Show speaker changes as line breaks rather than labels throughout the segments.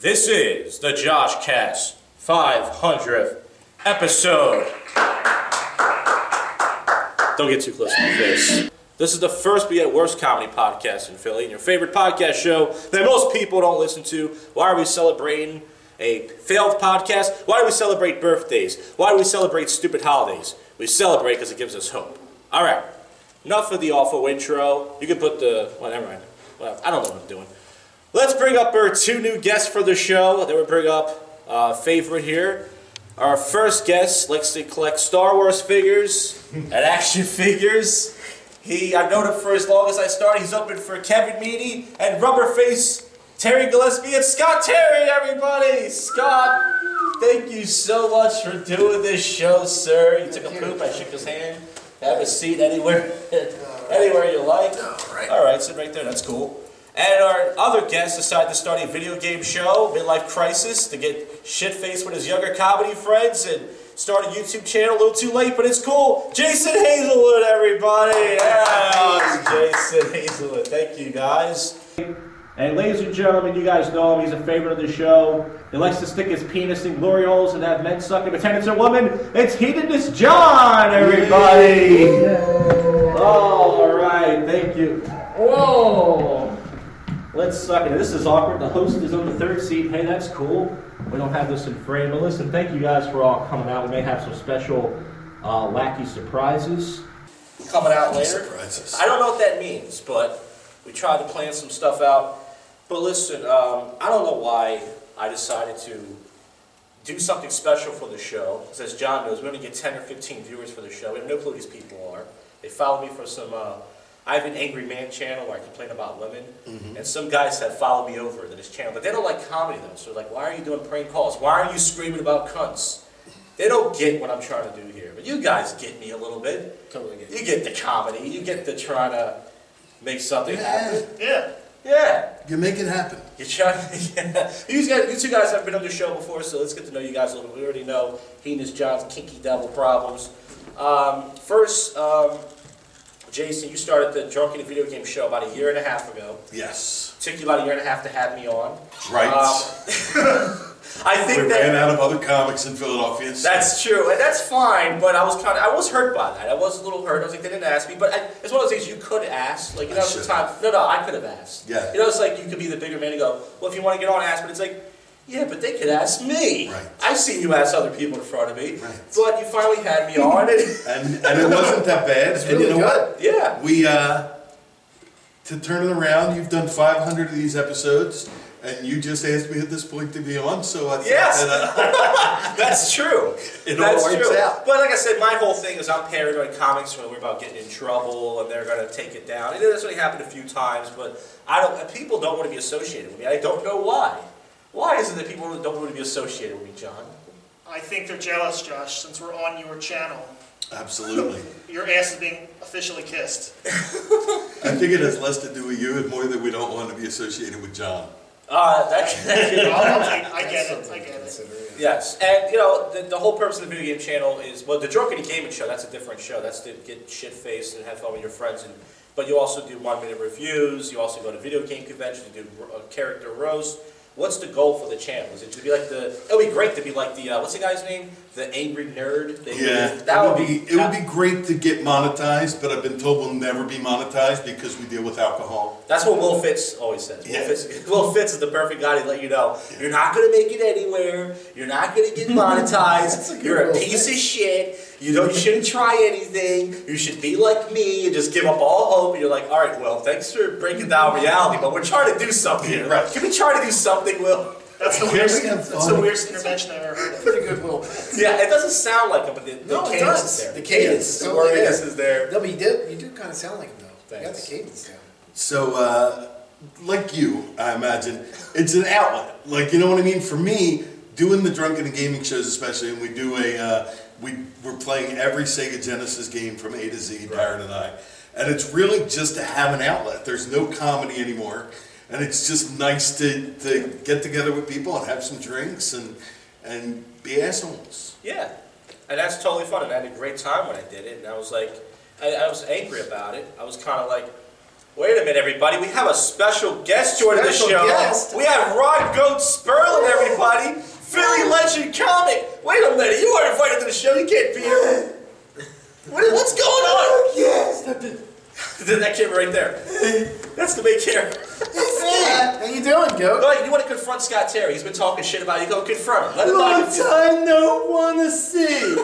This is the Josh Cast 500th episode. Don't get too close to my face. This is the first Be at Worst comedy podcast in Philly, and your favorite podcast show that most people don't listen to. Why are we celebrating a failed podcast? Why do we celebrate birthdays? Why do we celebrate stupid holidays? We celebrate because it gives us hope. All right, enough of the awful intro. You can put the. Well, never mind. Well, I don't know what I'm doing. Let's bring up our two new guests for the show that we bring up uh, favorite here. Our first guest likes to collect Star Wars figures and action figures. He, I've known him for as long as I started. He's open for Kevin Meady and Rubberface Terry Gillespie and Scott Terry, everybody! Scott, thank you so much for doing this show, sir. You took a poop, I shook his hand. Have a seat anywhere, anywhere you like. All right, sit right there. That's cool. And our other guest decided to start a video game show, Midlife Crisis, to get shit faced with his younger comedy friends and start a YouTube channel a little too late, but it's cool. Jason Hazelwood, everybody. Yeah, Jason Hazelwood. Thank you, guys. And ladies and gentlemen, you guys know him. He's a favorite of the show. He likes to stick his penis in glory holes and have men suck him. Attendance are women. It's Hedonist John, everybody. Oh, All right, thank you.
Whoa!
Let's suck it. This is awkward. The host is on the third seat. Hey, that's cool. We don't have this in frame. But listen, thank you guys for all coming out. We may have some special uh, wacky surprises coming out later.
Surprises.
I don't know what that means, but we tried to plan some stuff out. But listen, um, I don't know why I decided to do something special for the show. 'cause as John knows, we only get 10 or 15 viewers for the show. We have no clue who these people are. They follow me for some. Uh, I have an angry man channel where I complain about women, and some guys have followed me over to this channel, but they don't like comedy though. So they're like, why are you doing prank calls? Why are you screaming about cunts? They don't get what I'm trying to do here, but you guys get me a little bit.
Totally get
You get the comedy. You get the trying to make something happen. Yeah. Yeah.
You make it happen.
You're trying. Yeah. You guys, you two guys have been on the show before, so let's get to know you guys a little. bit. We already know he and his John's kinky devil problems. Um, first, um, Jason, you started the Drunk in a Video Game show about a year and a half ago.
Yes.
Took you about a year and a half to have me on.
Right.
Um, I
we
think
ran
that
out of other comics in Philadelphia. so-
that's true, and that's fine. But I was kind of, I was hurt by that. I was a little hurt. I was like, they didn't ask me, but I, it's one of those things you could ask. Like you
I
know,
should've.
time. No, no, I could have asked.
Yeah.
You know, it's like you could be the bigger man and go, well, if you want to get on, ask. But it's like, yeah, but they could ask me.
Right.
I've seen you ask other people in front of me.
Right.
But you finally had me on, and
and and it wasn't that bad. and you know what?
yeah,
We uh, to turn it around. You've done 500 of these episodes, and you just asked me at this point to be on. So I thought
Yes.
that, uh,
that's true.
it
That's
all works
true.
out.
But like I said, my whole thing is I'm paranoid comics when we're about getting in trouble and they're going to take it down. And that's only happened a few times, but I don't. People don't want to be associated with me. I don't know why. Why is it that people don't want to be associated with me, John?
I think they're jealous, Josh, since we're on your channel.
Absolutely.
Your ass is being officially kissed.
I think it has less to do with you and more that we don't want to be associated with John.
Uh, that,
I'll- I'll take- I get it. I get it.
yes, and you know the, the whole purpose of the video game channel is well, the Drunken Gaming Show. That's a different show. That's to get shit faced and have fun with your friends, and but you also do one minute reviews. You also go to video game conventions. You do ro- uh, character roast. What's the goal for the channel? Is it to be like the? It'll be great to be like the uh, what's the guy's name? The angry nerd. The-
Yeah,
that would be.
It would be great to get monetized, but I've been told we'll never be monetized because we deal with alcohol.
That's what Will Fitz always says.
Yeah.
Will, Fitz, Will Fitz is the perfect guy to let you know you're not going to make it anywhere. You're not going to get monetized. you're a piece of shit. You know you shouldn't try anything. You should be like me and just give up all hope. And you're like, all right, Will, thanks for breaking down reality, but we're trying to do something. here.
Right.
Can we try to do something, Will?
That's the
Can
weirdest,
we have
that's the
fun?
weirdest intervention I've ever heard of.
Pretty good little.
Yeah, it doesn't sound like him, but the, the
No, it
cadence
does.
is there.
The cadence is
the
totally
worriness
there.
is there.
No, but you did. You do kind of sound like him though. You got
Thanks.
the cadence down.
So, uh, like you, I imagine, it's an outlet. Like, you know what I mean? For me, doing the drunken and gaming shows, especially, and we do a, uh, we, we're playing every Sega Genesis game from A to Z, Byron and I. And it's really just to have an outlet. There's no comedy anymore. And it's just nice to, to get together with people and have some drinks and, and be assholes.
Yeah, and that's totally fun. And I had a great time when I did it. And I was like, I, I was angry about it. I was kind of like, wait a minute, everybody, we have a special guest joining the
Special
show.
guest?
We have Rod Goat Sperling the show. You can't, Peter. What is, what's going on?
Yes!
that kid right there. That's the main character.
How you doing, goat?
Well, you want to confront Scott Terry. He's been talking shit about you. Go confront him. Let him
Long
know.
time no wanna see!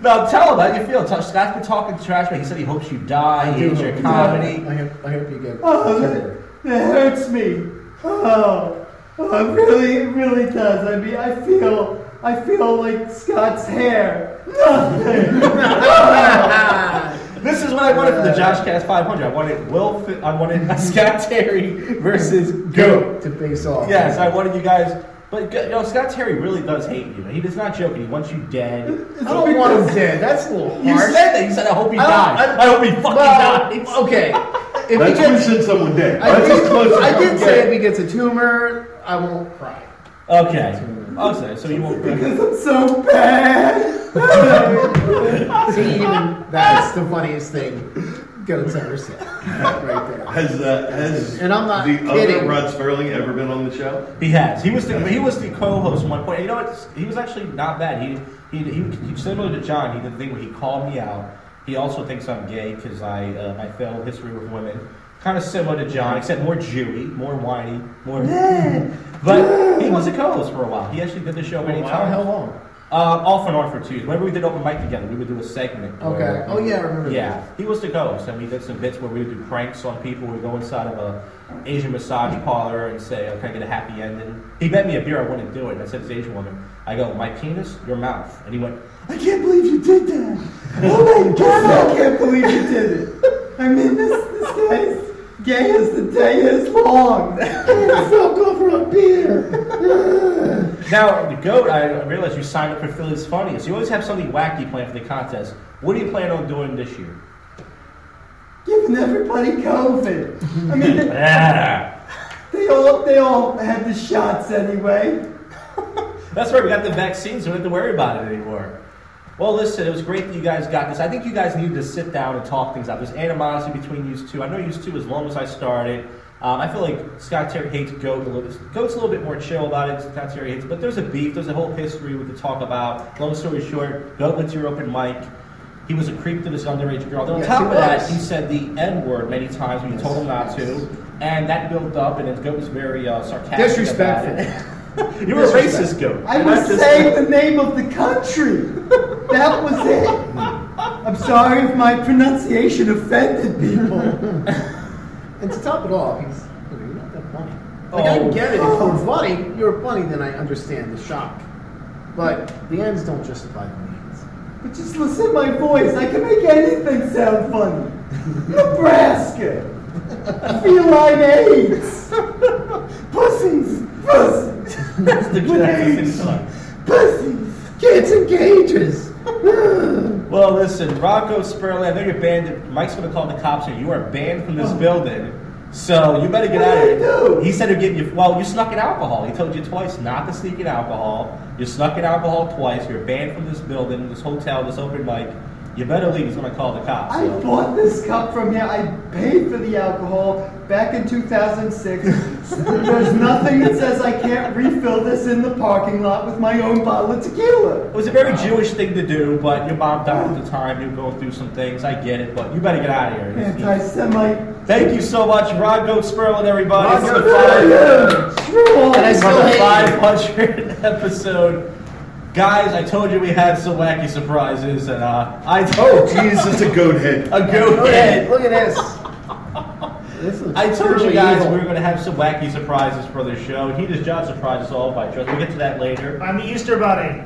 No, tell him how you feel. Scott- Scott's been talking trash, but he said he hopes you die. He hates your comedy.
I hope, I hope you get.
Oh, that, that hurts me. Oh, oh, it really, it really does. I mean, I feel, I feel like Scott's hair. Nothing.
This is what I wanted for the Josh Cast 500. I wanted Will. Fi- I wanted Scott Terry versus Goat.
to base off.
Yes, I wanted you guys. But you know, Scott Terry really does hate you. He does not joke. He wants you dead.
I don't want him dead. That's a little
You
harsh.
said that. You said I hope he
I don't-
dies.
I-
I, hope he fucking
Well,
dies.
okay. If
That's
he
when
gets,
you said someone dead.
I
That's
did,
as close as
I
I'll
did
get.
say if he gets a tumor, I won't cry.
Okay. Okay. So you won't.
I'm so bad.
See, even that's the funniest thing goats ever said, right there.
Has uh, has
And I'm not
the
kidding.
other Rod Sterling ever been on the show?
He has. He was the he was the co-host at one point. You know what? He was actually not bad. He he, he, he similar to John. He did the thing where he called me out. He also thinks I'm gay because I uh, my failed history with women. Kind of similar to John, except more Jewy, more whiny, more. but he was a co-host for a while. He actually did the show many
Wow,
times.
how long?
Um, off and on for two years. Whenever we did open mic together, we would do a segment.
Okay.
where-
Oh yeah, I remember.
Yeah, he was the ghost. I mean, did some bits where we would do pranks on people. We'd go inside of a Asian massage parlor and say, "Okay, get a happy ending." He bet me a beer. I wouldn't do it. And I said to this Asian woman, "I go, my penis, your mouth," and he went,
I can't believe you did that. Oh my god, I can't believe you did it. I mean, this, this guy's gay as the day is long. I felt good for a beer.
"Now, the goat." I realized you signed up for Philly's Funniest. You always have something wacky planned for the contest. What do you plan on doing this year?
Giving everybody COVID. I mean, they-
Ah,
They all they all had the shots anyway.
that's right. We got the vaccines. So we don't have to worry about it anymore. Well, listen, it was great that you guys got this. I think you guys needed to sit down and talk things out. There's animosity between you two. I know you two as long as I started. Um, I feel like Scott Terry hates Goat a little. Goat's a little bit more chill about it. Scott Terry hates, but there's a beef. There's a whole history we could talk about. Long story short, Goat went to your open mic. He was a creep to this underage girl. Then on
Yes,
top
he
of that,
was.
he said the N word many times when you told him not to, and that built up. And then Goat was very uh, sarcastic.
Disrespectful.
About it. you were a racist, Goat.
I
And
was
just-
saying the name of the country. That was it. I'm sorry if my pronunciation offended people.
And to top it all, he's you know, you're not that funny. Like I
Oh.
get it. If you were funny, you were funny, then I understand the shock. But the ends don't justify the means.
But just listen to my voice. I can make anything sound funny. Nebraska. Feline AIDS. Pussies. Pussies.
That's the Jackson's son.
Pussies.
Kids in cages.
Well, listen, Rocco Sperling, I know you're banned. Mike's gonna call the cops, and you are banned from this building. So you better get
Oh. What
out
did I
of
do?
here. He said he'd give you. Well, you snuck in alcohol. He told you twice not to sneak in alcohol. You snuck in alcohol twice. You're banned from this building, this hotel, this open mic. You better leave. He's gonna call the cops.
I
So-
bought this cup from here. I paid for the alcohol back in 2006. There's nothing that says I can't refill this in the parking lot with my own bottle of tequila.
It was a very Jewish thing to do, but your mom died at the time. You're going through some things. I get it, but you better get out of here.
Anti-Semite.
Thank you so much, Rocco Sperling, everybody.
Rocco
for the
Sperling.
five-
Screw
And I
all.
for
still
the
hate you.
500 episode. Guys, I told you we had some wacky surprises, and uh, I
Oh,
told
geez, that's a goat head.
a goat
Look at,
head.
look at this. this looks
I told you
truly
guys
evil.
we were going to have some wacky surprises for the show. He just John surprised us all by trust. We'll get to that later.
I'm the Easter Bunny.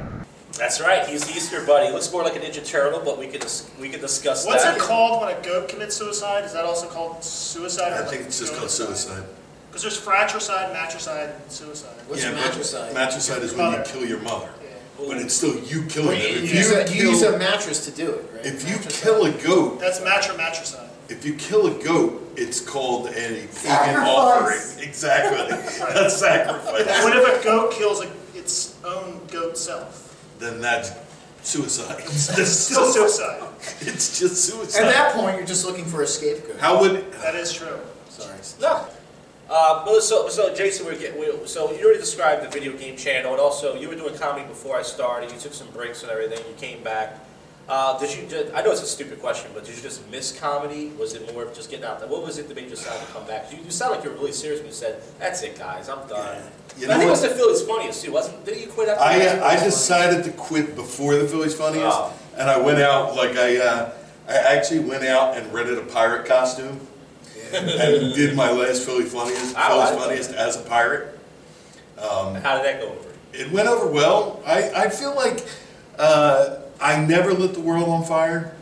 That's right. He's the Easter Bunny. He looks more like a Ninja Turtle, but we could dis- we could discuss
What's
that.
it called when a goat commits suicide? Is that also called suicide?
I think it's just called suicide.
Because there's fratricide, matricide, and suicide.
Yeah,
a
but
matricide?
Matricide is when you
Mother.
kill your mother,
Ooh.
but it's still you killing
You,
her. If
use a, you use
kill-
a mattress to do it, right?
If you
Mattress-
kill a goat,
That's matra matricide.
if you kill a goat, it's called a pagan
Sacrifice.
offering. Exactly, that's sacrifice.
What if a goat kills a, its own goat self?
Then that's suicide. It's
It's still
still-
suicide.
it's just suicide.
At that point, you're just looking for a scapegoat.
How would
That is true.
Sorry.
No. Uh, but so, so Jason, we're get, we, so you already described the video game channel, and also you were doing comedy before I started. You took some breaks and everything. You came back. Uh, did you? Just, I know it's a stupid question, but did you just miss comedy? Was it more of just getting out there? What was it that made you decide to come back? You, you sound like you were really serious when you said, "That's it, guys, I'm done."
You
But I think
know what?
it was the Phillies funniest too, wasn't? Did you quit after?
I,
that?
uh, I decided to quit before the Phillies funniest,
Oh.
and I went out like I uh, I actually went out and rented a pirate costume and did my last Philly funniest
I
Phillies
like that.
funniest as a pirate.
How did that go over?
It went over well. I I feel like uh, I never lit the world on fire,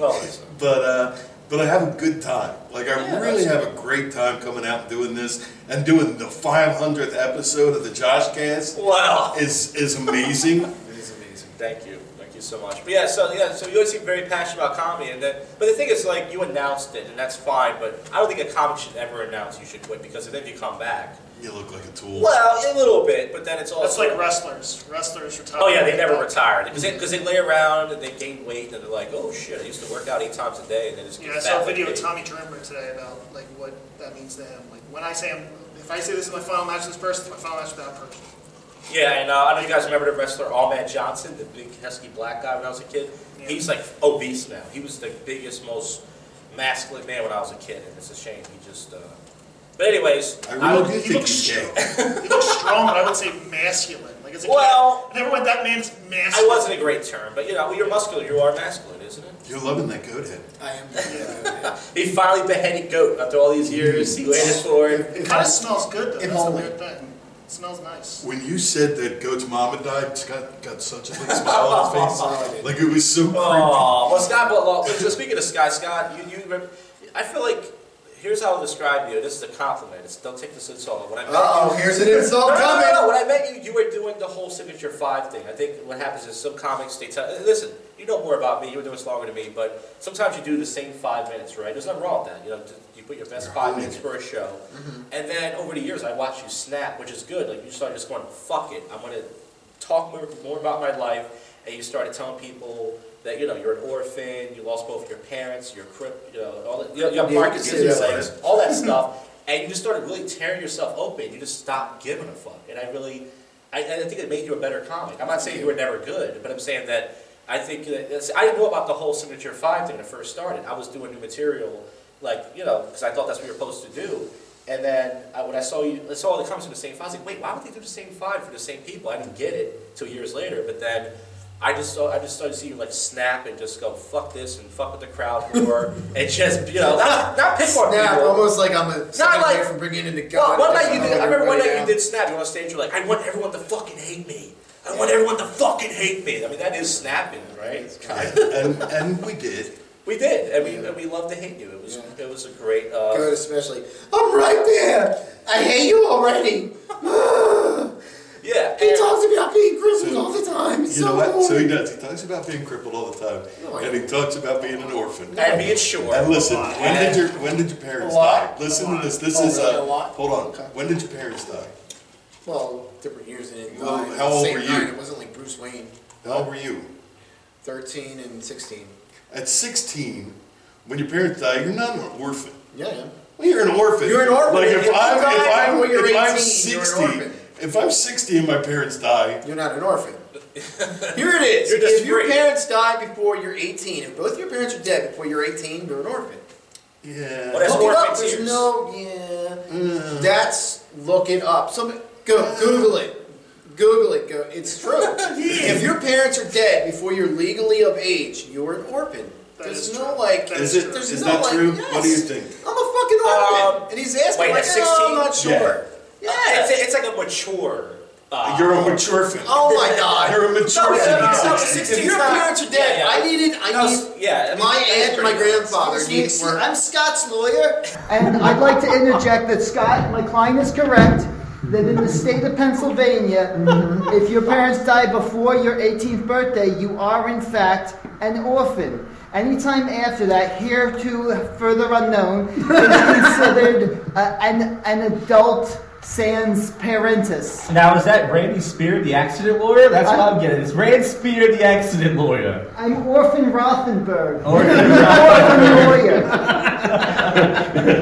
Well,
but. Uh, but I have a good time. Like I
Yeah,
really
that's-
have a great time coming out and doing this and doing the 500th episode of the Josh Cast
wow.
is is amazing.
It is amazing. Thank you. Thank you so much. But yeah, so yeah, so you always seem very passionate about comedy, and then but the thing is, like you announced it, and that's fine. But I don't think a comic should ever announce you should quit because then if you come back,
you look like a tool.
well, a little bit, but then it's also
That's like wrestlers. Wrestlers retire.
Oh yeah, they never retire because they, 'cause they lay around and they gain weight and they're like, oh shit, I used to work out eight times a day and then just get
Yeah, I
fat
saw a
like
video of
me.
Tommy Dreamer today about like what that means to him. Like when I say I'm, if I say this is my final match with this person, it's my final match with that person.
Yeah, and uh, I know you guys remember the wrestler Ahmed Johnson, the big husky black guy when I was a kid.
Yeah.
He's like obese now. He was the biggest, most masculine man when I was a kid, and it's a shame he just. Uh... But anyways,
I
I would-
really do
he
think
looks
he's gay.
strong. he looks strong, but I would say masculine. Like it's a
Well-
I never went that man's masculine.
I wasn't a great term, but you know, when you're muscular, you are masculine, isn't it?
You're loving that goat head.
I am. Yeah.
He finally beheaded goat after all these years. He waited for it.
It kind of smells good though.
If
That's the
only.
weird thing. It smells nice.
When you said that goat's mama died, Scott got such a big smile on his face. Like it was so creepy.
Oh, well, Scott. But well, so speaking of Scott, Scott, you, you remember, I feel like here's how I'll describe you. This is a compliment. It's, don't take this insult. When I met you,
Uh oh, here's an
No,
insult
no, no,
coming.
no, no. When I met you, you were doing the whole signature five thing. I think what happens is some comics they tell. Listen, you know more about me. You were doing this longer than me, but sometimes you do the same five minutes, right? There's nothing wrong with that. You know, you put your best five minutes for a show,
Mm-hmm.
and then over the years, I watched you snap, which is good. Like you started just going, "Fuck it, I'm gonna talk more, more about my life," and you started telling people. That you know you're an orphan, you lost both your parents, you're crip, you know all that. You, know, you have
Yeah,
Parkinson's,
yeah.
disease, all that stuff, and you just started really tearing yourself open. You just stopped giving a fuck, and I really, I, I think it made you a better comic. I'm not saying you were never good, but I'm saying that I think that that's- I didn't know about the whole signature five thing when it first started. I was doing new material, like you know, because I thought that's what you're supposed to do. And then I, when I saw you, I saw all the comments in the same five. I was like, wait, why would they do the same five for the same people? I didn't get it till years later, but then. I just saw, I just started seeing you like snap and just go fuck this and fuck with the crowd more and just you know not not pick on
Snap,
people.
almost like I'm a second
like-
like, from bringing in the
Well,
God.
one night you did. I remember one night
Everybody
you did snap. You're on stage. You're like, I want everyone to fucking hate me. I want everyone to fucking hate me. I mean, that is snapping, right?
And, and we did.
We did, and we and we love to hate you. It was
Yeah.
it was a great.
down.
Uh,
Good, especially. I'm right there. I hate you already.
yeah.
He
and-
talks about being crippled all the time. It's
You
so
know what? So he
annoying.
does. He talks about being crippled all the time,
No, I
and he talks about being an orphan.
And being short.
And listen,
A lot.
when did your when did your parents
A lot.
die? Listen to this. This
Oh,
is
really?
uh,
A lot?
hold on.
Okay.
When did your parents die?
Well, different years in it.
Well,
Mine,
how old
same
were you?
night, It wasn't like Bruce Wayne.
How old were you?
13 and 16.
At 16, when your parents die, you're not an orphan.
Yeah, yeah.
Well, you're an orphan.
You're an orphan.
Like if,
If you
I'm,
die
if I'm,
before you're
if I'm
18, you're an
60,
orphan.
if I'm 60 and my parents die,
You're not an orphan. Here it is.
You're just
if your
free.
parents die before you're 18, if both your parents are dead before you're 18, you're an orphan.
yeah.
Well, that's
look it
orphan
up. There's
tears.
no, yeah. That's look it up. Some go Google it. Google it. Go. It's true. If your parents are dead before you're legally of age, you're an orphan.
That
there's
is
no
true.
like.
That
Is
there's
it?
there's
Is
no,
that
like,
true? What do you
yes.
think?
I'm a fucking orphan,
Um,
and he's asking
wait,
like,
at
oh,
16?
I'm not sure. Yeah.
It's, it's like a mature. Uh,
You're a mature fan.
oh my god.
You're a mature
No,
fan.
no, no, no.
If your parents are
Yeah,
dead,
yeah.
I needed. I
No,
need.
s- yeah, I mean,
my
that's
aunt and my
pretty good.
grandfather need
Excuse me,
work. I'm Scott's lawyer.
And I'd like to interject that Scott, my client is correct, that in the state of Pennsylvania,
Mm-hmm.
if your parents die before your 18th birthday, you are in fact an orphan. Anytime after that, hereto further unknown, is considered uh, an, an adult sans parentis.
Now, is that Randy Spear, the accident lawyer? That's what I'm getting. It's Rand Spear, the accident lawyer.
I'm
Oh,
Orphan Rothenberg.
Or
Orphan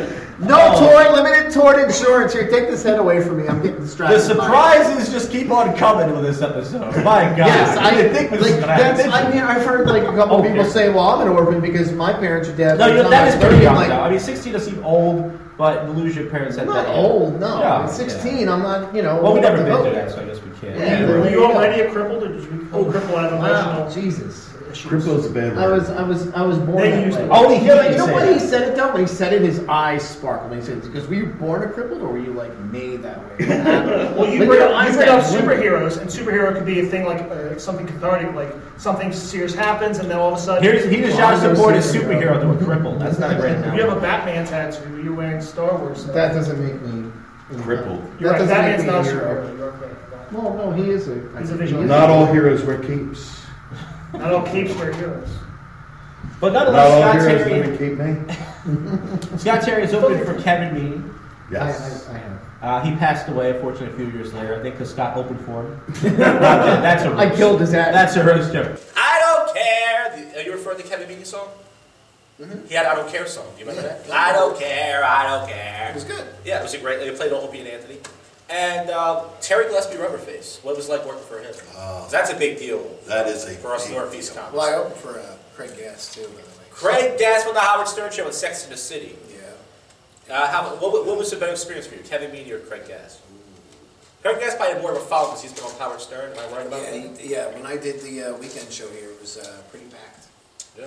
lawyer.
No tort, limited tort insurance. Here, take this head away from me. I'm getting distracted. by
The
it.
surprises just keep on coming with this episode. My God.
Yes, I
You didn't think this was
like,
gonna happen,
that's,
did
I
you?
mean, I've heard like a couple
Okay.
people say, "Well, I'm an orphan because my parents are dead."
No,
by the
you
time I
that
was
is pretty
30."
young.
I'm like,
though. I mean, 60 does seem old, but you lose your parents at
I'm not
that age.
old. No,
Yeah,
I'm 16. I'm not. You know.
Well, we
old
never
enough to vote
been through
yet.
that, so I guess we can't.
Yeah.
Anyway.
Were you already a cripple, or did you become a cripple out of
Wow,
emotional
Jesus.
issues?
Cripple's a bad
I
word.
was, I was, I was born.
They
that
used
way.
it.
Only
you
Oh, he
know, Oh,
can
you know
say
when
that.
he said it though. When he said it, his eyes sparkled. When he said, "Because were you born a crippled, or were you like made that way?" What happened?
Well, you
Look
bring,
at
you
Einstein.
bring up superheroes, and superhero could be a thing like uh, something cathartic, like something serious happens, and then all of a sudden
Here's, he just shot a support his superhero to a cripple. That's not a great
you have
analogy.
a Batman tattoo. You're wearing Star Wars.
That doesn't make me
Crippled.
You're
that
right. Batman's
doesn't make me
not a
a hero.
superhero. You're correct.
Well, no, he is a.
He's a
he
visual.
is
Not all heroes wear capes.
Not all capes wear heroes.
But
Not
nonetheless,
all
Scott
heroes
Terry,
live in Cape May.
Scott Terry is open for Kevin Meaney.
I, I,
Yes.
I have.
Uh, he passed away, unfortunately, a few years later. I think because Scott opened for him. That's a roast.
I killed his ass.
That's a roast joke.
I don't care. The- Are you referring to Kevin Meaney song?
Mm-hmm.
He had "I Don't Care" song. Do you remember that? I don't care. I don't care.
It was good.
Yeah, it was a great. They played Opie and Anthony, and uh, Terry Gillespie, Rubberface. What it was like working for him? That's a big deal
That is a
for us
big
Northeast
deal.
comics.
Oh. Well, I opened for uh, Craig Gass too, by the way.
Craig Gass from the Howard Stern Show and Sex in the City.
Yeah.
Uh, how, what, what was the better experience for you, Kevin Meaney or Craig Gass? Craig Gass probably had more of a follow because he's been on Howard Stern. Am I right about
Yeah,
that?
he- yeah, when I did the uh, weekend show here, it was uh, pretty packed.
Yeah.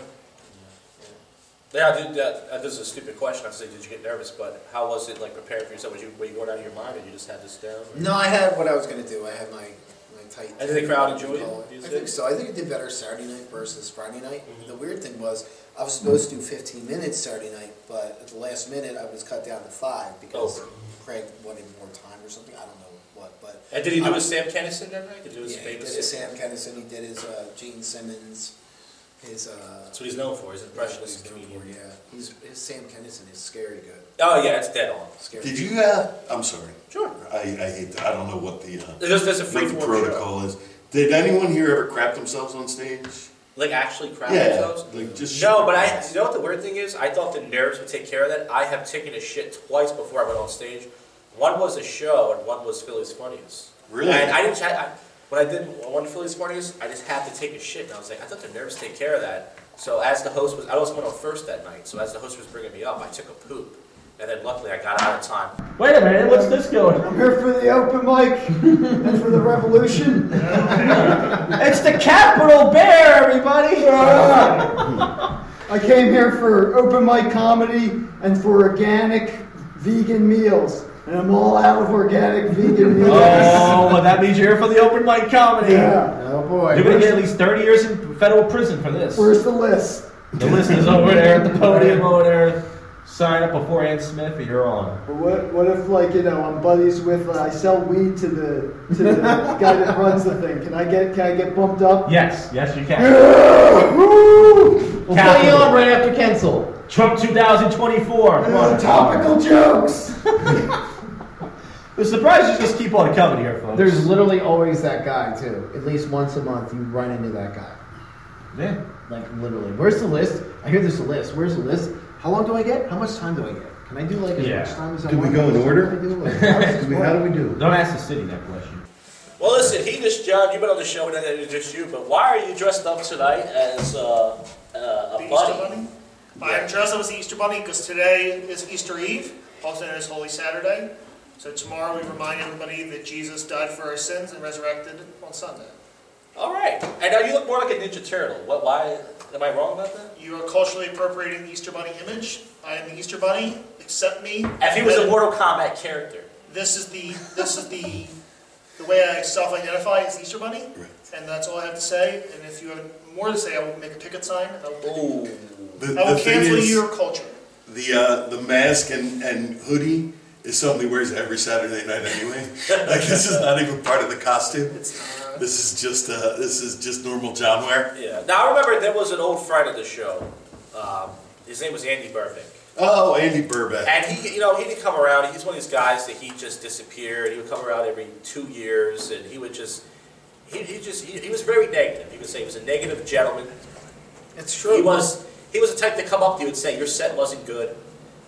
Yeah, I did that. Uh, this is a stupid question. I say, did you get nervous? But how was it like preparing for yourself? Was you were you going out of your mind, or you just had this down? or-
No, I had what I was going to do. I had my, my tight.
And did the crowd enjoy it? Mm-hmm.
I
Do you
think
think?
so. I think it did better Saturday night versus Friday night. The weird thing was, I was supposed to do 15 minutes Saturday night, but at the last minute, I was cut down to five because
Oh.
Craig wanted more time or something. I don't know what, but.
And did he do
I
a Sam Kennison that night? Did he do his
Yeah, he did
famous?
his Sam Kennison, he did his uh, Gene Simmons, his. uh,
That's what he's known for. He's an impressionist
he's known for,
comedian.
Yeah, he's, his Sam Kennison is scary good.
Oh yeah, it's dead on.
Scary.
Did you? Uh, I'm sorry.
Sure.
I, I hate. that. I don't know what the uh,
It's just that's a free
what the
form
protocol is. Did anyone here ever crap themselves on stage?
Like actually crap
yeah.
themselves.
Like just.
No, but I. You know what the weird thing is? I thought the nerves would take care of that. I have taken a shit twice before I went on stage. One was a show, and one was Philly's funniest.
Really?
And I didn't. I, when I did one of Philly's funniest, I just had to take a shit, and I was like, I thought the nerves take care of that. So as the host was, I was one on first that night. So as the host was bringing me up, I took a poop, and then luckily I got out in time.
Wait a minute, what's this going on?
I'm here for the open mic and for the revolution.
It's the Capital Bear, everybody! Oh,
I came here for open mic comedy and for organic vegan meals. And I'm all out of organic vegan meals.
Oh, well, that means you're here for the open mic comedy.
Yeah.
Oh boy.
You're gonna get at least 30 years in federal prison for this.
Where's the list?
The list is over there at the podium over there. Sign up before Ann Smith, or you're on.
Or What, what if like you know I'm buddies with like, I sell weed to the to the guy that runs the thing? Can I get can I get bumped up?
Yes, yes, you can.
Woo!
We'll play you on right after Kensel.
Trump 2024. Come
Uh,
on.
topical jokes.
The surprises just keep on coming here, folks.
There's literally always that guy too. At least once a month, you run into that guy.
yeah.
Like literally, where's the list? I hear there's a list. Where's the list? How long do I get? How much time do I get? Can I do like as
Yeah.
much time as I
Do we
want?
go in
How much time
order?
do I do? Like, how does this
Do we,
work?
how do we do?
Don't ask the city that question.
Well, listen, he just John. You've been on the show, and I introduced you. But why are you dressed up tonight as uh, uh, a
The
bunny?
Easter Bunny? I'm dressed up as the Easter Bunny because today is Easter Eve, also known as Holy Saturday. So tomorrow we remind everybody that Jesus died for our sins and resurrected on Sunday.
All right. And now you look more like a Ninja Turtle. What? Why? Am I wrong about that?
You are culturally appropriating the Easter Bunny image. I am the Easter Bunny. Accept me.
If he was a Mortal Kombat character,
This is the this is the the way I self-identify as the Easter Bunny,
Right.
and that's all I have to say. And if you have more to say, I will make a ticket sign. and I will,
ooh,
The,
I
the
will
thing
cancel
is,
your culture.
the uh, the mask and, and hoodie is something he wears every Saturday night anyway. like this is not even part of the costume. This is just uh, this is just normal John wear.
yeah. Now I remember there was an old friend of the show. Um, his name was Andy Burbank.
Oh, Andy Burbeck.
And he, you know, he didn't come around. He's one of these guys that he just disappeared. He would come around every two years, and he would just, he, he just, he, he was very negative. You could say he was a negative gentleman.
It's
He was, he was the type to come up to you and say your set wasn't good.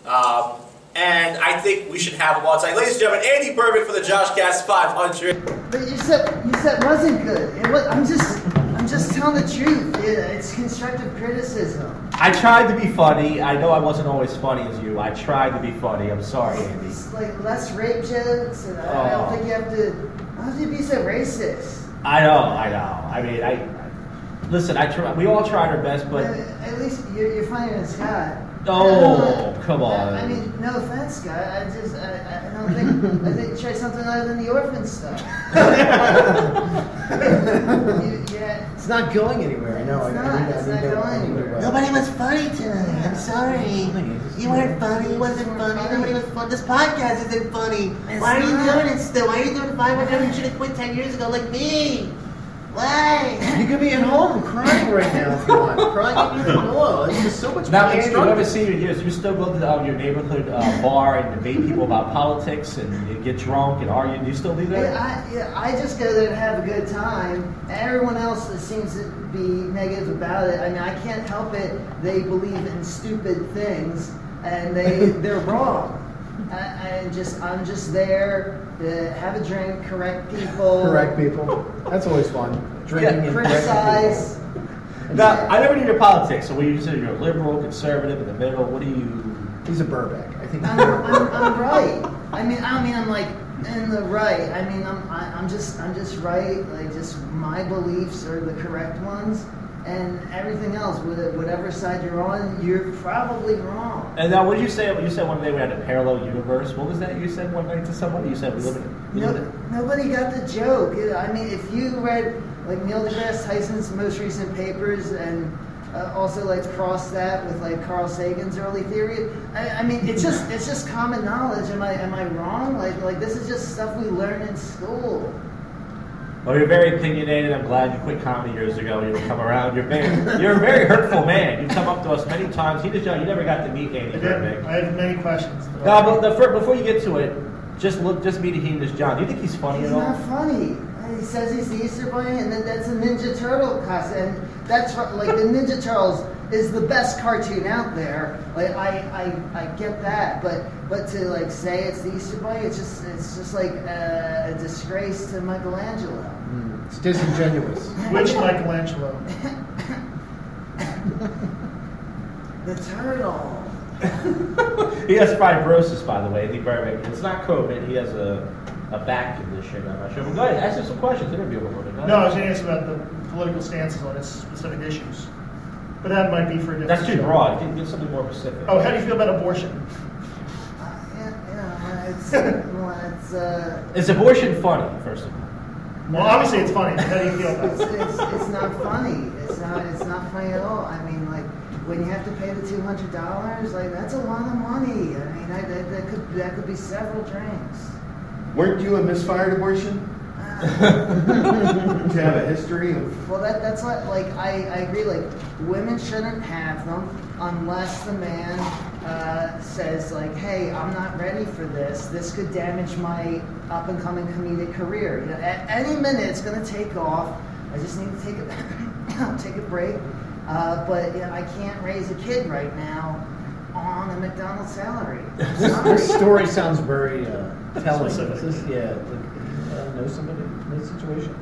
Um, and I think we should have him on tonight. Ladies and gentlemen, Andy Burbick for the Josh Cast 500.
But you said you said wasn't good. It was, I'm just I'm just telling the truth. It, it's constructive criticism.
I tried to be funny. I know I wasn't always funny as you. I tried to be funny. I'm sorry, Andy.
It's like less rape jokes, and I, I
Oh.
don't think you have to. Why would you be so racist?
I know, I know. I mean, I, I listen. I try, we all tried our best,
At,
but
at least you're, you're funnier than Scott.
oh, come on.
I, I mean, no offense, Scott. I just I, I don't think I think try something other than the orphan stuff. You- yeah.
It's not going anywhere. I know.
It's
I- I
not.
think- I
It's
think
not
that- I
going
think that-
anywhere.
Nobody was funny tonight. I'm sorry. You weren't funny. It wasn't
We're
funny.
funny.
Nobody was funny. This podcast isn't funny.
It's
Why are you
not.
doing it still? Why are you doing 500? You should have quit 10 years ago, like me. Why?
You could be at home crying right now if you want. crying in your pillow. It's just so much
Now,
more
Andy, you haven't
constructive.
seen you in years. You still go to the, um, your neighborhood uh, bar and debate people about politics and, and get drunk and argue. Do you still do that?
Yeah, I, yeah, I just go there and have a good time. Everyone else that seems to be negative about it, I mean, I can't help it. They believe in stupid things, and they they're wrong. I, I just I'm just there to have a drink, correct people,
Correct people. That's always fun. Drinking and correcting
criticize.
Now, I never knew your politics. So, what do you consider? You're a liberal, conservative, in the middle. What do you?
people. He's a Burbank. I think.
I'm, I'm, I'm right. I mean, I don't mean I'm like in the right. I mean, I'm, I, I'm just, I'm just right. Like, just my beliefs are the correct ones, and everything else, with whatever side you're on, you're probably wrong.
And now, what did you say? You said one day we had a parallel universe. What was that you said one night to somebody? You said we live in. we
No,
live in-
nobody got the joke. It- I mean, if you read like Neil deGrasse Tyson's most recent papers and uh, also like cross that with like Carl Sagan's early theory, I, I mean, it's just it's just common knowledge. Am I am I wrong? Like like this is just stuff we learn in school.
Well, Oh, you're very opinionated. I'm glad you quit comedy years ago. You don't come around. You're very, you're a very hurtful man. You've come up to us many times. He just, you never got to meet Andy
I
Burbank.
did. I have many questions.
Now, but the, fir- before you get to it, just look, just meeting him as John. Do you think he's funny
He's
at all?
not funny. He says he's the Easter Bunny, and then that's a Ninja Turtle costume. And that's what- like the Ninja Turtles is the best cartoon out there. Like I, I, I get that, but but to like say it's the Easter Bunny, it's just it's just like a, a disgrace to Michelangelo.
It's disingenuous.
Which Michelangelo?
The turtle.
He has fibrosis, by the way, Andy Burbank. It's not COVID. He has a, a back condition. I'm not sure. But go ahead, ask him some questions. Interview him a little bit. Go
No, I
ahead.
was going to ask about the political stances on his specific issues, but that might be for a different.
that's too
show.
broad. Get, get something more specific.
Oh, how do you feel about abortion?
Uh, yeah, yeah. It's well, it's uh,
Is abortion funny? First of all,
Well, obviously it's funny. but How do you feel
it's,
about it?
it's, it's not funny. It's not it's not funny at all. I mean like. When you have to pay the two hundred dollars, like that's a lot of money. I mean, that, that, that could that could be several drinks.
Weren't you a misfired abortion? Did you have a history of?
Well, that, that's what, like, I, I agree, like, women shouldn't have them unless the man uh, says, like, hey, I'm not ready for this. This could damage my up and coming comedic career. You know, at any minute, it's going to take off. I just need to take a, take a break. Uh, but you know, I can't raise a kid right now on a McDonald's salary.
This
Sorry.
story sounds very uh, telling.
Specific.
Is this, yeah, like, uh, know somebody in this situation?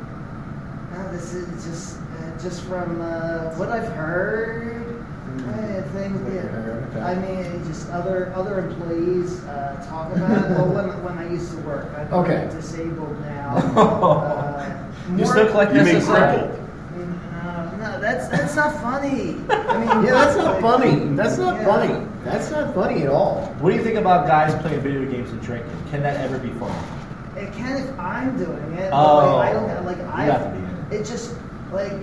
No, this is just uh, just from uh, what I've heard. I think,
Mm-hmm. What you heard, okay.
yeah. I mean, just other other employees uh, talk about it. Well, when, when I used to work, I'm
Okay.
disabled now. Uh,
you
more-
still collect
You mean
SSI?
crippled?
No, no, that's that's not funny. I mean,
Yeah, that's not
like-
funny. That's not
Yeah.
funny. That's not funny at all.
What do you think about guys playing video games and drinking? Can that ever be funny?
It can if I'm doing it.
Oh.
But like, I don't like I.
have to be in
It just like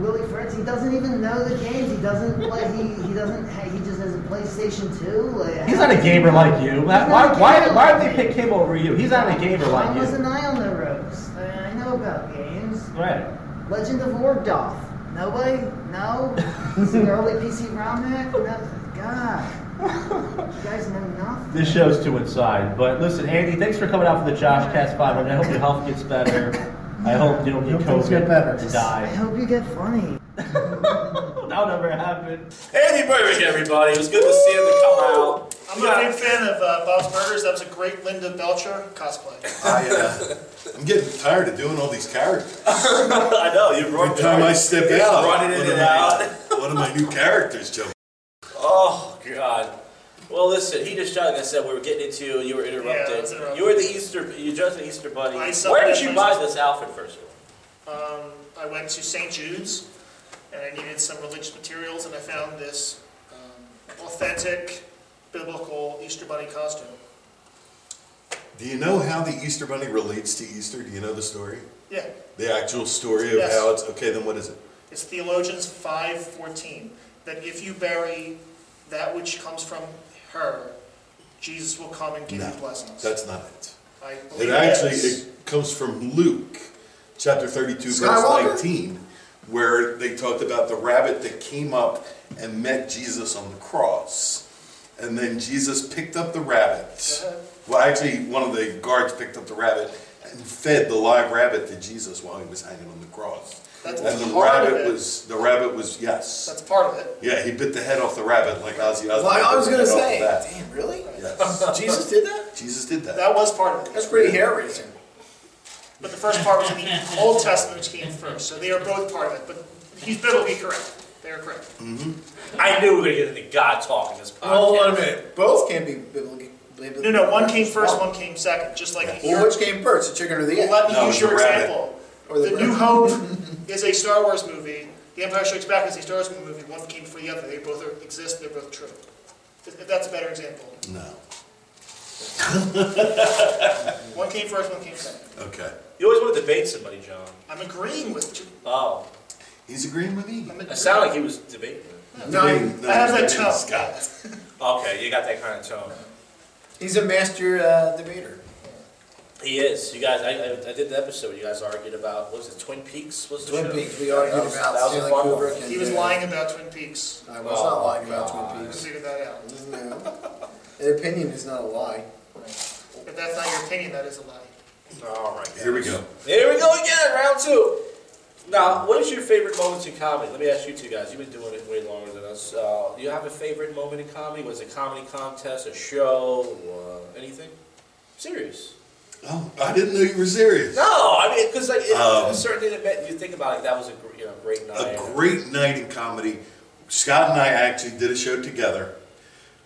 Willie Fritz. He doesn't even know the games. He doesn't play. He he doesn't. He just has a PlayStation Two. Like,
He's not a gamer like you. Why, why,
not a
why,
gamer
why
like
would they
me.
pick him over you? He's not a gamer
Why
like
wasn't
you.
I on the ropes? I I know about games.
Right.
Legend of Wargoth. Nobody? No? Some early PC ROM hack? No. God. You guys know nothing.
This show's too inside. But listen, Andy, thanks for coming out for the Josh Cast 500. I hope your health gets better. I hope you don't get
Hope things
COVID
get better.
and
I
die.
hope you get funny.
That'll never happen.
Andy Burbick, everybody. It was good to see him to come out.
I'm a big fan of uh, Bob's Burgers. That was a great Linda Belcher cosplay.
I, uh, I'm getting tired of doing all these characters.
I know you ruined
Every time I step
He's
out,
running in
one of
and
my-
out.
One of my new characters jump.
Oh God. Well, listen. He just shouted and said we were getting into. You were
Yeah, I
interrupted.
was interrupted.
you were the Easter. You just an Easter bunny.
I saw
Where
that
did you buy
myself.
this outfit first of all?
Um, I went to St. Jude's and I needed some religious materials and I found this um, authentic biblical Easter bunny costume.
Do you know how the Easter Bunny relates to Easter? Do you know the story?
Yeah,
The actual story of
Yes.
how it's okay. Then what is it?
it's Theologians 5:14 that if you bury that which comes from her, Jesus will come and give
No,
you blessings.
That's not it.
I believe
It actually
is.
it comes from Luke, chapter thirty-two,
Skywalker.
verse nineteen, where they talked about the rabbit that came up and met Jesus on the cross, and then Jesus picked up the rabbit.
Uh-huh.
Well, actually, one of the guards picked up the rabbit and fed the live rabbit to Jesus while he was hanging on the cross.
That's
and the
part of
rabbit
it.
was the rabbit was yes.
That's part of it.
yeah, he bit the head off the rabbit like Ozzy Osbourne.
Well, I was
bit the
gonna say,
head off the bat.
damn, really?
Yes.
Jesus did that?
Jesus did that.
That was part of it.
That's pretty hair raising.
But the first part was in the Old Testament, which came first. So they are both part of it. But he's biblically correct. They are correct.
I knew we were gonna get into God talk in this podcast.
Hold on a minute. Both can't be biblical.
No, no, one came first, one came second. Just like
Well,
your,
which came first, the chicken or the egg?
let me
No,
use
it was
your
the rabbit.
example.
Or
the
the
New
rabbit.
Hope is a Star Wars movie. The Empire Strikes Back is a Star Wars movie. One came before the other. They both are, exist. They're both true. If if that's a better example,
no.
one came first, one came second.
Okay.
You always want to debate somebody, John.
I'm agreeing with you.
Oh,
He's agreeing with me.
I'm
it
agreeing.
sounded like he was debating.
No,
I have that tone.
Okay, you got that kind of tone.
he's a master uh, debater.
He is. You guys, I, I, I did the episode. where You guys argued about what was it? Twin Peaks was the
Twin
show?
Peaks, we argued
That was-
about
that was a
Stanley
fun one.
Kubrick. And,
He was
uh,
lying about Twin Peaks.
I was not
Oh,
lying about Twin
I
Peaks.
figured that out.
No. An opinion is not a lie.
If that's not your opinion, that is a lie.
All right.
Here we go.
Here we go again, round two. Now, what is your favorite moments in comedy? Let me ask you two guys. You've been doing it way longer than us. Uh, do you have a favorite moment in comedy? Was it a comedy contest, a show, uh, anything? Serious?
Oh, I didn't know you were serious.
No, I mean, because like, it-
Um,
a certain thing that meant, you think about it, that was a gr- you know, great night.
A great night in comedy. Scott and I actually did a show together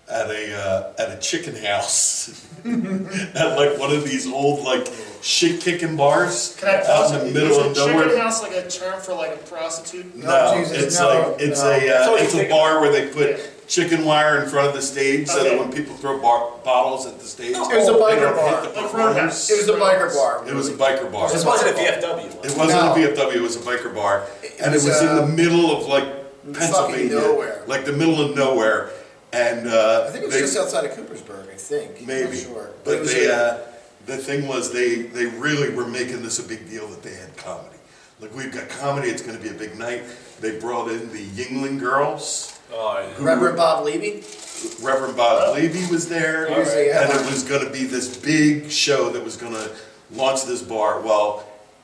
at a uh, at a chicken house at like one of these old like shit kicking bars
Can I
out
pause?
in the middle of
is a chicken
nowhere.
house like a term for like a prostitute?
No,
No, Jesus,
it's
no,
like it's
no.
a
That's
uh,
what you
it's a
think
bar where they put
Yeah.
chicken wire in front of the stage so
Okay.
that when people throw bar- bottles at the stage, it
was a biker bar.
Hit the
Like Roadhouse.
performers.
It was a biker bar.
It was a biker bar.
This wasn't a VFW one.
It wasn't
No.
a VFW. It was a biker bar,
It
and it
was,
was in
uh,
the middle of like Pennsylvania,
nowhere.
like the middle of nowhere, and uh,
I think it was
they-
just outside of Coopersburg, I think. I'm
maybe.
not sure.
But
it was
they,
a-
uh, the thing was, they they really were making this a big deal that they had comedy. Like we've got comedy. It's going to be a big night. They brought in the Yingling girls.
Oh, yeah.
who
Reverend Bob Levy?
Reverend Bob Levy was there,
He was the
and
headliner.
it was going to be this big show that was going to launch this bar. Well,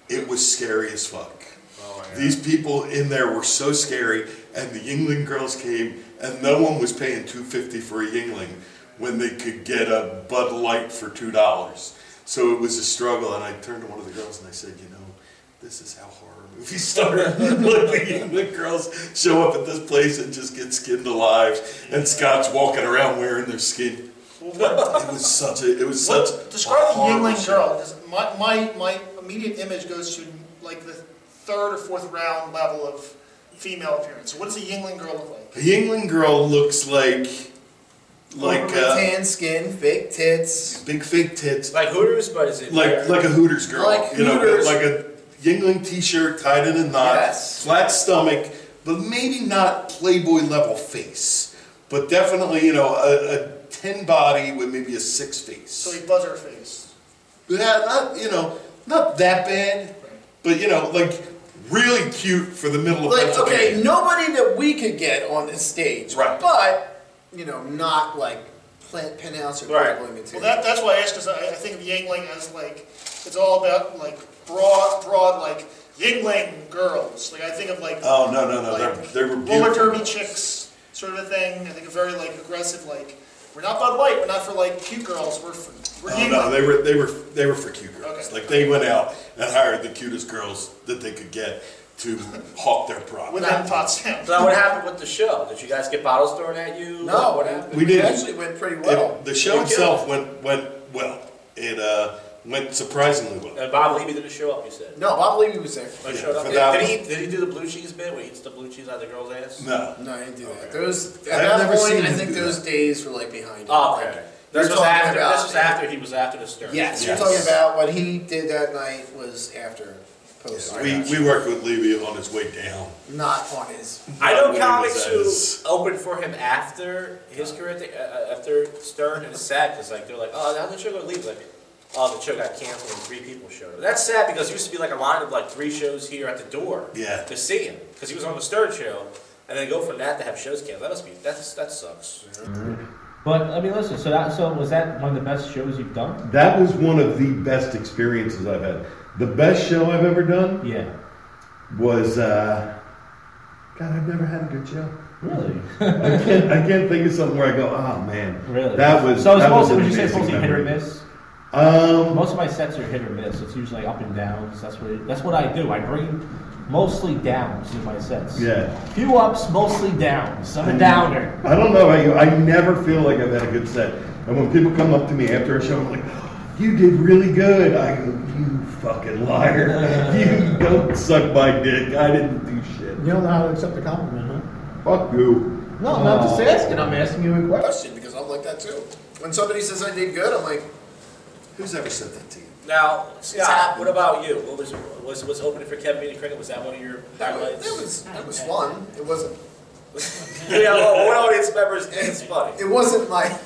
it was scary as fuck. These people in there were so scary, and the Yingling girls came, and no one was paying two fifty for a Yingling when they could get a Bud Light for two dollars. So it was a struggle, and I turned to one of the girls and I said, you know. This is how horror movies start. like the Yingling girls show up at this place and just get skinned alive, and Scott's walking around wearing their skin. It was such a. It was such.
What, describe the
a horrible
Yingling
show.
girl. 'cause My, my, my immediate image goes to like the third or fourth round level of female appearance. So what does a Yingling girl look like?
A Yingling girl looks like, like
Overly
uh,
tan skin, fake tits.
big fake tits,
Like Hooters, but is it
like like a Hooters girl,
Like
you know, but
Hooters.
like a Yingling T-shirt tied in a knot,
Yes.
flat stomach, but maybe not Playboy level face, but definitely you know a, a ten body with maybe a six face.
So a buzzer face.
Yeah, not you know, not that bad, but you know, like really cute for the middle of
Like,
Pennsylvania.
okay, nobody that we could get on this stage.
Right.
But, you know, not like plant, penthouse or
Right.
Playboy
Well,
material.
that, that's why I asked because I, I think of Yingling as like it's all about like broad, broad like Yingling girls. Like I think of like
Oh no no no,
like
they they were
roller
beautiful.
derby chicks sort of a thing. I think a very like aggressive like We're not Bud Light. We're not for like cute girls. We're for, we're
Oh, No,
gay
no,
men.
they were they were they were for cute girls.
Okay.
Like they went out and hired the cutest girls that they could get to hawk their product.
with that pot stamp.
So now what happened with the show? Did you guys get bottles thrown at you?
No, what happened?
We did.
actually went pretty
It-
well.
the show
They
itself went went well. It uh, went surprisingly well.
And Bob Levy didn't show up. You said.
No, Bob Levy was there.
But
Yeah,
showed up.
for
Did,
that
did he did he do the blue cheese bit where he eats the blue cheese out of the girl's ass?
No,
No, I didn't do that. Those at
I've
that
never
point,
seen
I
him
think
do
those
that.
days were like behind.
Oh,
him.
okay.
You're
This was
talking
after.
about-
This was after he was after the stir.
Yes,
Yes.
you're talking about what he did that night was after post.
we we worked with Levy on his way down.
not on his.
I know
Whatever
comics
that
who
is.
opened for him after his career, thing, uh, uh, after Stern, and it's sad because like they're like, oh, now the show gonna leave. Like, oh, the show got canceled and three people showed up. That's sad because it used to be like a line of like three shows here at the door
Yeah.
to see him because he was on the Stern show, and then go from that to have shows canceled. That must be that's that sucks.
But I mean, listen. So that so was that one of the best shows you've done?
That was one of the best experiences I've had. The best show I've ever done
Yeah.
was uh,
God, I've never had a good show.
Really?
I can't I can't think of something where I go, oh man,
Really?
that was
So it's
that was
mostly.
an
Would you say it's
amazing
mostly hit or
memory.
miss?
Um,
Most of my sets are hit or miss. It's usually up and downs. That's what that's what I do. I bring mostly downs in my sets.
yeah.
Few ups, mostly downs. I'm a downer.
I don't know about you. I never feel like I've had a good set. And when people come up to me after a show, I'm like, you did really good. I go, you fucking liar. You don't suck my dick. I didn't do shit.
You don't know how to accept a compliment, huh?
Fuck you.
No, I'm not just asking. I'm asking you a question.
Question because I'm like that too. When somebody says I did good, I'm like,
Who's ever said that to you?
Now, Scott,
happened.
what about you? What was was was opening for Kevin Meany Cricket? Was that one of your
that was
highlights?
that was, that was fun. It wasn't.
yeah, well, one audience member is it's funny.
It wasn't my.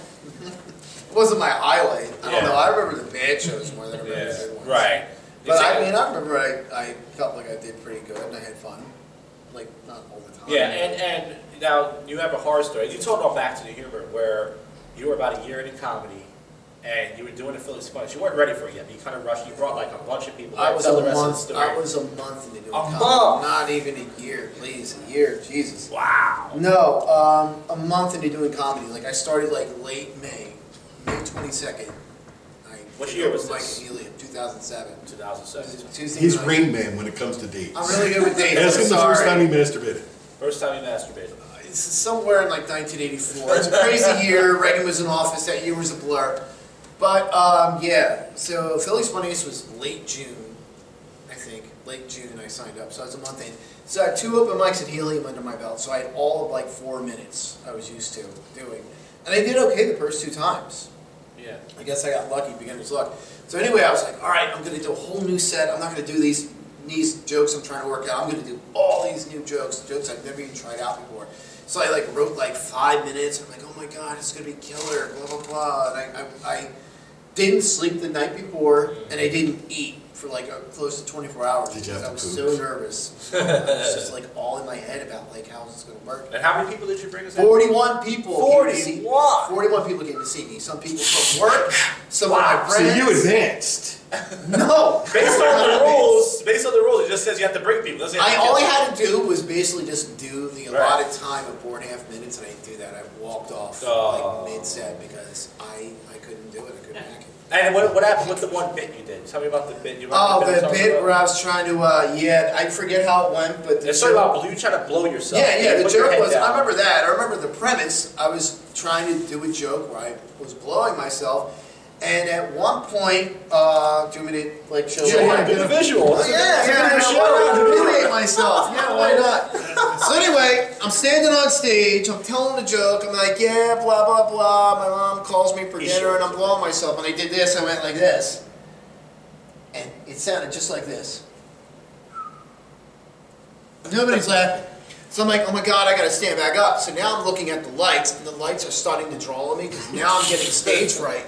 It wasn't my highlight. I
Yeah.
don't know. I remember the bad shows more than I remember
Yeah,
the good ones.
right.
But
Exactly.
I mean, I remember I, I felt like I did pretty good and I had fun. Like, not all the time.
Yeah, and, and now you have a horror story. You told it all back to the humor where you were about a year into comedy and you were doing a Philly sponge. You weren't ready for it yet, but you kind of rushed. You brought like a bunch of people.
I
Like,
was
tell
a
the rest of
month.
the story.
I was a month into doing
A
comedy.
month?
Not even a year, please. A year, Jesus.
wow.
No, um, a month into doing comedy. Like I started like late May, May twenty second.
What year was
Mike
this?
Helium, two thousand seven.
2007.
Tuesday
He's
night.
Rain Man when it comes to dates.
I'm really good with dates.
Ask
I'm
him the first time he
sorry.
masturbated.
First time you masturbated.
It's somewhere in like 1984. It's a crazy year. Reagan was in office. That year was a blur. But um, yeah, so Philly's Funniest was late June, I think. Late June, I signed up, so I was a month in. So I had two open mics at Helium under my belt, so I had all of like four minutes I was used to doing. And I did okay the first two times.
Yeah.
I guess I got lucky, beginner's luck. So anyway, I was like, all right, I'm going to do a whole new set. I'm not going to do these these jokes I'm trying to work out. I'm going to do all these new jokes, jokes I've never even tried out before. So I like wrote like five minutes. I'm like, oh my god, it's going to be killer, blah blah blah. And I, I, I didn't sleep the night before, and I didn't eat for like a, close to 24 hours
Did you have
because I
to
was
poop?
so nervous. I was just like all in my head about like how is this going to work.
And how many people did you bring us in?
41 people. came to see me.
41.
41 people came to see me. Some people from work, some of my
So
friends.
you advanced.
No.
Based on the rules, based on the rules, it just says you have to bring people. Doesn't say
I
you
all I
have
had to do was basically just do the allotted time of four and a half minutes, and I didn't do that. I walked off
Oh.
like mid set because I, I couldn't do it. I couldn't hack it.
to. And what, what happened with the one bit you did? Tell me about the bit you.
Oh,
remember
the
I'm talking
bit
about?
where I was trying to, uh, yeah, I forget how it went, but the
It's something
joke-
about you trying to blow yourself.
Yeah, yeah, the
Put your
joke
head
was,
down.
I remember that. I remember the premise. I was trying to do a joke where I was blowing myself. And at one point, uh, do you want me to like show
You had
what happened?
to do the visual.
Oh, yeah, yeah, I know, why not humiliate myself? Yeah, why not? So anyway, I'm standing on stage, I'm telling a joke, I'm like, yeah, blah, blah, blah. My mom calls me for
You
dinner
sure?
and I'm blowing myself. And I did this, I went like this. And it sounded just like this. Nobody's laughing. So I'm like, oh my god, I gotta stand back up. So now I'm looking at the lights, and the lights are starting to draw on me because now I'm getting stage fright.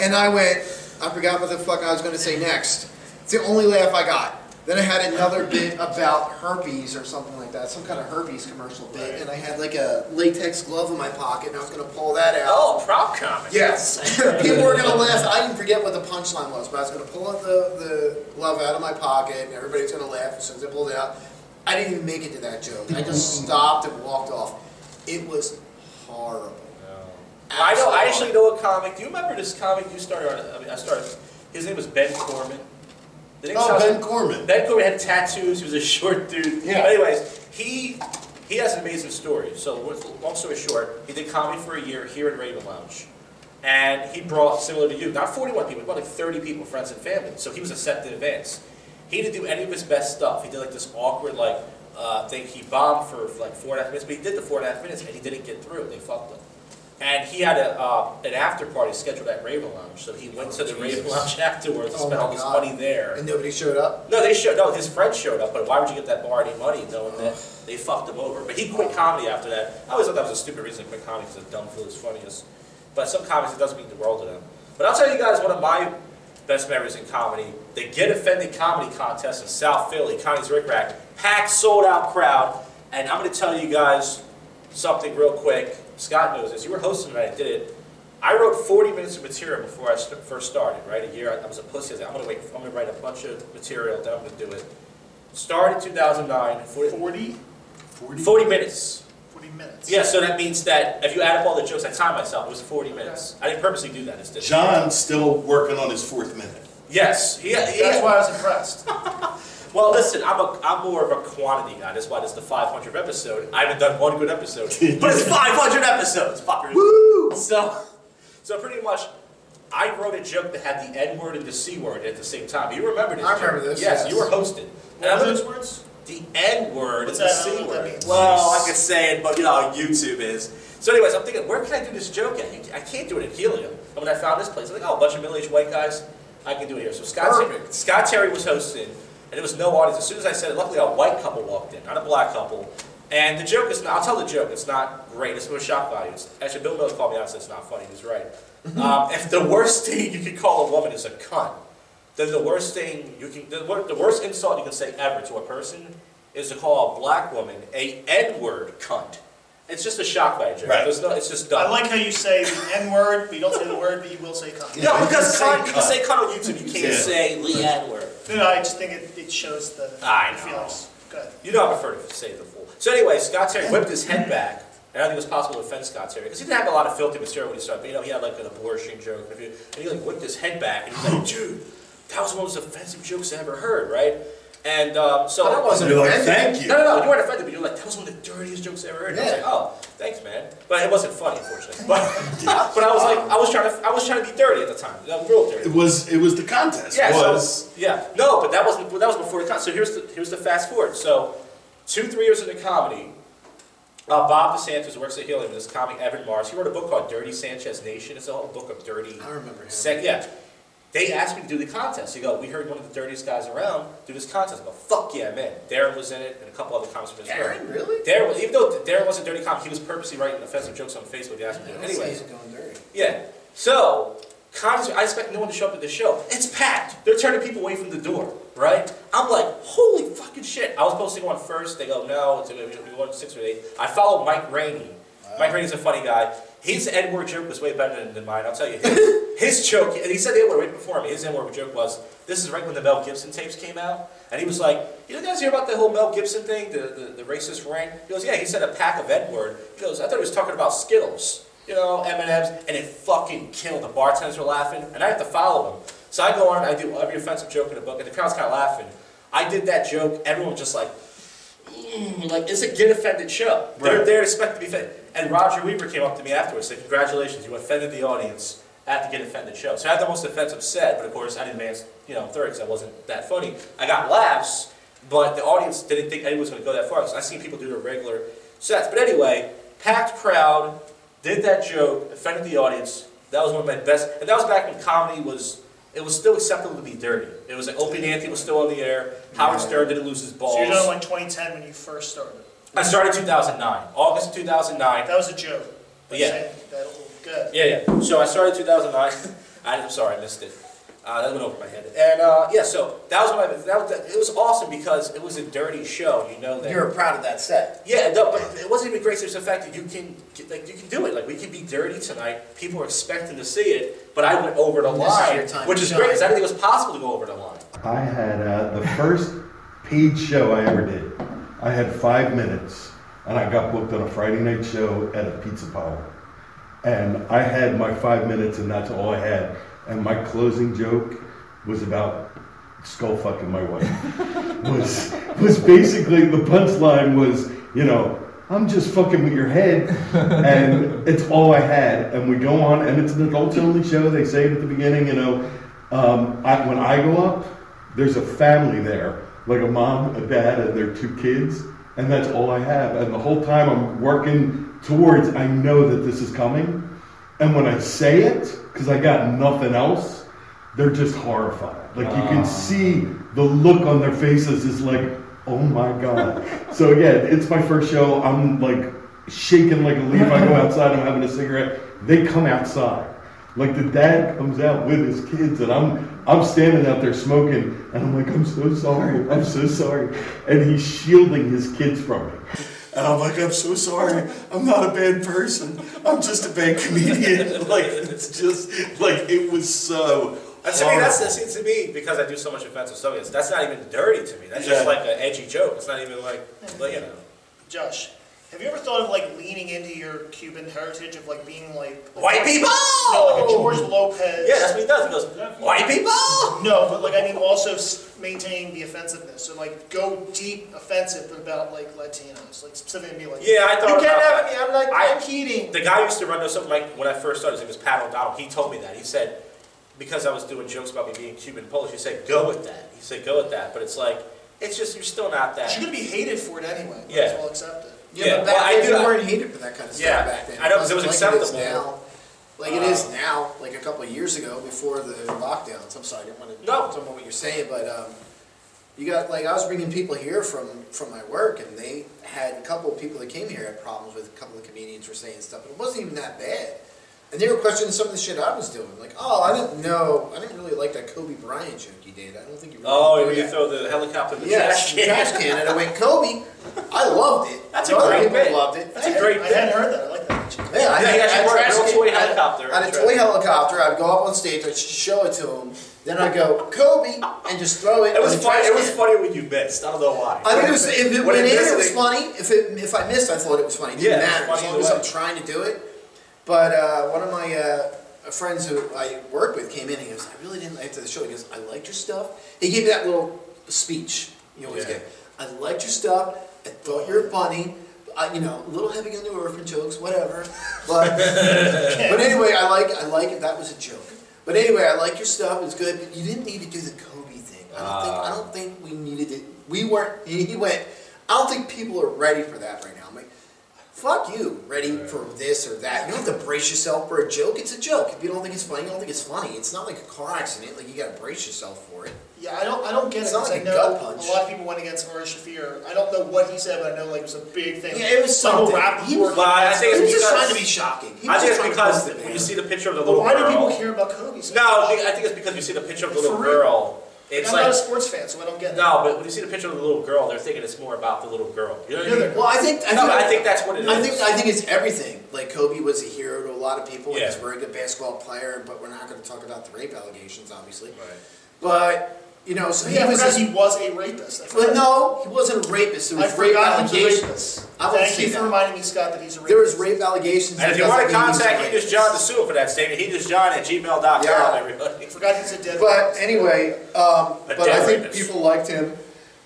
And I went, I forgot what the fuck I was going to say next. It's the only laugh I got. Then I had another bit about herpes or something like that, some kind of herpes commercial bit, and I had like a latex glove in my pocket, and I was going to pull that out.
Oh, prop comic.
Yes. People were going to laugh. I didn't forget what the punchline was, but I was going to pull out the, the glove out of my pocket, and everybody's going to laugh as soon as I pulled it out. I didn't even make it to that joke. I just stopped and walked off. It was horrible.
I know. I actually know a comic. Do you remember this comic you started? On, I mean, I started. His name was Ben Corman. The name
Oh,
sounds-
Ben Corman.
Ben Corman had tattoos. He was a short dude.
Yeah.
But anyways, he he has an amazing story. So, with- long story short, he did comedy for a year here in Raven Lounge, and he brought similar to you, not 41 people, but like 30 people, friends and family. So he was a set in advance. He didn't do any of his best stuff. He did like this awkward like uh, thing. He bombed for like four and a half minutes, but he did the four and a half minutes, and he didn't get through. They fucked him. And he had a, uh, an after party scheduled at Raven Lounge, so he went to the Raven Lounge afterwards and
Oh
spent
my
all his
God.
money there.
And nobody showed up?
No, they showed. No, his friend showed up. But why would you get that bar any money knowing that they fucked him over? But he quit comedy after that. I always thought that was a stupid reason to quit comedy because a dumb fool is funniest. But some comics it doesn't mean the world to them. But I'll tell you guys one of my best memories in comedy: the Get Offended Comedy Contest in South Philly, Connie's Rick Rack, packed, sold out crowd. And I'm going to tell you guys something real quick. Scott knows this. You were hosting tonight. I did it. I wrote 40 minutes of material before I st- first started, right? A year, I, I was a pussy. I was like, I'm gonna wait, I'm gonna write a bunch of material, then I'm gonna do it. Started 2009, 40, 40? 40, minutes.
40 minutes.
Yeah, so that means that if you add up all the jokes, I timed myself, it was 40 minutes. I didn't purposely do that, it's just.
John's still working on his fourth minute.
Yes, he, he,
That's why I was impressed.
Well, listen, I'm, a, I'm more of a quantity guy. That's why this is the 500th episode. I haven't done one good episode, but it's 500 episodes, fuckers. Woo! So, so pretty much, I wrote a joke that had the N word and the C word at the same time. You remember this?
I
joke.
remember this,
Yes,
yes.
you were hosted.
What
I
were
looked-
those words?
the N word is
What's
the
that? I
C
don't know what that
word.
means.
Well, I can say it, but you know how YouTube is. So, anyways, I'm thinking, where can I do this joke at? You, I can't do it at Helium. And when I found this place, I'm like, oh, a bunch of middle aged white guys, I can do it here. So, Scott, Ter-
Perfect.
Scott Terry was hosting, and there was no audience. As soon as I said it, luckily a white couple walked in, not a black couple. And the joke is, not, I'll tell the joke, it's not great. It's no shock value. It's, actually, Bill Miller called me out and said it's not funny. He's right. Um, if the worst thing you could call a woman is a cunt, then the worst thing you can, the, wor- the worst insult you can say ever to a person is to call a black woman a N-word cunt. It's just a shock value joke.
Right.
There's no, it's just dumb.
I like how you say the N word, but you don't say the word, but you will say cunt.
no, because
say
cunt, you can
cunt.
say cunt on YouTube. You can't
Yeah.
say the N-word.
No, no, I just think it, it shows the
I
the
know.
feelings. Good.
You know I prefer to say the fool. So anyway, Scott Terry whipped his head back. And I don't think it was possible to offend Scott Terry because he didn't have a lot of filthy material when he started. But, you know, he had like an abortion joke, and he- and he like whipped his head back and he's like, "Dude, that was one of the most offensive jokes I ever heard, right?" And um, so
That wasn't
You're like,
offended.
thank you.
no, no, no, you weren't offended, but you were like, that was one of the dirtiest jokes I ever heard. And
Yeah.
I was like, oh, thanks, man. But it wasn't funny, unfortunately. But, but I was like, I was trying to, I was trying to be dirty at the time, Like, real dirty.
It was it was the contest.
Yeah, so-
was
yeah. No, but that was that was before the con. So here's the here's the fast forward. So two three years into comedy, uh, Bob DeSantis works at Helium. This comic Evan Mars. He wrote a book called Dirty Sanchez Nation. It's a whole book of dirty.
I remember him.
Sec- yeah. They asked me to do the contest. They go, we heard one of the dirtiest guys around do this contest. I go, fuck yeah, man. Darren was in it, and a couple other comics were in it.
Darren, really?
Darren, was- even though Darren wasn't dirty comic, he was purposely writing offensive jokes on Facebook. They asked me to do it.
Anyways,
Anyways,
he's going dirty.
yeah. So, concerts, I expect no one to show up at the show. It's packed. They're turning people away from the door, right? I'm like, holy fucking shit. I was supposed to go on first. They go, no, it's, we, we won six or eight. I follow Mike Rainey. Mike Rainey's a funny guy. His N word joke was way better than, than mine, I'll tell you. His, his joke, and he said the N word right before me. His N word joke was this is right when the Mel Gibson tapes came out. And he was like, You know, guys hear about the whole Mel Gibson thing, the, the, the racist rant? He goes, Yeah, he said a pack of N word. He goes, I thought he was talking about Skittles you know, M&M's, and it fucking killed. The bartenders were laughing, and I have to follow them. So I go on, I do every offensive joke in the book, and the crowd's kind of laughing. I did that joke, everyone was just like, mm, like, it's a get offended show. They're
Right.
there to expect to be offended. And Roger Weaver came up to me afterwards and said, congratulations, you offended the audience at the get offended show. So I had the most offensive set, but of course I didn't advance, you know, third because I wasn't that funny. I got laughs, but the audience didn't think anyone was going to go that far because I've seen people do their regular sets. But anyway, packed crowd, did that joke, offended the audience. That was one of my best, and that was back when comedy was. It was still acceptable to be dirty. It was like Opie and Anthony was still on the air. Howard Stern didn't lose his balls.
So you're doing like 2010 when you first started.
I started 2009, August 2009.
That was a joke.
But yeah.
Saying that- Good.
Yeah, yeah. So I started 2009. I, I'm sorry, I missed it. Uh, that went over my head. And uh, yeah, so that was my. That was it was awesome because it was a dirty show. You know that.
You were proud of that set.
yeah, no, but it wasn't even great. It's the fact that you can, like, you can do it. Like, we can be dirty tonight. People are expecting to see it, but I went over the
This is
line,
your time
which
to
is
shine.
great. Because I didn't think it was possible to go over the line.
I had uh, the first paid show I ever did. I had five minutes, and I got booked on a Friday night show at a pizza parlor. and I had my five minutes, and that's all I had. And my closing joke was about skull fucking my wife. was was basically the punchline was you know I'm just fucking with your head, and it's all I had. And we go on, and it's an adults only show. They say it at the beginning, you know. Um, I, when I go up, there's a family there, like a mom, a dad, and their two kids, and that's all I have. And the whole time I'm working towards, I know that this is coming. And when I say it, because I got nothing else, they're just horrified. Like you
Ah.
can see the look on their faces is like, oh my god. so again, it's my first show. I'm like shaking like a leaf. I go outside. I'm having a cigarette. They come outside. Like the dad comes out with his kids, and I'm I'm standing out there smoking, and I'm like, I'm so sorry. I'm so sorry. And he's shielding his kids from me.
And I'm like, I'm so sorry. I'm not a bad person. I'm just a bad comedian. like it's just like it was so.
That's, to me, that's,
horrible.
that seems to me because I do so much offensive stuff. It's, that's not even dirty to me. That's just
Yeah.
like an edgy joke. It's not even like, like, you know.
Josh, have you ever thought of like leaning into your Cuban heritage of like being like
White people!
No, like a George Lopez.
Yeah, that's what he does. He goes, "White people!"
No, but like I mean, also s- maintaining the offensiveness. So like go deep offensive about like Latinos, like specifically be like
Yeah, I thought
you can't
about
have
that.
me. I'm like
I-
I'm Keating.
The guy who used to run those something like when I first started, his name was Pat O'Donnell. He told me that. He said, because I was doing jokes about me being Cuban Polish, he said, go with that. He said, go with that. But it's like, it's just, you're still not that.
You're gonna be hated for it anyway. Might
Yeah.
as well accept it.
Yeah, Yeah, but back well, I then do- you I- weren't
hated for that kind of stuff
Yeah,
back then.
I know, 'cause it was
wasn't like
acceptable.
It is now. Like it is
Uh,
now, like a couple of years ago, before the lockdowns. I'm sorry, I didn't want to
No.
talk about what you're saying, but um, you got like I was bringing people here from from my work, and they had a couple of people that came here had problems with a couple of comedians were saying stuff, but it wasn't even that bad. And they were questioning some of the shit I was doing, like, oh, I didn't know, I didn't really like that Kobe Bryant joke you did. I don't think you really
Oh,
enjoyed
you
that."
throw the helicopter in the
yeah,
trash can.
trash can, and I went Kobe. I loved it.
That's a
Other
great
people
bit.
Loved it.
That's a great
I
bit.
hadn't
heard that. I like that.
Yeah, I
Yeah, you
had, I
actually
had
bought a
trash
real
can-
toy
I had-
helicopter.
I had a toy helicopter. I'd go up on stage. I'd show it to him. Then I'd go Kobe and just throw it.
It was
in the
funny.
trash
It was
can.
funny when you missed. I don't know why.
I think it was, if it
When
went in,
missed,
it was
they-
funny. If it, if I missed, I thought it was funny. It didn't
Yeah, it was
matter
funny
as long
either
as
way.
I'm trying to do it. But uh, one of my uh, friends who I work with came in. and He goes, "I really didn't like the show." He goes, "I liked your stuff." He gave that little speech you always
Yeah.
get. I liked your stuff. I thought you were funny. I, you know, a little heavy on the orphan jokes, whatever. But but anyway, I like I like it. That was a joke. But anyway, I like your stuff. It's good. But you didn't need to do the Kobe thing. I don't think I don't think we needed it. We weren't. He he went. I don't think people are ready for that right now. I'm like, fuck you. Ready for this or that? You don't have to brace yourself for a joke. It's a joke. If you don't think it's funny, you don't think it's funny. It's not like a car accident. Like you got to brace yourself for it.
Yeah, I don't, I don't get
It's
it.
not
'cause
like
I
a
know
gut
a
punch.
lot of people went against Maurice Shafir. I don't know what he said, but I know like it was a big thing.
Yeah, it was
Like,
something.
rap
He was-
work-
Well, I think
He
it's
was just
because,
trying to be shocking. He
I
was
think it's
just trying to
because
bump it
when you
down.
see the picture of the
But
little
why do
girl.
people care about Kobe? so
No,
much?
I think it's because you see the picture of the little
For real.
girl. It's
I'm
like
not a sports fan, so I don't get that.
no, but when you see the picture of the little girl, they're thinking it's more about the little girl. You know what I mean?
Well, I think I
no,
think,
but I think that's what it is.
I think I think it's everything. Like Kobe was a hero to a lot of people, and he's
Yeah.
a very good basketball player. But we're not going to talk about the rape allegations, obviously.
Right.
But you know, so
yeah,
he was.
because
A,
he was a rapist. I
but
forgot.
no, he wasn't a rapist. There
I
was rape
forgot he was a
allegations.
rapist.
I won't
Thank
say
you for
that.
reminding me, Scott, that he's a rapist.
There was rape allegations.
And if you
That
want to
doesn't mean he was a
contact he
rapist.
just John DeSue for that statement, he just John at gmail.com,
Yeah.
everybody.
I forgot he's a dead
But anyway, um,
A
but I think
terrorist.
people liked him,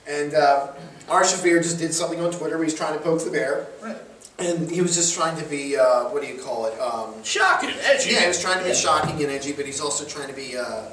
and uh, R. Shafir just did something on Twitter. where He's trying to poke the bear,
Right.
and he was just trying to be uh, what do you call it? Um,
Shocking, edgy.
Yeah, he was trying to be
Yeah.
shocking and edgy, but he's also trying to be uh,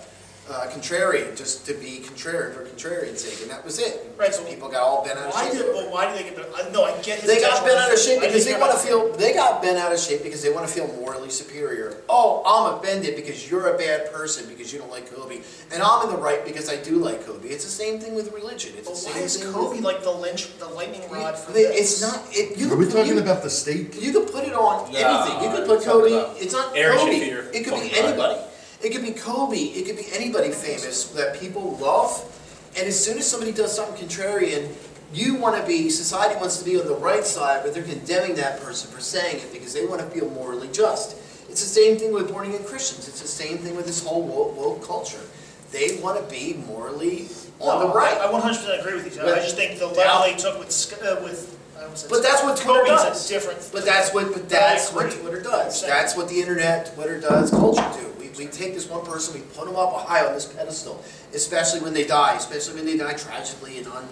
uh, contrarian, just to be contrarian for contrarian's sake, and that was it.
Right, so
People got all bent out
Why
of shape.
did, but why did they get bent? I- No, I get his
They got
intention.
bent out of shape
I
because
didn't
they
care
want to
about-
feel. They got bent out of shape because they want to feel morally superior. Oh, I'm offended because you're a bad person because you don't like Kobe, and I'm in the right because I do like Kobe. It's the same thing with religion. It's
But
the same
why is
thing with-
Kobe like the lynch, the lightning rod for
They-
this?
It's not. It, you
Are we
could-
talking
you-
about the steak?
You could put it on
Nah,
anything. You could
it's
put
not
Kobe.
about-
It's not
Aaron
Kobe.
Shafir.
It could be
Kobe Bryant.
anybody. It could be Kobe. It could be anybody famous that people love. And as soon as somebody does something contrarian, you want to be. Society wants to be on the right side, but they're condemning that person for saying it because they want to feel morally just. It's the same thing with born again Christians. It's the same thing with this whole woke, woke culture. They want to be morally on
No,
the right.
I I 100% agree with you. John. I
But-
just think the level they took with Sc- uh, with
But that's what Twitter
Kobe's a
does.
different.
But that's what but that's what Twitter does. That's what the internet, Twitter does, culture do. We, we take this one person, we put them up high on this pedestal, especially when they die, especially when they die tragically and on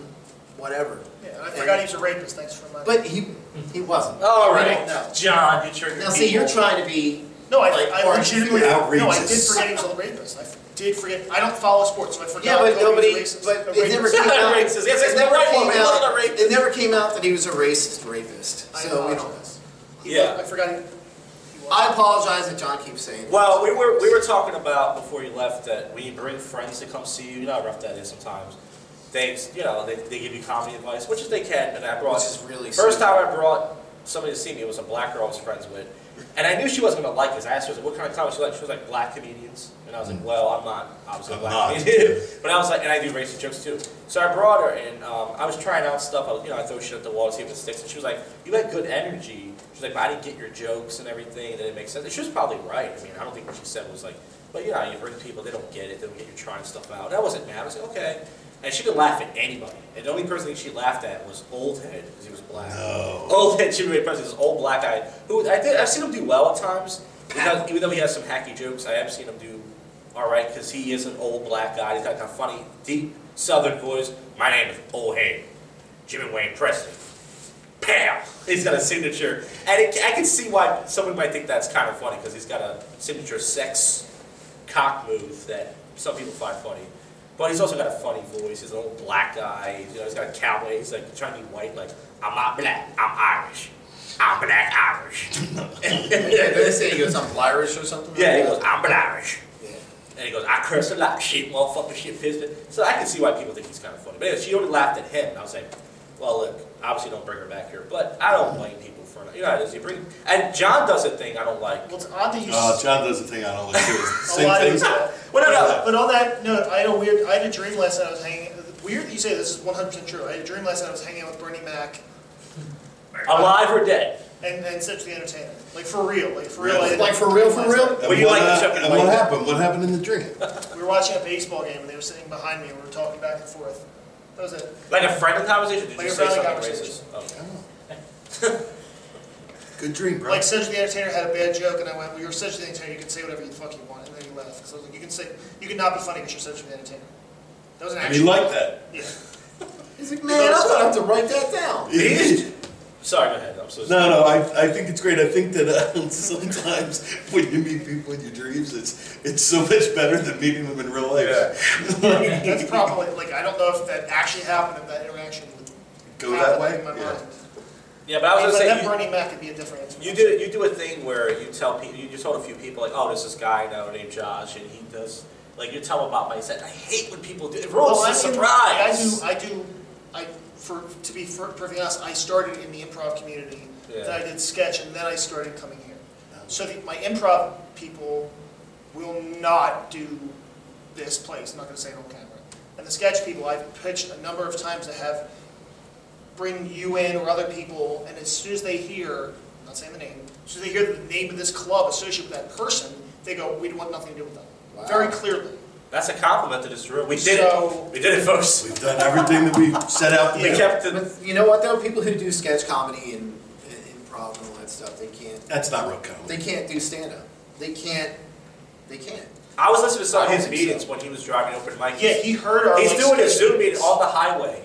whatever.
Yeah, and I forgot he was a rapist. Thanks for reminding.
But he he wasn't.
All
We don't
right,
know.
John, you triggered
Now see, you're
people.
trying to be
No, I,
like,
I legitimately. No, I did
outrageous.
forget he was a rapist. I did forget. I don't follow sports, so I forgot.
Yeah, but
Kobe
nobody.
was racist.
But
A
it never
rapist.
came out. It never came
Wasn't a
out.
rapist.
It never came out that he was a racist rapist. So we don't.
Yeah.
I forgot. he-
I apologize that John keeps saying.
Well, we were we were talking about before you left that when you bring friends to come see you, you know how rough that is sometimes. They you know they, they give you comedy advice, which is they can. But I brought
Which is really
first
sweet.
time I brought somebody to see me it was a black girl I was friends with, and I knew she wasn't gonna like this. I asked her I was like, what kind of comedy she liked. She was like black comedians, and I was
Hmm.
like, well, I'm not obviously a
I'm
black
not.
comedian, but I was like, and I do racist jokes too. So I brought her, and um, I was trying out stuff. I was you know I throw shit at the wall to see if it sticks, and she was like, you had good energy. She's like, but I didn't get your jokes and everything, and it makes sense. And she was probably right. I mean, I don't think what she said was like, but you know, you hurt people, they don't get it, they don't get you trying stuff out. And I wasn't mad. I was like, okay. And she could laugh at anybody. And the only person that she laughed at was Old Head, because he was black. Old Head Jimmy Ray Presley, this old black guy, who I did, I've seen him do well at times. Because, even though he has some hacky jokes, I have seen him do all right, because he is an old black guy. He's got kind of funny, deep southern voice. My name is Old Head, Jimmy Wayne Presley. Bam! He's got a signature, and it, I can see why someone might think that's kind of funny because he's got a signature sex cock move that some people find funny. But he's also got a funny voice. He's an old black guy. You know, he's got a cowboy. He's like trying to be white. Like I'm not black. I'm Irish. I'm black Irish.
Yeah, they say he goes, "I'm Irish" or something. like
Yeah, he
that.
goes, I'm Irish. And he goes, I curse a lot, shit, motherfucker, shit, pissed. So I can see why people think he's kind of funny. But anyway, she only laughed at him. And I was like, well, look, obviously don't bring her back here. But I don't blame people for not. You know how it is. You bring, and John does a thing I don't like.
Well, it's odd that you.
Uh, John does the thing on all the shows.
a
Same
lot
thing.
of
Well, no, no.
But on that note, I had a weird. I had a dream last night. I was hanging. Weird. that You say this is 100 percent true. I had a dream last night. I was hanging out with Bernie Mac
Alive or dead?
and and Such the Entertainer. Like for real. Like for real. I had-
Like for real, for real.
And
Well, you
what,
like the
uh,
second
and
one.
what happened? What happened in the dream?
We were watching a baseball game and they were sitting behind me and we were talking back and forth. That was it.
Like a friendly conversation? Did
Like
you
a
say
friendly
something
conversation.
racist? Oh.
Good dream, bro.
Like Cedric the Entertainer had a bad joke, and I went, "Well, you're Cedric the Entertainer. You can say whatever the fuck you want." And then he laughed. So I was like, "You can say, you can not be funny because you're Cedric the Entertainer." That was an
and
actual.
he liked that.
Yeah.
He's like, man, I'm gonna have to write that down.
He did.
Sorry, go ahead. I'm so sorry.
No, no, I, I think it's great. I think that uh, sometimes when you meet people in your dreams, it's it's so much better than meeting them in real life.
That's probably like I don't know if that actually happened. If that interaction would
Go
happen
that way.
In my
Yeah.
mind.
Yeah, but I was
But
going to say.
that
you-
Bernie Mac could be a different. answer.
You do you do a thing where you tell people you, you told a few people like oh there's this guy now named Josh and he does like you tell him about my set I hate when people do it rules
Well, Oh, I
a
do-
surprise
I do. I do. I for to be for, perfectly honest, I started in the improv community.
Yeah.
Then I did sketch, and then I started coming here. So the, my improv people will not do this place. I'm not going to say it on camera. And the sketch people, I've pitched a number of times to have bring you in or other people, and as soon as they hear, I'm not saying the name, as soon as they hear the name of this club associated with that person, they go, we want nothing to do with them. Very clearly.
that's a compliment to this room we did
So-
it we did it folks
We've done everything that we set out to
we
do.
kept the
But you know what though? People who do sketch comedy and, and improv and all that stuff, they can't.
That's not real comedy.
They can't do stand up. They can't. They can't.
I was listening to some of
I
his
think
meetings
so.
when he was driving open mic
Yeah, he heard our.
he's
like,
doing a
sketch
Zoom meeting
videos.
on the highway.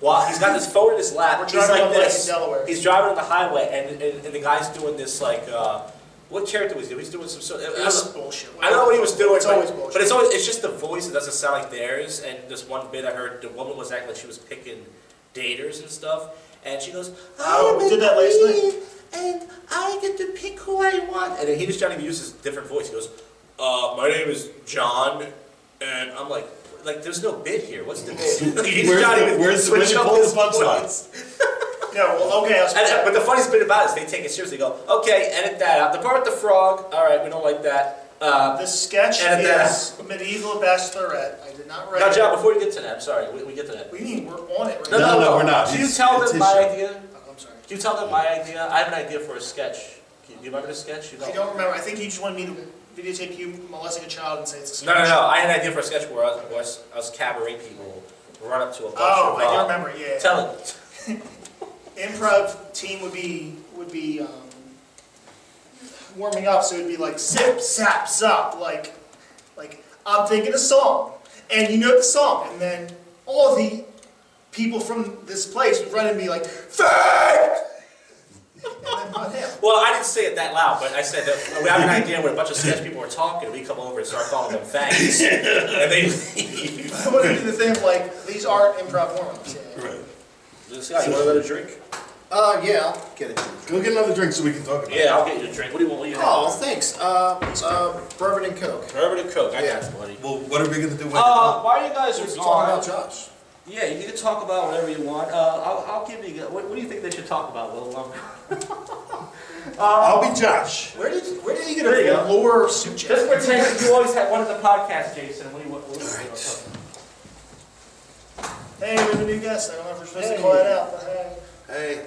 While he's got his phone in his lap,
We're
he's
driving
like
up, like, in
this.
Delaware.
He's driving on the highway, and, and, and the guy's doing this like, uh, what character was he? He's doing some sort. I
It was
don't-
bullshit.
I don't know what he was doing.
It's
but,
always bullshit.
But it's always it's just the voice that doesn't sound like theirs. And this one bit I heard, the woman was acting like she was picking daters and stuff, and she goes,
Oh,
"I
we did that last night.
and I get to pick who I want." And then he was trying to use his different voice. He goes, "Uh, my name is John," and I'm like. Like there's no bit here. What's the bit? Like, he's
Where's
not
the-
even
where's the- where's
switching
the
up
pull
his
the punchline?
voice.
No, well, okay, I was.
And, uh, but the funniest bit about it is they take it seriously. They go, okay, edit that out. The part with the frog, all right, we don't like that. Uh,
the sketch
Edit that
is medieval bachelorette. I did not write.
now,
it.
John, before you get to that, I'm sorry, we, we get to that.
What do you mean we're on it right
No,
now?
no, we're not.
Can you
It's-
tell
it's
them
his
my
show.
idea? Can
Oh, I'm sorry.
you tell them my idea? I have an idea for a sketch. Can you, do you remember the sketch? You
I
don't?
don't remember. I think you just wanted me to videotape you molesting a child and say it's a sketch.
No, no, no. I had an idea for a sketch where us, where us, us cabaret people run up to a bunch
Oh,
of
I do
uh,
remember. Yeah.
Tell it.
improv team would be would be um, warming up, so it'd be like zip, zap, zap, like like I'm thinking a song, and you know the song, and then all the people from this place would run and be like, "Fag!"
Well, I didn't say it that loud, but I said that we have an idea when a bunch of sketch people were talking, we come over and start calling them fags. and they leave.
I want to do the thing of like these aren't improv warm-ups. Yeah.
This guy, you want another drink?
Uh, yeah, I'll get it.
Go get another drink so we can talk about it.
Yeah, I'll get you a drink. What do you want? What do you have?
Oh, thanks. Uh, uh, bourbon and coke.
Bourbon and Coke. I
Yeah.
got you, buddy.
Well, what are we gonna do? when-
Uh, while you guys are
Let's talk
gone,
about Josh.
yeah, you can talk about whatever you want. Uh, I'll, I'll give you. What, what do you think they should talk about, Will? Um,
I'll be Josh.
Where did where did he get
There you
a
go.
lower suit
Just
jacket?
pretend you always had one of the podcasts, Jason. What do you what, what, what,
Hey, there's a new guest. I don't know if we're supposed to call that out, but hey.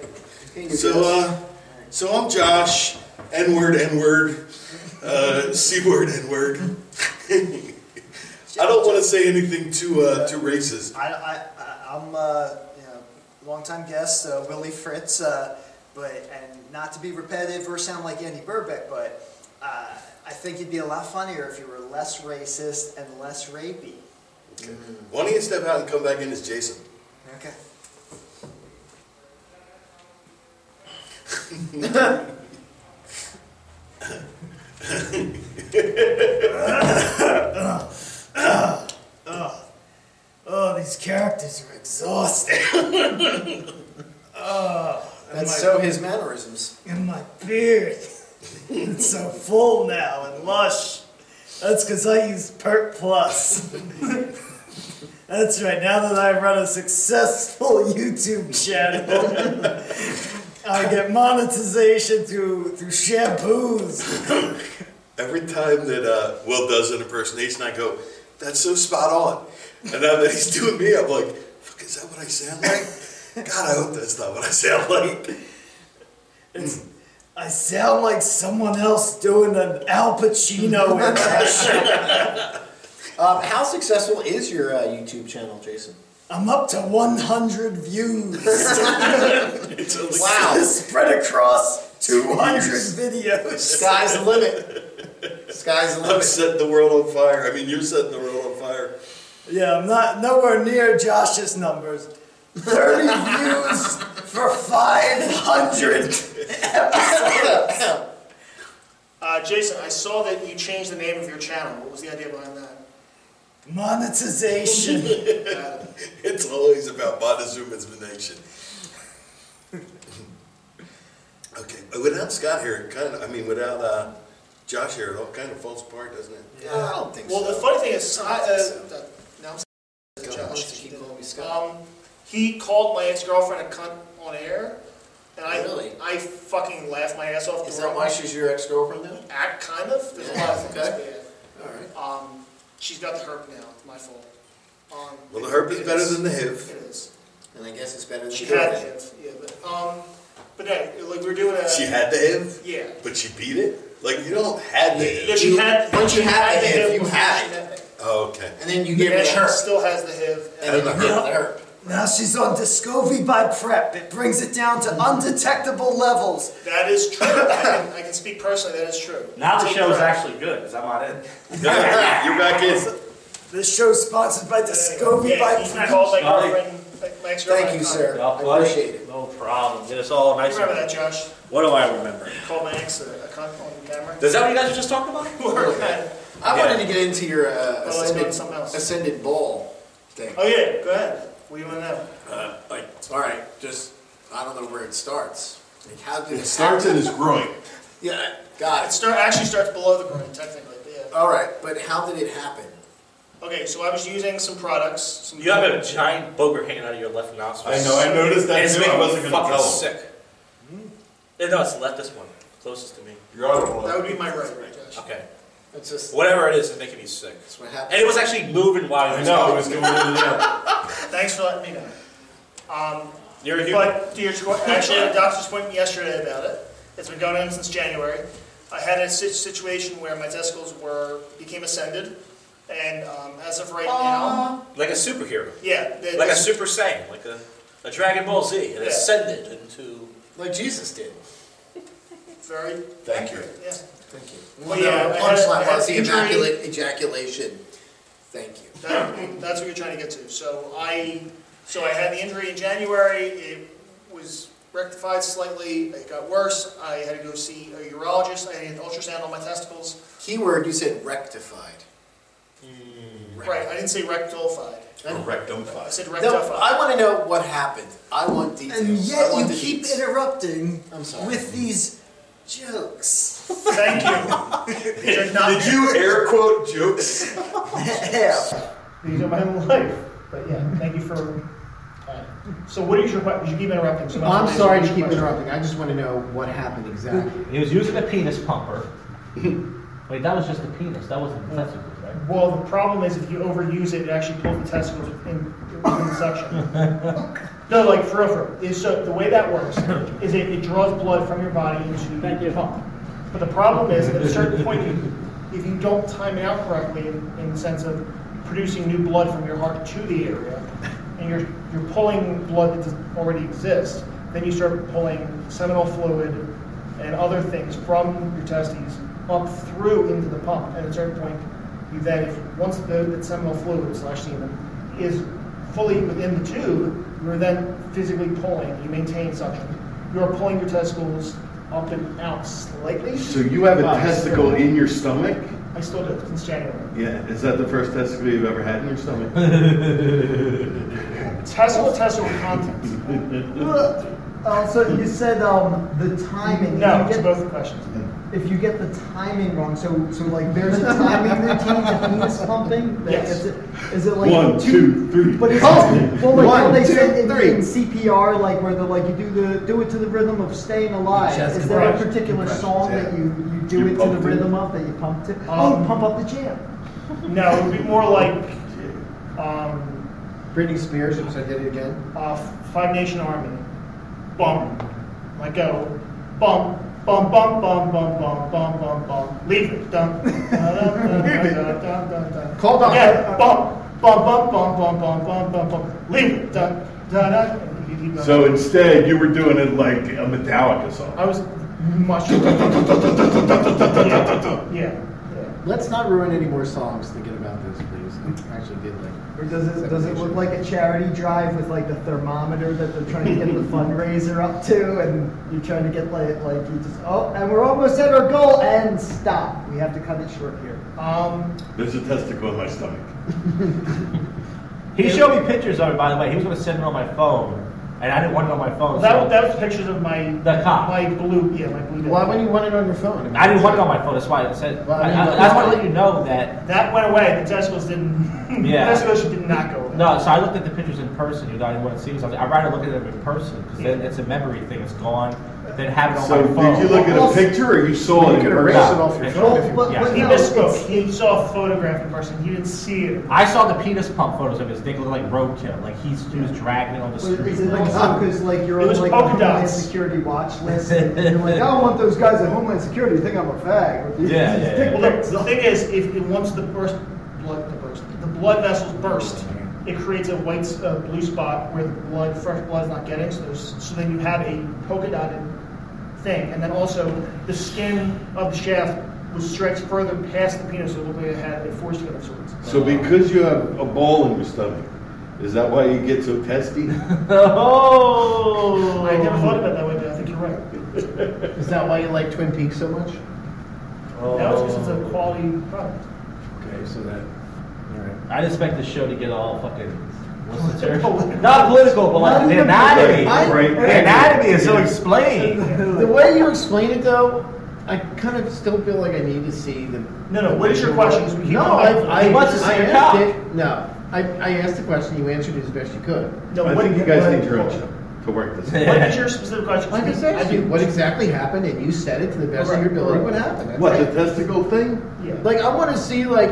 Hey. So, uh, so I'm Josh. N word, N word, uh, C word, N word. I don't want to say anything too uh, too racist.
I, I, I- I'm a you know, longtime guest, uh, Willie Fritz, uh, but and not to be repetitive or sound like Andy Burbeck, but uh, I think you'd be a lot funnier if you were less racist and less rapey.
Why don't you step out and come back in as Jason?
Okay.
Oh, these characters are exhausting. That's
my-
so his mannerisms.
And my beard, it's so full now and lush. That's because I use Pert Plus. That's right. Now that I run a successful YouTube channel, I get monetization through through shampoos.
Every time that uh, Will does an impersonation, I go, "That's so spot on." And now that he's doing me, I'm like, "Fuck, is that what I sound like?" God, I hope that's not what I sound like.
I sound like someone else doing an Al Pacino impression.
Um, how successful is your uh, YouTube channel, Jason?
I'm up to 100 views.
It's only
Spread across 200 videos.
Sky's the limit. Sky's the
I'm
limit.
setting the world on fire. I mean, you're setting the world on fire.
Yeah, I'm not nowhere near Josh's numbers. 30 views for 500. Uh, Jason, I saw that you changed the name of your channel. What was the idea behind that? Monetization.
It's always about monetization. okay, but without Scott here, it kind of. I mean, without uh, Josh here, it all kind of falls apart, doesn't it?
I don't think
well,
so.
the funny thing is, I, uh, now I'm
God, I wish they keep calling me Scott.
Um, he called my ex-girlfriend a cunt on air, and I
Really?
I fucking laughed my ass off.
Is
the
that
room.
why she's your ex-girlfriend now?
act kind of? There's a
Yeah,
lot of things.
okay.
but
All right.
yeah. Um, she's got the herp now. It's my fault. Um,
Well, the herp is better than the HIV.
It is.
And I guess it's better than
She
you
had
then.
it. Yeah, but um, but yeah, like we were doing a
She had the HIV,
yeah.
but she beat it. Like you don't have the
Yeah,
HIV.
she had.
once you
she
have the
HIV
HIV, you
before
have
she
it.
had it.
Oh, okay.
And then you
Yeah,
give her
she
her.
still has the HIV.
And then you give her her.
Now she's on Discovy by PrEP. It brings it down to undetectable levels. That is true. I can, I can speak personally, that is true.
now the
Take
show is
PrEP.
actually good because I'm on it.
Yeah, you're back in.
This show's sponsored by Discovy by PrEP. my
Sorry.
girlfriend, my ex-girlfriend.
Thank
Connie.
you, sir.
No,
I
buddy,
appreciate it.
No problem. Get us all
You
nice.
Remember that,
and-
Josh?
What do I remember?
Called my ex a, a cunt on camera.
Is that what you guys were just talking about?
I
Yeah.
wanted to get into your uh,
let's go
ascended,
to something else.
ascended ball thing.
Oh yeah, go ahead. What do you want to know?
Uh, like, all right, just I don't know where it starts. Like, how did
It
it
starts in his groin.
Yeah, got
It
it.
start, actually starts below the groin, technically, but
All right, but how did it happen?
yeah. Okay, so I was using some products. Some
You have a giant booger hanging out of your left nostril.
I know, I noticed
And
that
it's
too.
making
I
me
wasn't
fucking
gonna tell him.
sick. Eh, No, it's left. This one closest to me.
Your other one.
That would be my right, Josh.
Okay,
It's just
whatever it is, it's making me sick.
that's what happened.
And it was actually moving while you
I
were
know, I
talking.
was going into that.
Thanks for letting me know. Um,
You're a human.
But to your qu- actually, the doctor's appointment yesterday about it. It's been going on since January. I had a si- situation where my testicles were became ascended, and um, as of right now,
like a superhero,
yeah, the,
like a
this-
super saiyan, like a a Dragon Ball Z and
Yeah.
ascended into.
Like Jesus did.
Very.
Thank you.
Yeah.
Thank you.
Well,
Well,
yeah,
yeah,
I had a- I
punchline
had
was the
an injury.
immaculate ejaculation. Thank you.
That, that's what you're trying to get to. So I, so I had the injury in January. It was rectified slightly. It got worse. I had to go see a urologist. I had an ultrasound on my testicles.
Keyword, you said rectified. Hmm.
Right. I didn't say rectified. I said rectified.
No, I want to know what happened. I want details.
And yet
I want
you
the
keep
deets.
interrupting
I'm sorry.
with
these jokes.
Thank you. These are not-
Did you air quote jokes?
These are my life. But yeah, thank you for. Uh, so what is your question? You keep interrupting. So
I'm sorry to
What's
keep
your question?
interrupting. I just want to know what happened exactly.
He was using a penis pumper. Wait, that was just the penis. That wasn't the testicles, right?
Well, the problem is if you overuse it, it actually pulls the testicles in, in the suction. No, like for real, for real. Is- So the way that works is it, it draws blood from your body into the pump. But the problem is, at a certain point, you- if you don't time it out correctly in, in the sense of producing new blood from your heart to the area, and you're, you're pulling blood that does- already exists, then you start pulling seminal fluid and other things from your testes up through into the pump. At a certain point, you then, if, once the, the seminal fluid slash semen is fully within the tube, you're then physically pulling, you maintain suction. You're pulling your testicles up and out slightly.
So you have a
Wow.
testicle in your stomach?
I still do, since January.
Yeah. Is that the first testicle you've ever had in your stomach?
Testicle, testicle contents.
Uh, so you said um, the timing.
No,
If you
it's
get-
both questions.
If you get the timing wrong, so so like there's a timing routine to penis pumping. that-
Yes.
Is it, is it like
One, two, three.
But it's
Pump.
well, like how
One,
they
two,
say in,
three.
in CPR, like where they're like you do the do it to the rhythm of staying alive.
Chest
is there a
compressions,
particular
compressions,
song
yeah.
that you you do
You
it to
pump
the
it.
rhythm of that you pump to?
Um,
oh, pump up the jam.
No, it would be more like um,
Britney Spears, oops, I did it again.
uh, Five Nation Army. Bump. Let go. Bump. Bump, bump, bump, bump, bump, bump, bump, bump. Leave it. Dun.
Call
back.
doctor.
Yeah. Bump. Bump, bump, bump, bump, bump, bump, bump, bump. Leave it. Dun. Dun, dun. You keep going.
So instead, you were doing it like a Metallica song.
I was much. yeah. yeah.
Let's not ruin any more songs thinking about this, please. I actually did like.
Or does it does it look like a charity drive with like the thermometer that they're trying to get the fundraiser up to, and you're trying to get like like you just oh, and we're almost at our goal, and stop. We have to cut it short here.
Um,
There's a testicle in my stomach.
He showed me pictures of it, by the way. He was going to send it on my phone, and I didn't want it on my phone. so
That, that was pictures of my
the cop.
my blue yeah my blue.
Why wouldn't you want it on your phone?
I didn't want it on my phone. That's why I said.
Well,
I,
I mean,
I,
but-
I just want to let you know that.
That went away. The testicles didn't.
Yeah.
the testicles did not go away.
No, so I looked at the pictures in person. You know, I didn't want to see them. So I was like, I'd rather look at them in person because then it's a memory thing. It's gone. Then have it on
So
my phone.
did you look at a picture or you saw it in person?
off your
phone.
Yeah, he misspoke. He saw a photograph in person. He didn't see it.
I saw the penis pump photos of his dick looking like roadkill. Like he's, he was dragging it on the
Or
street.
Is it like
oh,
because like you're
It
on
was
like
polka
the Homeland
dots.
Security watch list, and you're like, I don't want those guys at Homeland Security to think I'm a fag.
Yeah, yeah, yeah.
Well, the, the thing is, if it, once the burst blood the burst the blood vessels burst, it creates a white s- uh, blue spot where the blood fresh blood is not getting. So there's so then you have a polka dotted thing, and then also the skin of the shaft was stretched further past the penis, so it looked like it had a foreskin of sorts.
So because you have a ball in your stomach, is that why you get so testy?
Oh!
I never thought of it that way, but I think you're right.
Is that why you like Twin Peaks so much?
Oh.
That was because it's a quality product.
Okay, so that. All right.
I didn't expect the show to get all fucking. What's the term? Not political, but like
Not
the
even
anatomy.
political. I-
Right. The anatomy is so explained.
The way you explain it, though, I kind of still feel like I need to see the.
No, no, what is your question? 'Cause we keep
No,
going back-
I, I,
He wants to see
I
your
asked
cock.
it. No, I, I asked the question. You answered it as best you could.
No,
I
what-
think you guys
what-
need your own show to work this. out.
What is your specific question?
Like I said,
I
I do.
think-
What exactly happened, and you said it to the best of your
Correct,
ability.
correct.
What happened? That's
What,
it.
the testicle thing?
Yeah.
Like I want to see like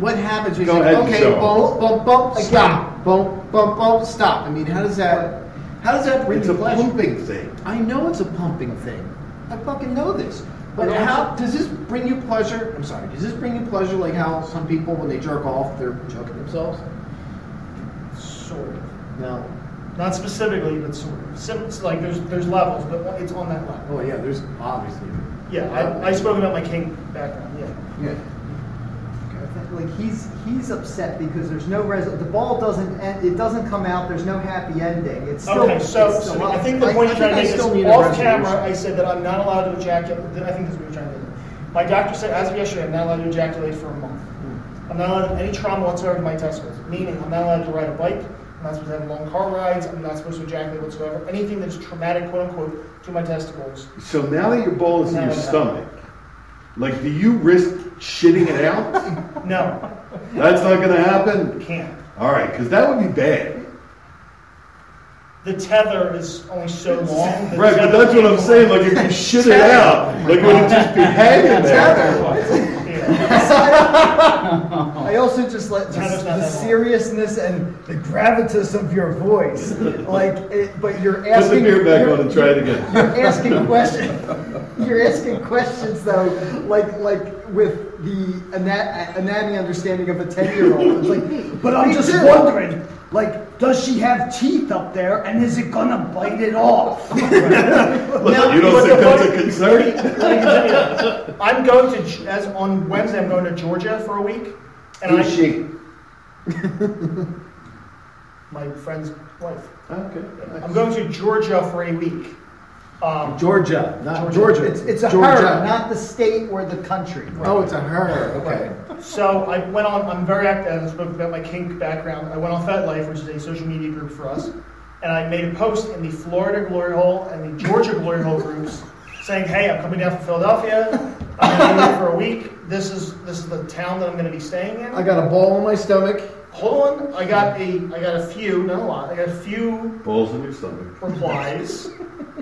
what happens. when You
Go
say,
ahead and
okay,
show 'em.
bump, bump, bump, stop, bump, bump, bump, stop. I mean, how does that? How does that bring
It's
you
a
pleasure?
pumping thing.
I know it's a pumping thing. I fucking know this. But
But
how does this bring you pleasure? I'm sorry. Does this bring you pleasure like how some people when they jerk off they're choking themselves?
Sort of.
No.
Not specifically, but sort of. Sim- it's like there's there's levels, but it's on that level.
Oh yeah, there's obviously.
Yeah, I, I spoke about my king background. Yeah.
Yeah.
Like he's he's upset because there's no res. The ball doesn't end. It doesn't come out. There's no happy ending. It's still.
Okay, so,
it's still
so I
up.
think the point you're
I
trying to
think
make
I
is
still need a
off
resolution.
camera, I said that I'm not allowed to ejaculate, I think that's what you're trying to do. My doctor said, as of yesterday, I'm not allowed to ejaculate for a month. I'm not allowed any trauma whatsoever to my testicles, meaning I'm not allowed to ride a bike, I'm not supposed to have long car rides, I'm not supposed to ejaculate whatsoever, anything that's traumatic, quote unquote, to my testicles.
So now that your ball is in
No,
your
no.
stomach, like, do you risk shitting it out?
No,
That's not going to happen.
can't.
All right, because that would be bad.
The tether is only so long. the
Right, but
tether
that's what I'm
can't-
saying. Like, if you shit it out, like, would it just be hanging there?
I also just let the, the seriousness and the gravitas of your voice, like, it, but you're
Put the
asking.
beer back
you're-
on and try it again.
You're asking questions. You're asking questions though, like like with the ana- anatomy understanding of a ten-year-old. It's like,
But I'm
me
just
too.
wondering, like, does she have teeth up there, and is it gonna bite it off?
Look, you don't think that's a concern?
Let me continue. I'm going to, G- as on Wednesday, I'm going to Georgia for a week. And I,
Who's she?
My friend's wife.
Okay.
I'm going to Georgia for a week. Um,
Georgia, not
Georgia.
Georgia.
It's, it's a
Georgia.
her, not the state or the country.
Oh, it's a her. Okay.
So I went on, I'm very active, I spoke about my kink background. I went on FetLife, which is a social media group for us, and I made a post in the Florida Glory Hole and the Georgia Glory Hole groups saying, hey, I'm coming down from Philadelphia. I'm going to be here for a week. This is, this is the town that I'm going to be staying in.
I got a ball in my stomach.
Hold on, I got a, I got a few, not a lot, I got a few
Balls in your stomach.
replies,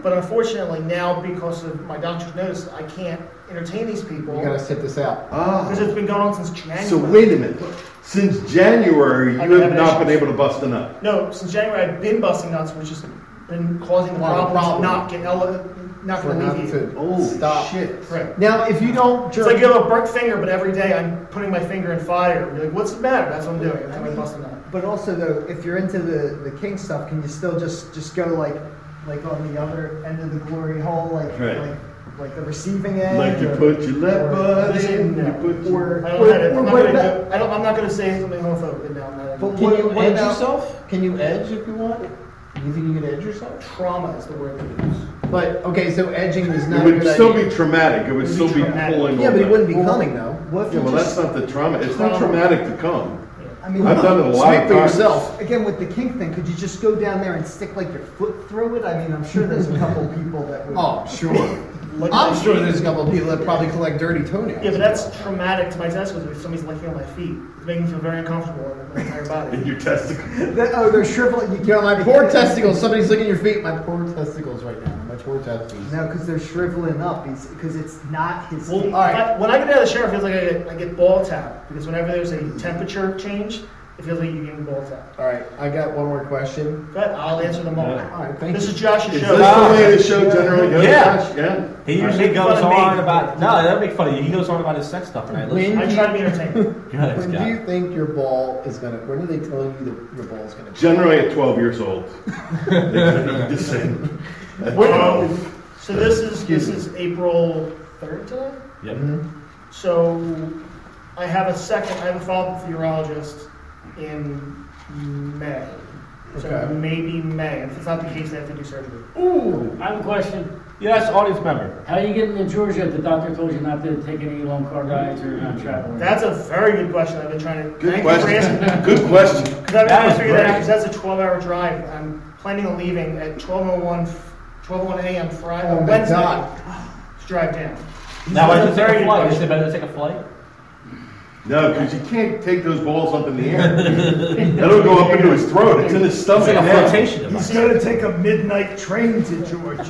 but unfortunately now because of my doctor's notice, I can't entertain these people
You gotta sit this out.
because it's been going on since January.
So wait a minute. Since January,
I've
you have
had
not been
issues.
able to bust a nut.
No, since January I've been busting nuts, which has been causing the
Lot of
problem,
problem.
not get ele- not
For
going to
not
leave
to
you.
stop. Shit.
Right.
Now, if you don't
It's like you have a burnt finger, but every day I'm putting my finger in fire. You're like, what's the matter? That's what I'm doing. Every time I bust a nut.
But also though, if you're into the, the king stuff, can you still just, just go like like on the other end of the glory hole, like
Right.
like like the receiving end?
Like you
or-
put your
or-
left butt in, you
No.
put your.
I don't have it.
or
I'm not
what
gonna
about-
do- I don't, I'm not going to say something homophobic now. I'm not-
But what- what about-
Can you edge if you want? You think you could edge yourself?
Trauma is the word we use.
But okay, so edging is
It
not.
would
a good
still
idea.
be traumatic. It would still be
traumatic.
pulling.
Yeah,
on
but he
that.
wouldn't be coming though.
What if
Yeah,
you
well, that's
just,
not the trauma. It's not traumatic to come.
I mean,
I've done it a lot
Speak
of
for
times.
yourself.
again with the king thing, could you just go down there and stick like your foot through it? I mean, I'm sure there's a couple people that would.
Oh, sure.
Like-
I'm sure there's a couple of people that probably collect dirty toenails.
Yeah, but that's traumatic to my testicles if somebody's licking on my feet. It's making me feel very uncomfortable in my entire body.
In your testicles.
That- oh, they're shriveling. You,
You know,
can't-
my poor testicles. Somebody's looking at your feet. My poor testicles right now. My poor testicles.
No, because they're shriveling up. Because it's not his.
Well,
king.
I- when I get out of the shower, it feels like I get, I get ball tap because whenever there's a temperature change, it feels like you get ball tap.
All right, I got one more question.
But I'll answer them all.
All right, thank
This
you.
is Josh's
Is
show.
this the way the show generally goes?
Yeah.
Josh? Yeah.
He usually
Make
goes
fun of me.
on about no, they don't make fun of you. He goes on about his sex stuff, and I listen.
I try to be entertaining.
You're not this
When
guy.
do you think your ball is gonna? When are they telling you that your ball is gonna?
Generally at 12 years old. Just saying. Oh.
Well, so this is this is April third today.
Yep.
Mm-hmm.
So I have a second. I have a follow up with the urologist in May. So
Okay.
maybe May. If it's not the case, they have to do surgery.
Ooh, I have a question.
Yes, audience member.
How are you getting to Georgia if the doctor told you not to take any long car rides or not travel?
That's a very good question. I've been trying to.
Good
thank you for
question.
asking that.
Good question.
Because I've been
That
trying
was
to figure that out,
great.
because that's a twelve-hour drive, I'm planning on leaving at 12:01, 12:01 AM Friday,
Oh my
Wednesday,
God.
to drive down.
Now I just take
Very
a
good
flight. Is
question.
it better to take a flight?
No, because you can't take those balls up in the air. That'll go up into his throat. It's in his stomach
It's like a
now.
flotation device.
He's gonna take a midnight train to Georgia.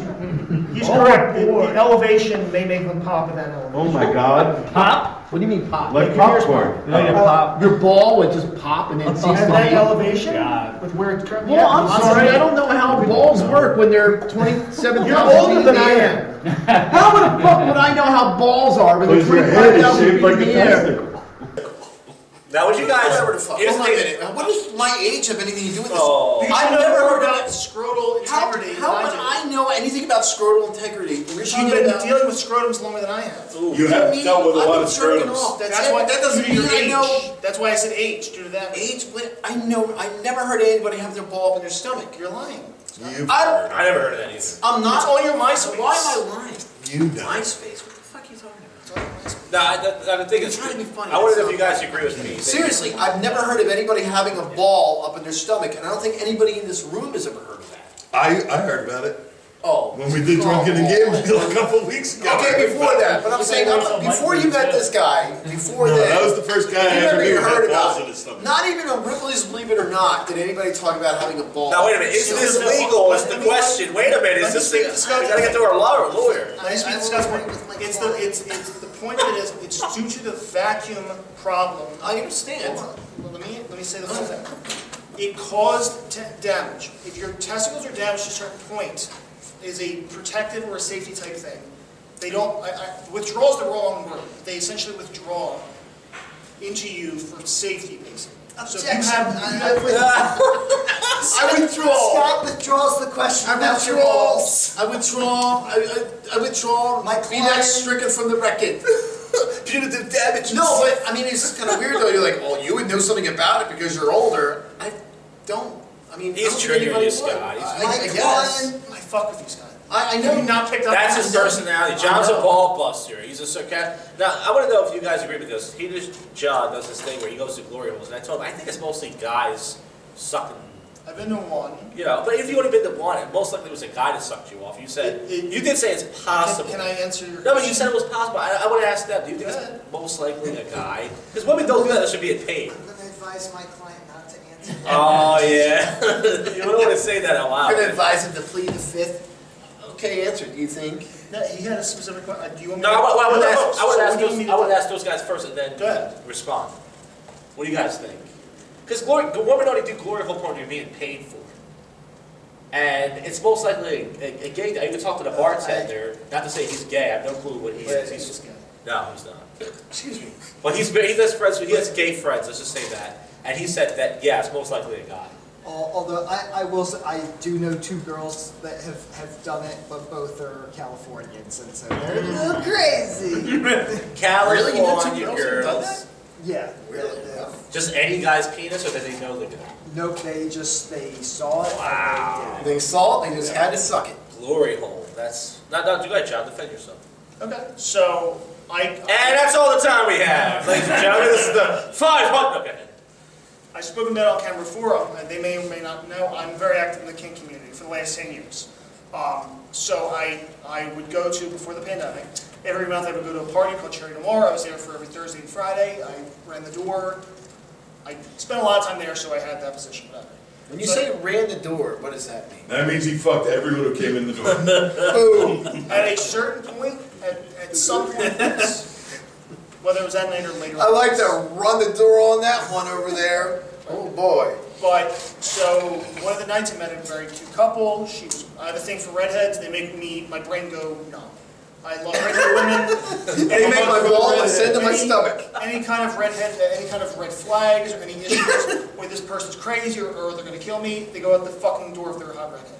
He's
Oh,
correct, the,
boy.
the elevation may make them pop at that
Oh
elevation.
my God.
Pop.
What do you mean pop?
Like popcorn.
You know, you pop.
your ball would just pop and then cease
At
to
that
be.
elevation,
God.
with where it's currently.
Well,
at,
I'm
lots of
sorry.
wind.
I don't know how balls work when they're 27,000
You're older
feet in
than
the
I
air. How the fuck would I know how balls are when they're
Because your head is
25,000 feet
shaped like
in
a
the air?
testicle.
Now, would you guys-
Whatever the fuck.
Oh
here's
Hold on
the
a
thing-
minute. What does my age have anything to do with this?
Oh.
Because
I've
you know
never
more
heard
about
that.
scrotal integrity.
than
How, how
I
would I know anything about scrotal integrity? We're
You've
talking
been
about-
dealing with scrotums longer than I have.
Ooh. You have dealt with a lot of scrotums.
That's,
That's
why
it.
that doesn't mean
You
your
mean I
age.
know-
That's why I said age due to that.
Age? What? I know. I never heard anybody have their ball up in their stomach. You're lying.
You,
I,
I never heard of that either.
I'm not.
It's all your MySpace.
Why am I lying?
You know.
MySpace. What the fuck are you talking about? It's all your MySpace.
Nah, I, I, I think it's
trying to be funny.
I wonder
That's
if you
not
guys agree with me.
Seriously, I've never heard of anybody having a ball up in their stomach, and I don't think anybody in this room has ever heard of that.
I, I heard about it.
Oh.
When we did Drunken and Games a couple weeks ago.
Okay, before that, but I'm
You
saying,
said
I'm-
something
before
like
you
that,
met
too.
this guy, before
No,
then.
that was the first guy I
you
ever
never
knew
even
had balls
heard about
in
it.
his stomach.
Not even on Ripley's Believe It or Not did anybody talk about having a ball.
Now, wait a minute. Is this legal? Is the question? Wait a minute. Is this thing discussed? Gotta get through our law- lawyer.
I just discuss what it's the it's it's the point of it is it's due to the vacuum problem.
I understand.
Hold on. Let me let me say the whole thing. It caused te- damage. If your testicles are damaged to a certain point, is a protective or a safety type thing. They don't I, I, withdrawal is the wrong word. They essentially withdraw into you for safety, basically. So if you have,
Objection.
you have-
I withdraw. Scott withdraws the question. I
about your
withdraw.
balls.
I withdraw. I, I, I withdraw. My Be that
client-
stricken from the record. Punitive damage. No, but I mean, it's just kind of weird though. You're like, oh, you would know something about it because you're older. I don't. I mean,
He's
I don't think
triggering
anybody
this
would.
guy. He's-
I,
My
I guess.
I fuck with these guys.
I, I know
You not picked up
That's
on
his
that?
personality. John's a ball buster. He's a sarcastic. Now, I want to know if you guys agree with this. He just, John does this thing where he goes to glory holes, and I told him, I think it's mostly guys sucking.
I've been to one.
You know, but if you would have been the one, it most likely was a guy that sucked you off. You said you did say it's possible.
Can I answer your?
no, but you said it was possible. I, I would have asked that. Do you think it's most likely a guy? Because women don't do that. That should be a pain.
I'm gonna advise my client not to answer.
Oh yeah, you don't want to say that out
I'm gonna
loud.
advise him to plead the fifth. Okay, answer. Do you think?
No, he had a specific question. Uh, Do you want me
No,
to?
I would, I would
No,
ask.
no,
I would
so
ask
what do you
those.
mean?
I would ask those guys first, and then
Go ahead.
respond. What do you guys think? Because glory, the women only do glory hole porn when you're being paid for, it. and it's most likely a, a gay. guy. You can talk to the bartender. Not to say he's gay. I have no clue what he is. He's just no, he's not.
Excuse me.
But he's he has friends. He has gay friends. Let's just say that. And he said that yeah, it's most likely a guy.
Al- Although I, I will, say, I do know two girls that have, have done it, but both are Californians, and so they're a
Mm.
little crazy.
California
Really? You know two girls who've done
girls.
Yeah.
Really?
Just any guy's penis, or that they know they're gonna.
Nope. They just they saw it.
Wow.
They saw it. They just had to suck it.
Glory hole. That's not not do that, John. Defend yourself.
Okay, so I.
And that's all the time we have, ladies and gentlemen. This is the 500. Okay.
I've spoken about it on camera before. uh, They may or may not know. I'm very active in the kink community for the last 10 years. Um, so I, I would go to, before the pandemic, every month I would go to a party called Cherry Noir. I was there for every Thursday and Friday. I ran the door. I spent a lot of time there, so I had that position. Whatever.
When you say ran the door, what does that mean?
That means he fucked everyone who came in the door.
Boom. At a certain point, at, at some point, whether it was that night or later.
I like to run the door on that one over there. Oh boy.
But so one of the nights I met a very cute couple. She was I have a thing for redheads. They make me my brain go numb. I love redheaded women.
They make my balls ascend to my
Any-
stomach.
Any kind of redhead, any kind of red flags or any issues where this person's crazy or, or they're gonna kill me, they go out the fucking door if they're a hot redhead.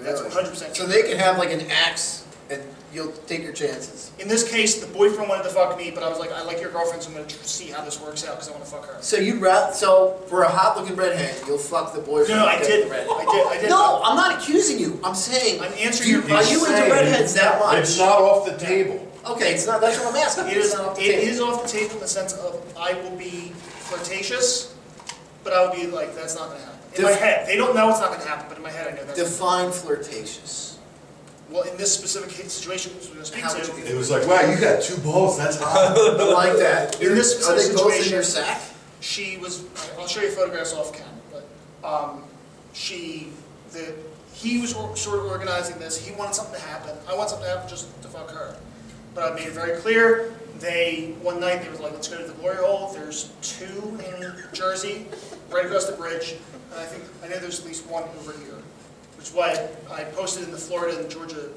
That's
Really?
100. percent
So they can have like an axe, and you'll take your chances.
In this case, the boyfriend wanted to fuck me, but I was like, I like your girlfriend, so I'm gonna tr- see how this works out because I want to fuck her.
So you'd rather so for a hot looking redhead, you'll fuck the
No,
boyfriend.
no, I
and get
did.
the redhead.
I did. I did.
No, I'm not accusing you. I'm saying
I'm answering your
Are you into
question.
redheads that much?
It's not
off the table. Okay, it's not. That's what I'm asking.
It is,
It's not off the
it
table.
is off the table in the sense of I will be flirtatious, but I will be like, that's not going to happen. In my
Def-
head, they don't know it's not going to happen, but in my head, I know that's.
Define flirtatious.
well, in this specific case- situation, which we're going to speak
How would
to,
It was like, wow, you got two balls. That's hot.
I like that.
in this
Are they
specific
both in
situation,
your sack?
she was. I'll show you photographs off camera, but um, she, the, he was or, sort of organizing this. He wanted something to happen. I want something to happen just to fuck her. But I made it very clear. They one night they was like, let's go to the glory hole. There's two in Jersey, right across the bridge. And I think I know there's at least one over here, which is why I posted in the Florida and Georgia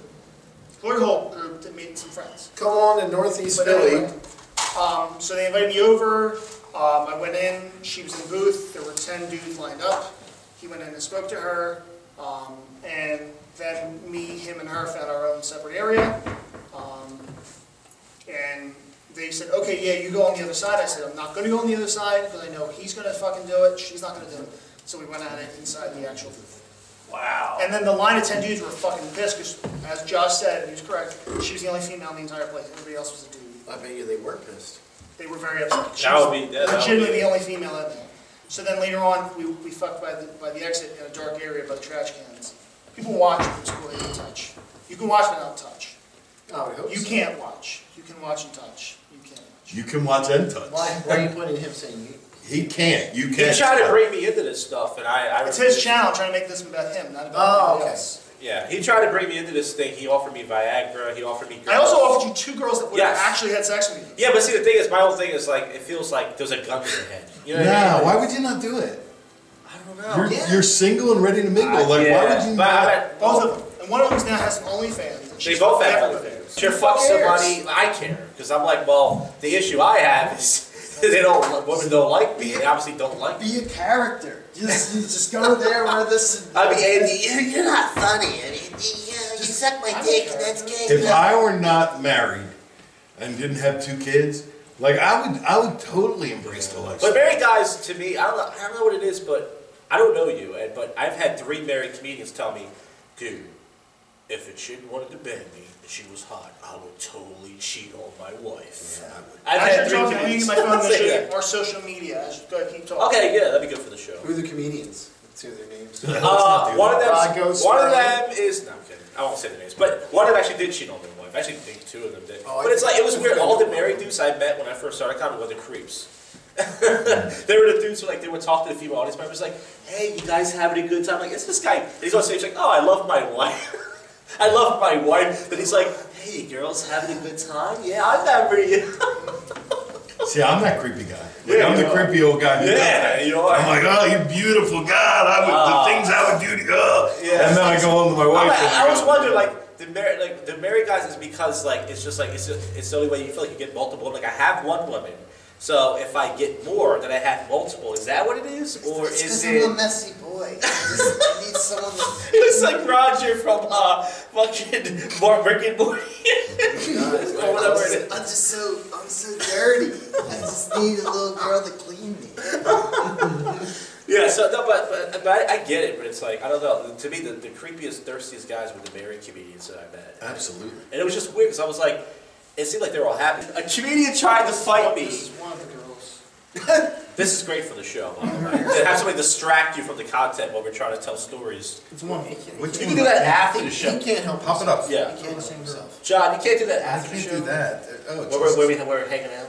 glory hole group to meet some friends.
Come on to Northeast
But
Philly.
anyway, Um, so they invited me over. Um, I went in. She was in the booth. There were ten dudes lined up. He went in and spoke to her. Um, and then me, him, and her found our own separate area. Um, and they said, okay, yeah, you go on the other side. I said, I'm not going to go on the other side because I know he's going to fucking do it. She's not going to do it. So we went at it inside the actual booth. Wow. And then the line of 10 dudes were fucking pissed because, as Josh said, he was correct, she was the only female in the entire place. Everybody else was a dude.
I bet you they were pissed.
They were very upset. She
That would
was
be- that- that would
legitimately
be-
the only female in there. So then later on, we, we fucked by the, by the exit in a dark area by the trash cans. People watch from school, they can touch. You can watch but not touch.
Oh, I would hope
You
so.
can't watch. You can watch and touch. You can't.
You can watch and touch.
Why, why are you pointing at him saying you?
He can't. You
He
can't.
tried to bring me into this stuff, and I. I
It's his channel, trying to make this about him, not about
Oh,
anybody
okay.
else.
Yeah, he tried to bring me into this thing. He offered me Viagra. He offered me.
I also offered you two girls that would have
Yes.
actually had sex with you.
Yeah, but see, the thing is, my whole thing is like, it feels like there's a gun to your head. You know what I mean?
Nah,
Like,
why would you not do it?
No.
You're, you're single and ready to mingle.
Uh,
like, why
yeah.
would you
But I
not?
bet-
Both of them. And one of them's now has an OnlyFans.
They both have
fucked
OnlyFans.
everybody.
She fucks
Who cares?
somebody. I care because I'm like, well, the issue I have is they don't women don't like me. They obviously don't like me.
Be a character. Just, you just go there where this.
I mean, Andy,
you're, you're not funny. Andy. You, you suck my dick, and that's gay.
If I were not married and didn't have two kids, like I would, I would totally embrace the
But
lifestyle.
married guys, to me, I don't, know, I don't know what it is, but I don't know you, Ed, but I've had three married comedians tell me, dude, if a chick wanted to bang me and she was hot, I would totally cheat on my wife. I've
As
had
you're
three
talking, I'm
comedians
using my phone to
say
show
that.
you our social media. As you go ahead, keep talking.
Okay, yeah, that'd be good for the show.
Who are the comedians? Let's hear their names.
Uh, one of them,
Rocco,
one of
Sterling.
them is no, I'm kidding. I won't say the names, but one of them actually did cheat on their wife. Actually, I think two of them did.
Oh, I
but it's
think-
like it was weird. All the married dudes I met when I first started comedy were the creeps. they were the dudes who like they would talk to the female audience members like, "Hey, you guys having a good time?" Like, it's this guy. And he's on stage like, "Oh, I love my wife. I love my wife." But he's like, "Hey, girls having a good time? Yeah, I'm having a
See, I'm that creepy guy. Like,
Yeah,
I'm the
you are.
creepy old guy. who does
Yeah,
that.
you are.
I'm like, oh, you beautiful God. I would
Ah.
the things I would do to you. oh."
Yeah.
And then I go home to my wife.
I,
and
I, I was
go,
wondering, like the married, like the married guys, is because like it's just like it's just, it's the only way you feel like you get multiple. Like I have one woman, so if I get more, then I have multiple. Is that what it is, or
It's
is
'cause
it?
I'm a messy boy. I, just, I need someone. to-
It's like Roger from uh, fucking Mark Rick and Morty. or whatever it is.
I'm just so I'm so dirty. I just need a little girl to clean me.
Yeah, so no, but, but, but I, I get it, but it's like I don't know. To me, the, the creepiest, thirstiest guys were the married comedians that I met.
Absolutely.
And it was just weird because I was like, it seemed like they were all happy. A comedian tried to fight me. This is
one of the girls.
this is great for the show. By the way. to have somebody distract you from the content while we're trying to tell stories.
It's one.
You can do that after the show.
He can't help.
Pump it up. Yeah.
He can't help himself.
John, you can't do that after the show.
do that. Oh,
where, we're- where, we, where we're hanging out.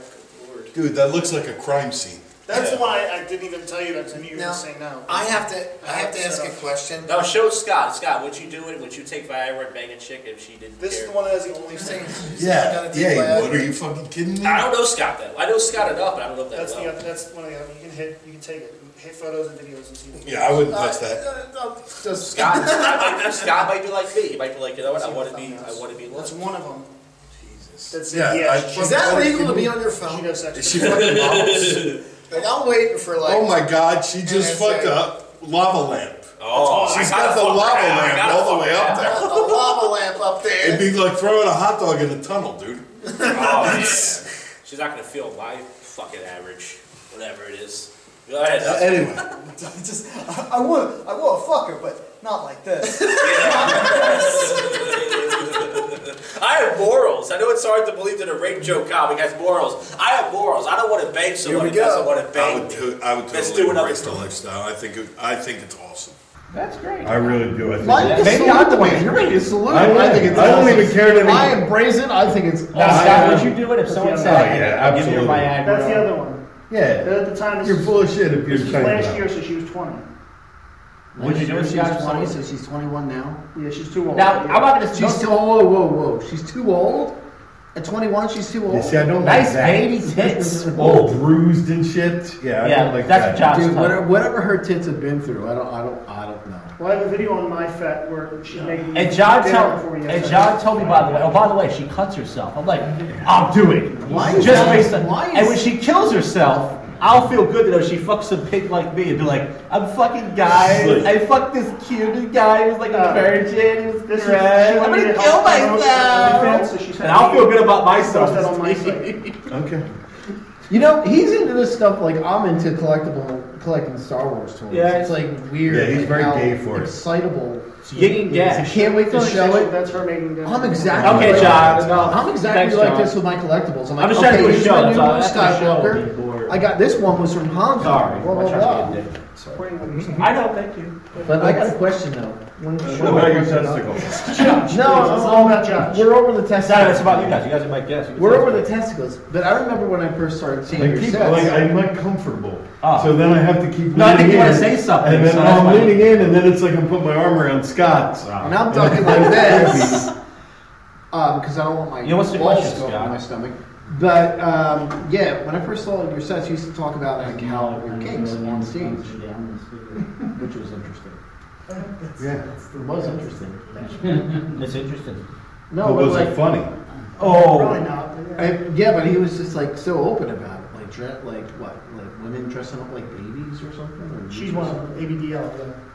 Dude, that looks like a crime scene.
That's the one I, I didn't even tell you about because I knew you were going to say no.
I have to. I have to ask a
set up.
question.
No, show Scott. Scott, would you do it? Would you take Viagra and bang a chick if she didn't
This
care?
is the one that has the only thing.
Yeah, yeah. What are you fucking kidding me?
I don't know Scott though. I know Scott enough, but I don't know if that
That's
well.
the other, that's one of the other. You can hit. You can take it. Hit photos and videos and see. them.
Yeah, I wouldn't touch
Uh,
that.
Scott, Scott, Scott might be like me. He might be like, you know what? I want to be. I want to be. That's
one of them. Jesus. That's
Yeah,
it.
I-
Yeah. she-
Is that
she-
legal to be on
your phone?
She does sex.
Is she fucking models?
Like I'm waiting for like.
oh my God, she just
NSA.
fucked up lava lamp.
Oh,
she's
I gotta
got the
fuck
lava
around. I
lamp
gotta
all the
fuck
way up
around.
there.
A lava lamp up there.
It'd be like throwing a hot dog in a tunnel, dude.
Oh, man. She's not gonna feel my fucking average, whatever it is. Go ahead.
Uh, anyway.
just, I, I want, I want to fuck her, but not like this.
I have morals. I know it's hard to believe that a rape joke comic has morals. I have morals. I don't want to bang
Here
someone
we
who doesn't
go.
want to
I
bang
would,
me.
to- I would totally
Let's do another
embrace the lifestyle. I think, it, I think it's awesome.
That's great.
I really do. I think
Mike is
Maybe I'm
salute
the
the man.
one.
You're ready to salute
I
him. I
am.
think it's
I don't
awesome.
even care anymore.
I embrace it. I think it's
Now, Scott, would
awesome.
you do it if someone
Oh,
said, "Hey,
yeah,
I'll give you
absolutely.
Viagra"?
That's the other one.
Yeah.
But at the time, this
You're
was-
full of shit if you're
This was
trying to
last
help.
year, so she was 20.
Would you do it if
She
you
was
got
20,
someone?
so she's 21 now.
Yeah, she's too old.
Now, I'm not gonna.
She's too old. Whoa, whoa, whoa. She's too old?
At 21, she's too old.
You see, I don't
nice
like that.
baby tits.
All bruised and shit. Yeah, I don't like that.
Dude, whatever, whatever her tits have been through, I don't, I don't, I don't know.
Well, I have a video on my fet where she's making
And John,
dinner
tell,
before we
and
enter.
John told me, by the way, oh, by the way, she cuts herself. I'm like, I'll do it.
Why is
Just
that-
based on,
why
and
is-
when she kills herself, I'll feel good to know she fucks a pig like me and be like, I'm fucking guy.
Slick.
I fucked this cute guy who was like a
Uh,
virgin. He was
this is- she
great. I'm
wanted
gonna
to
Oh
kill
help her own
myself.
defense, so she said-
and I'll feel good about myself.
Posted on my
Okay.
You know, he's into this stuff like I'm into collectible, collecting Star Wars toys.
Yeah,
it's like weird.
Yeah, he's
like,
very
how
gay for it.
Excitable.
yin and
Yes,
yang.
I can't wait to
Feeling
show
sexual,
it.
That's her making dinner.
I'm exactly.
Okay,
like
John,
that.
enough.
I'm exactly
Thanks,
like
John.
this with my collectibles. I'm like,
I'm just trying
okay,
to do a
here's
show,
my new
so
Luke
that's the show
Skywalker.
before-
I got this one was from Hong Kong.
Sorry,
Blah,
I'm
blah, blah.
trying to be a dick. Sorry. I know, thank you.
But I got a question though. When-
What
sure.
about your
testicles?
Josh,
No,
please, it's
I'm-
all about Josh.
We're over the testicles.
No, it's about you guys. You guys are my guests. You can
We're
tell
over the
us.
testicles, but I remember when I first started seeing
Like,
your
keep,
sets.
like I'm not comfortable.
Ah.
So then I have to keep.
No, I think
leaning
you wanna
in,
say something,
And then
so that's
I'm
why-
leaning in, and then it's like I'm putting my arm around Scott.
Ah.
And I'm talking like this because I don't want my
You know, what's the
balls
question,
to go
Scott?
on my stomach. But um, yeah, when I first saw your sets, you used to talk about like how your kinks on stage, which was interesting. Yeah, it was interesting.
it's interesting.
No,
But
but
was it
like-
funny?
Oh,
Probably
not,
I- yeah, but he was just like so open about it, like dre- like what, like women dressing up like babies or something. Or
She's one of them, ABDL.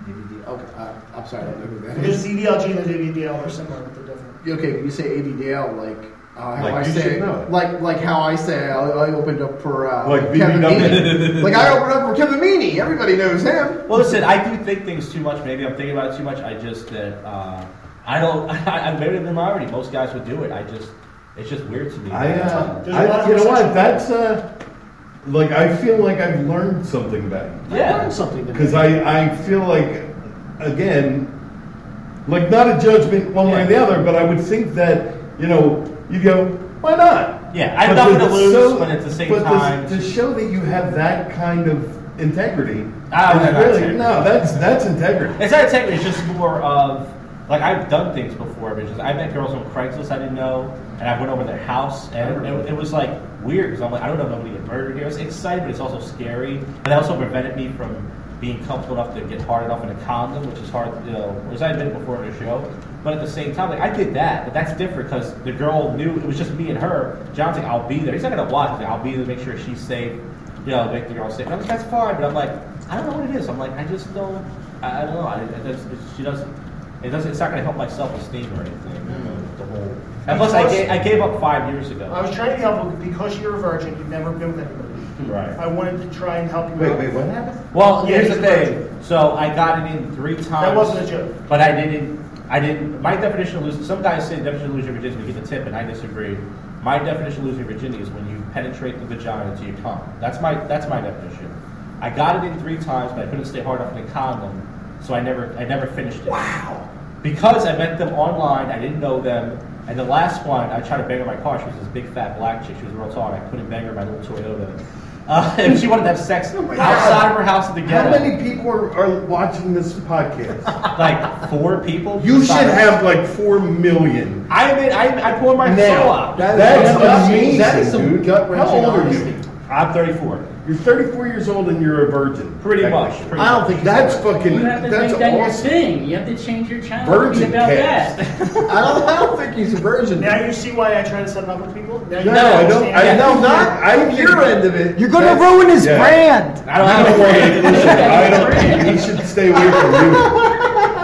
ABDL. Okay, uh, I'm sorry, I don't know who
yeah.
that
There's
is.
DDLG and there's ABDL, or similar, but they're different.
Okay, when you say ABDL, like uh, how
Like
I
you
say,
should know.
like like how I say, I, I opened up for uh,
Like
Kevin
BBW.
Meaney. like I opened up for Kevin Meaney. Everybody knows him.
Well, listen, I do think things too much. Maybe I'm thinking about it too much. I just that uh, I don't. I, I maybe the minority. Most guys would do it. I just it's just weird to me.
I, uh, I you know what? That's uh, like I feel like I've learned something about you.
Yeah. I learned something today.
Because I I feel like again, like not a judgment one way or the other, but I would think that you know you go why not?
Yeah, I have
But
nothing
the-
to lose,
so-
but at the same
but to-
time-
to, show that you have that kind of integrity,
Ah,
is
no, no,
really
integrity.
no, that's that's integrity.
It's not technically. It's just more of like I've done things before. But it's just, I met girls on Craigslist I didn't know, and I went over their house, and it, it was like weird because I'm like I don't know if I'm gonna get murdered here. It's exciting, but it's also scary. But that also prevented me from being comfortable enough to get hard enough in a condom, which is hard, you know, which I've been before in a show. But at the same time, like I did that, but that's different because the girl knew it was just me and her. John's like, I'll be there. He's not gonna watch it. I'll be there to make sure she's safe you know, make the girl say, I'm like, that's fine, but I'm like, I don't know what it is. I'm like, I just don't, I, I don't know. I, it, does- it- she doesn't, it doesn't, it's not going to help my self-esteem or anything. you
Hmm.
know, The whole, and plus I gave, I gave up five years ago.
Oh.
I was trying to be helpful because you're a virgin, you've never been with anybody.
Right.
I wanted to try and help you
Wait,
out.
wait, what happened? Well,
Yeah,
here's
he's
the
a virgin.
thing. So I got it in three times.
wasn't a joke.
But I didn't. I didn't. My definition of losing. Some guys say the definition of losing your virginity is to get the tip, and I disagree. My definition of losing your virginity is when you penetrate the vagina to your cum. That's my. That's my definition. I got it in three times, but I couldn't stay hard enough in a condom, so I never. I never finished it. Wow. Because I met them online, I didn't know them, and the last one, I tried to bang her in my car. She was this big fat black chick. She was real tall, and I couldn't bang her in my little Toyota. Uh, and she wanted to have sex outside of her house in the
Oh How
ghetto
many people are, are watching this podcast?
like four people.
You should
Besides-
have like four million.
I admit, I, I pour my
Now,
soul out.
that is- That's that's amazing, that is some dude. gut-wrenching
How old are
honesty.
you? I'm 34.
You're 34 years old and you're a virgin.
Pretty much. pretty much.
that's fucking.
You have to
That's
make that your
awesome.
thing. You have to change your channel.
Virgin
Be about
cast.
that.
I don't, I don't think he's a virgin.
Now you see why I try to set him up with people? Now you
No, I don't.
understand.
I
No,
don't.
not
I don't
your end of it.
You're
gonna
ruin
his
brand.
I don't have
a
a
brand.
brand.
Listen, I don't. He should stay away from you.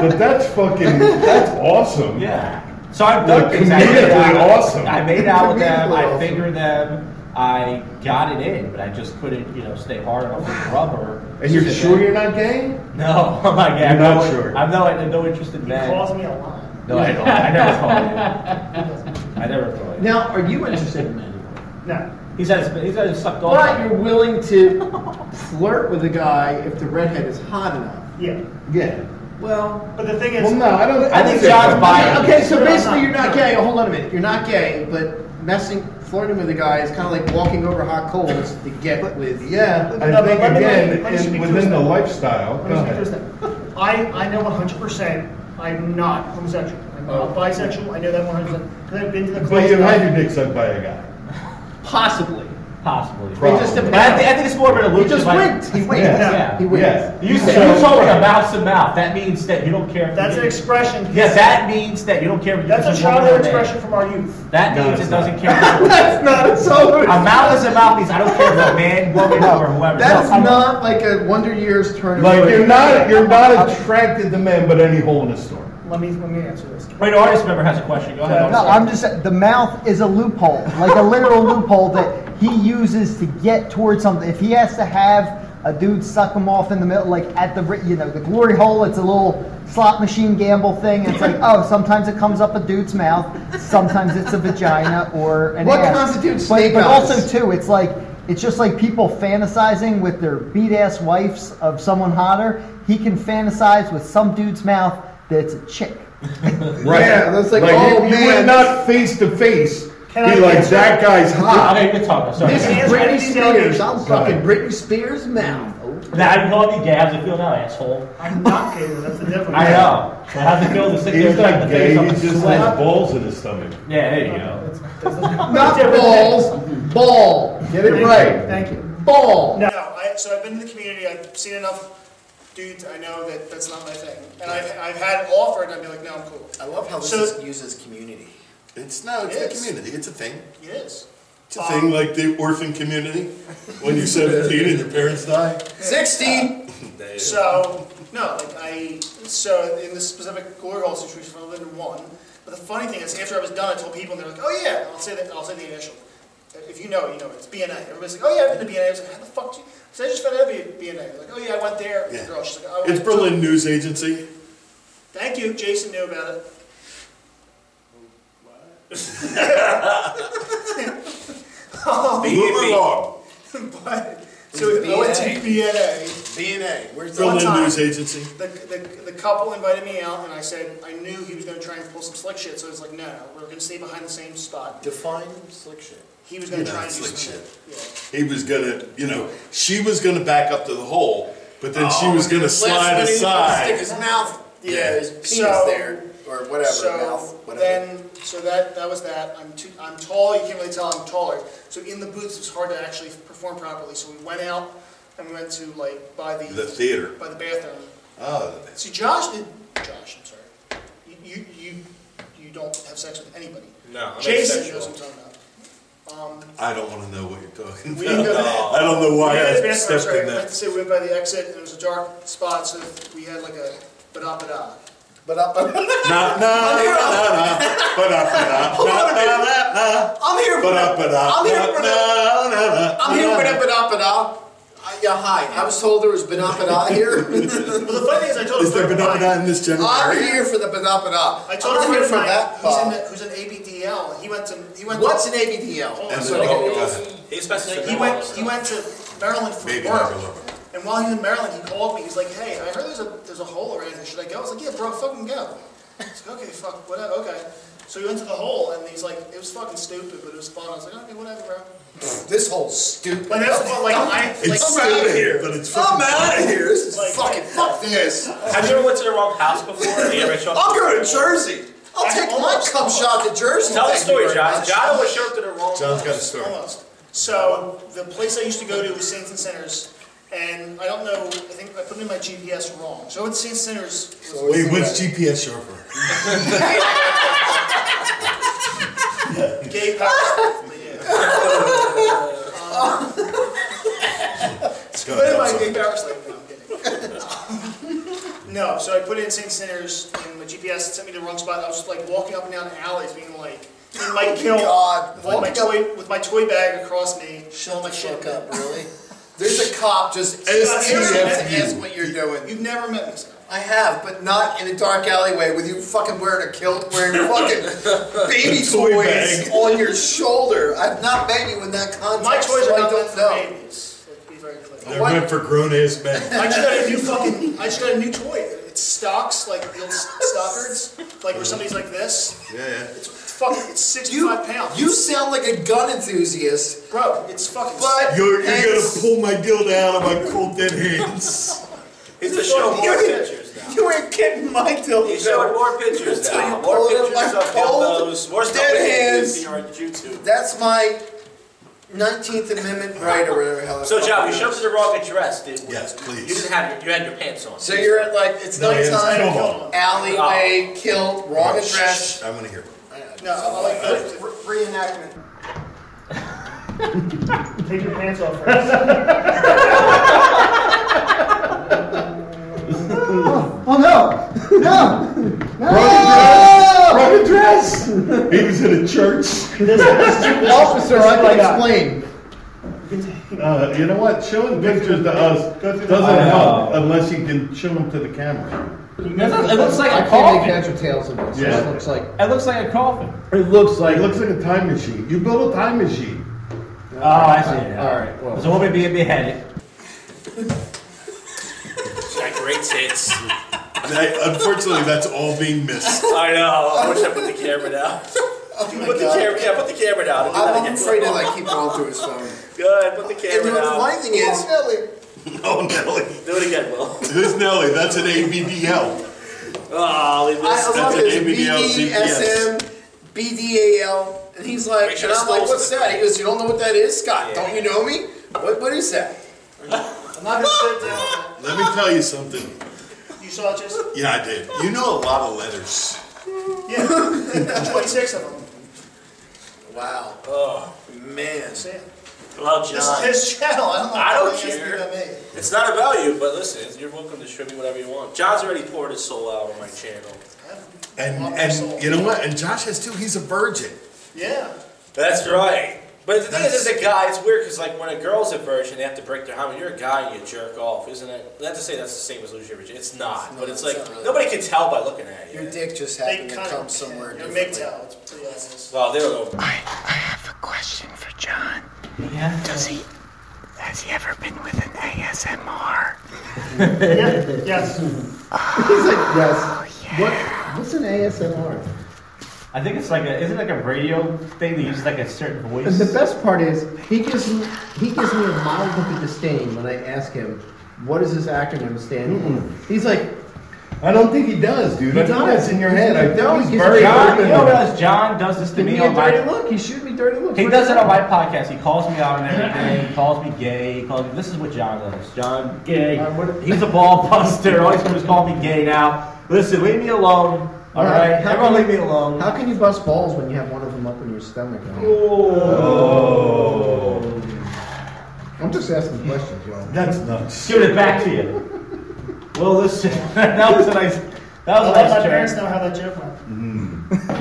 But that's fucking. That's awesome.
Yeah. So I've done
Like,
things. I made
comedically
out,
awesome.
I made out with them.
Comedically
I
awesome.
fingered them. I got it in, but I just couldn't, you know, stay hard enough with rubber.
And you're
So
sure
then-
you're not gay?
No, I'm not gay. I'm
You're not
no-
sure.
I'm no, I'm no interest in men.
calls me a lot.
No, I don't. I never call you. I never call you.
Now, are you interested in men?
No.
He's had his, he's had his sucked off.
But you're willing to flirt with a guy if the redhead is hot enough.
Yeah.
Yeah.
Well,
but the thing is,
well, no, I don't.
I think John's buying it.
Okay, so
No,
basically,
no,
you're not
no.
gay. Hold on a minute. You're not gay, but messing, flirting with a guy is kind of like walking over hot coals to get with.
Yeah,
But
I
no, but
think
let me- let me
again,
speak
in,
to
within
his-
the lifestyle. Go
Let me speak to
ahead.
this thing. I, I know 100% I'm not homosexual. I'm
Oh.
not bisexual. I know that 100%. Because I've been to the
But
closet.
you had your dick sucked by a guy.
Possibly. Possibly.
Probably.
But I, thi- I think it's more of an
He
illusion.
just
like-
winked. He winked.
Yeah.
Yeah, he winked. Yes.
You said
So-
you told me mouth to mouth. That means that you don't care. if
That's
you-
an expression.
Yeah, that means that you don't care. if
That's
you're
a
woman or
childhood
man.
expression from our youth.
That
No,
means
it's
it doesn't
not.
care.
That's not a
solid
A mouth is a mouth means I don't care if a man, woman, or whoever.
That is
No, I'm-
not like a Wonder Years turn.
Like you're not you're not attracted to men, but any hole in the store.
Let me let me answer this.
Wait, an audience member has a question. Go ahead.
No, I'm just saying, the mouth is a loophole, like a literal loophole that he uses to get towards something. If he has to have a dude suck him off in the middle, like at the ri- you know the glory hole, it's a little slot machine gamble thing. It's like oh, sometimes it comes up a dude's mouth, sometimes it's a vagina or an
What
ass.
constitutes
But-
snake
But
eyes?
also too, it's like it's just like people fantasizing with their beat ass wives of someone hotter. He can fantasize with some dude's mouth that's a chick.
Right.
Yeah, that's like,
you-
oh,
you,
man.
would not face to face
Can
be
I
like
answer?
that guy's hot.
Okay, good talk. Sorry.
This is
Answer
Britney
these
Spears.
allegations.
I'm fucking
Sorry.
Britney
Spears' mouth.
Oh.
Now you call me gay. How's it feel now, asshole?
I'm not gay. That's the difference.
I know. So how's it feel to sit there?
He's
and try to
not gay.
face up
He
and
just
sweat?
has balls in his stomach.
Yeah, there you go.
Not balls, ball. Get it right.
Thank you.
Ball.
No, I, so I've been to the community. I've seen enough dudes. I know that that's not my thing. And I've, I've had it offered, and I'd be like, no, I'm cool.
I love how this
So-
is, uses community.
It's no, it's
It
the
is.
community. It's a thing.
It is.
It's a
Um,
thing like the orphan community when you're 17 and your parents die.
16.
So, no, like I, so in this specific glory hole situation, I lived in one. But the funny thing is, after I was done, I told people, and they're like, oh yeah, I'll say that, I'll say the initial. If you know it, you know it. It's BNA. Everybody's like, oh yeah, I've been to BNA. I was like, how the fuck do you? So I just found out about BNA. They're like, oh yeah, I went there. The
Yeah.
girl, she's like, oh,
It's Berlin News Agency.
Thank you, Jason knew about it.
Oh,
Move along.
but so I went to BNA. BNA. Where's
Berlin News Agency.
The, the, the couple invited me out, and I said I knew he was going to try and pull some slick shit. So I was like, no, no, we're going to stay behind the same spot.
Define slick shit.
He was going
Yeah,
to try and do
slick
some
shit.
Yeah.
He was gonna, you know, she was gonna back up to the hole, but then she
Oh,
was gonna
last
slide
minute he was gonna Stick
aside.
his mouth, yeah,
Yeah.
his penis
So-
there, or whatever,
So
mouth, whatever.
then, so that that was that. I'm too, I'm tall. You can't really tell I'm taller. So in the booths, it's hard to actually perform properly. So we went out and we went to like by the
The theater.
by the bathroom.
Oh,
See, Josh did. Josh, I'm sorry. You you you, you don't have sex with anybody.
No, I'm
Jason
asexual.
knows what I'm talking about. Um,
I don't want to know what you're talking
we didn't go to that.
about. I don't know
We
why I
didn't go to the bathroom,
Oh,
I'm
stepped
sorry.
in
I meant
that.
to say we went by the exit, and it was a dark spot, so we had like a ba-da ba-da.
Ba-da
Nah,
ba-da.
nah, nah, nah. Ba-da-ba-da, nah, nah, nah, nah.
I'm here for that.
Ba-da-ba-da,
I'm here
nah, nah,
for
nah, nah,
I'm here
nah,
for
nah.
that ba-da-ba-da. Uh, Yeah, hi. I was told there was ba-da-ba-da here.
Well, the funny thing is, I told
Is there banana in this general
I'm
area?
here for the ba-da-ba-da.
I told a
I'm not
friend
here
of
for
mine
that.
who's, in
Bob.
the, who's an ABDL. He went to he went.
What's
to,
an ABDL?
Hold on,
And
so
then-
they
oh,
go-
go ahead.
He's special.
He went. He went to Maryland for
Maybe
work.
never look.
And while he was in Maryland, he called me. He's like, "Hey, I heard there's a there's a hole around here. Should I go?" I was like, "Yeah, bro, fucking go." He's like, "Okay, fuck, whatever, okay." So we went to the hole, and he's like, "It was fucking stupid, but it was fun." I was like, "Okay, whatever, bro."
This whole stupid.
Like that's what like I like.
It's stupid here, but it's
I'm
fucking.
out of here. This is
Like-
fucking fuck this.
Have you ever went to the wrong house before? Have you ever shown-
I'll go to Jersey. I'll
That's
take my
almost-
cum shot to Jersey.
Tell the
Thank you
story,
very
John.
much.
John was showed to the wrong.
John's got a story.
Almost. So the place I used to go to was Saints and Sinners, and I don't know. I think I put in my GPS wrong. So I went to Saints and Sinners.
Wait, what's GPS short for?
Gay power. Put in my gay power slave. No, I'm kidding. no, so I put in Saint Sinners, and my GPS sent me to the wrong spot. I was just like walking up and down alleys, being like, in my kill,
Oh God.
with my toy, with my toy bag across me, showing my shit.
Fuck up, really? There's a cop just
STFU.
ask what you're doing.
You've never met this guy.
I have, but not in a dark alleyway with you fucking wearing a kilt, wearing fucking baby
A toy
toys
bag.
on your shoulder. I've not met you in that context.
My toys
so
are
I
not meant
don't
for
know.
babies. Let's be very clear.
They're meant for grown ass men.
I just got a new fucking. I just got a new toy. It's stocks, like the old stockards, like where somebody's like this.
Yeah, yeah.
It's fucking. It's sixty-five pounds,
You sound like a gun enthusiast,
bro. It's fucking.
but
You're, you're gonna
it's-
pull my dildo out of my cold dead hands.
He's the show more
You're-
pictures now.
you
we're getting my dildo. He's showing more pictures now. More pictures of dildos. More stuff we
dead
can't
hands.
see on YouTube.
That's my 19th Amendment right or whatever the hell.
So, John, you
you
showed up to the wrong address, didn't you?
Yes, please.
You didn't have your, you had your pants on.
So you're at like it's
No, it's
nighttime,
killed. Oh.
alleyway, killed, wrong
Shh, shh,
address.
shh, I want to hear.
No, I like
that.
re- reenactment.
Take your pants off first.
Oh, oh no! No!
Oh!
Wrong address! He was in a church.
Officer, I can
explain. Uh, you know what? Showing pictures to us doesn't
I know.
help unless you can show them to the camera.
It looks like I can't make heads or tails of this. It looks like
It looks like a coffin.
It looks like it looks like a time machine. You built a time machine.
Oh, I see.
All right, well.
There's a woman being beheaded.
Got great tits.
That- unfortunately, that's all being missed.
I know. I wish I put the camera down. put the
Oh God.
camera. Yeah, put the camera down.
I'm afraid to like keep going through his phone.
Good. Put the camera
And you know,
down.
the funny thing is,
Oh, Nelly.
Do it again, Will.
Who's Nelly? That's an ABDL.
Oh, leave
I, I love
That's an
his
ABDL GPS.
BDSM, BDAL, and he's like,
sure
and I'm
it's
like,
those-
what's that? He goes, you don't know what that is, Scott? Don't you know me? What, what is that?
I'm not gonna sit down.
Let me tell you something.
You saw just
Yeah, I did. You know a lot of letters.
yeah, 26 of them.
Wow.
Oh
man.
Love John.
This is his channel. I don't know.
I don't
It has to be
care.
about me.
It's not about you, but listen, you're welcome to distribute whatever you want. John's already poured his soul out on my channel.
And and you know what? And Josh has too. He's a virgin.
Yeah.
That's right. But the thing is,
That's-
as a guy, it's weird because like when a girl's a virgin, they have to break their hymen. You're a guy and you jerk off, isn't it? Not to say that's the same as losing your virginity. It's not, but it's like nobody can tell by looking at you.
Your dick just
They
happened to
kind
come
of
somewhere
Your
differently.
MGTOW. It's pretty obvious.
Well, they don't know.
have a question for John.
Yeah.
Does he has he ever been with an ASMR?
Yes.
He's like,
Oh,
yes. What? What's an ASMR?
I think it's like a isn't it like a radio thing that uses like a certain voice.
And the best part is he gives me he gives me a mild look of disdain when I ask him what does this acronym stand for. He's like,
I don't think he does, dude.
He
I think
does.
that's in your head. I think
No, he
he's
gives
very
me-
John,
open.
you don't realize John does this to
give
me
me
on
a
my.
dirty look. He shoot me dirty looks.
He
What
does
is
it on my podcast. He calls me out on everything. He calls me gay. He calls me, this is what John does. John gay. He's a ball buster. All he's doing is call me gay now. Listen, leave me alone. All
Now,
right,
how
everyone,
can
leave
you-
me alone.
How can you bust balls when you have one of them up in your stomach? Alan? I'm just asking questions, y'all.
That's nuts.
Shoot it back to you. Well, listen, that was a nice. That was
I'll
a
let my
nice
parents
joke.
know how that joke went.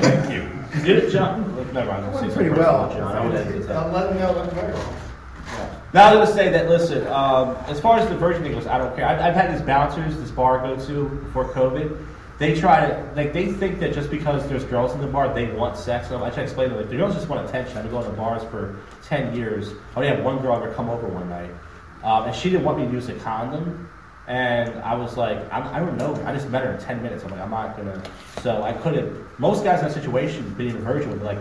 Thank you. You did it, John. Look, Never mind. That
went
pretty well.
John. I would edit that.
I'll let them know what went wrong.
Now I was gonna say that. Listen, um, as far as the virgin thing goes, I don't care. I've, I've had these bouncers, this bar I go to before COVID. They try to like they think that just because there's girls in the bar, they want sex. And I try to explain to them like the girls just want attention. I've been going to bars for ten years. I only had one girl ever come over one night, um, and she didn't want me to use a condom. And I was like, I'm, I don't know. I just met her in ten minutes. I'm like, I'm not gonna. So I couldn't. Most guys in that situation, being a virgin, would be like,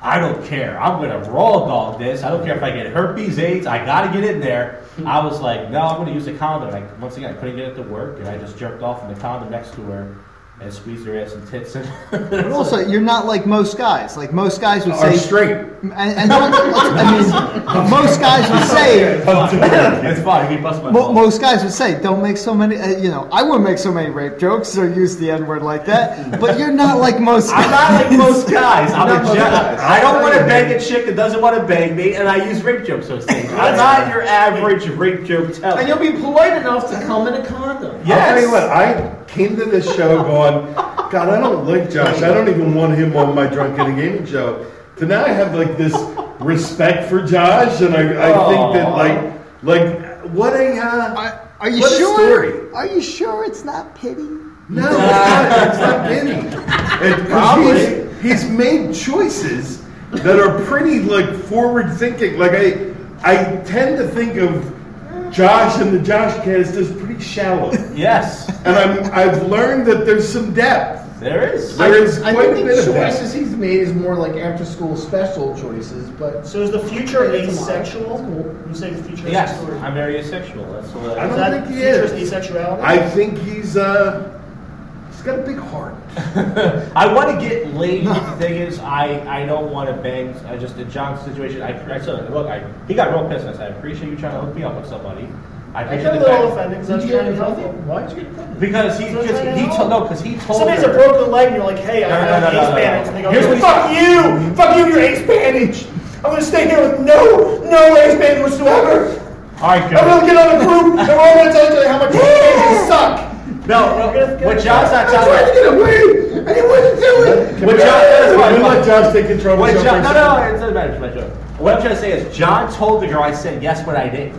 I don't care. I'm gonna raw dog this. I don't care if I get herpes, AIDS. I gotta get in there. I was like, no, I'm gonna use a condom. I, once again, I couldn't get it to work, and I just jerked off in the condom next to her and squeezed her ass and tits. And
But also, you're not like most guys. Like most guys would
Are
say,
straight.
And, and don't- I mean, most guys would say,
it's fine. He bust my.
Mo- most guys would say, "Don't make so many." Uh, you know, I wouldn't make so many rape jokes or use the N word like that. But you're not like most.
I'm not like most guys. I'm
Not
a
most
gen-
guys.
I don't want to bang a chick that doesn't want to bang me, and I use rape jokes on stage. I'm not your average rape joke teller.
And you'll be polite enough to come in a condom.
I'll tell you what, I came to this show going, God, I don't like Josh. I don't even want him on my drunk and gaming show. So now I have like this respect for Josh, and I, I think that like like what a uh,
Are you
what
sure?
a story.
Are you sure it's not pity?
No, it's not, it's not pity. It, 'cause he's, he's made choices that are pretty like forward thinking. Like I I tend to think of Josh and the Josh cast as pretty shallow.
Yes.
And I'm I've learned that there's some depth.
There is.
There is
I,
quite
I
a
think
bit of
the
depth.
choices he's made is more like after school special choices, but
So is the future
It's a lot.
asexual? You say the future
Yes,
is asexual.
I'm very asexual. That's what
I
Is
don't
that
think he
future
is.
is asexuality?
I think he's uh
got a big heart.
I want to get laid. The thing is, I, I don't want to bang. I just in John's situation. I, I said, look, I, he got real pissed. I said, I appreciate you trying to hook me up with somebody. I
I
appreciate
got a
the fact-
little offended because I was
Did you
trying to
get
help
offended?
him. Why did you get offended?
Because he
So I was
just
trying to
he
help
told
him.
no because he told
Somebody's
her-
a broken leg and you're like, hey, I
No, no,
have
no,
an
no,
ace
no,
bandage.
no.
And they go,
Here's what
fuck you! Fuck you and your ace bandage! I'm gonna stay here with no, no ace bandage whatsoever!
Alright,
I'm gonna get on a group and we're all gonna tell each other how much you suck!
No, no, what John's not
I'm
telling
trying to get away! And he wouldn't do it!
What John that's
Can
fine,
we let
fine.
Josh take control of
What
himself
John,
for
no,
a
no,
second?
it doesn't matter. It's my joke. What I'm trying to say is, John told the girl I said yes when I did,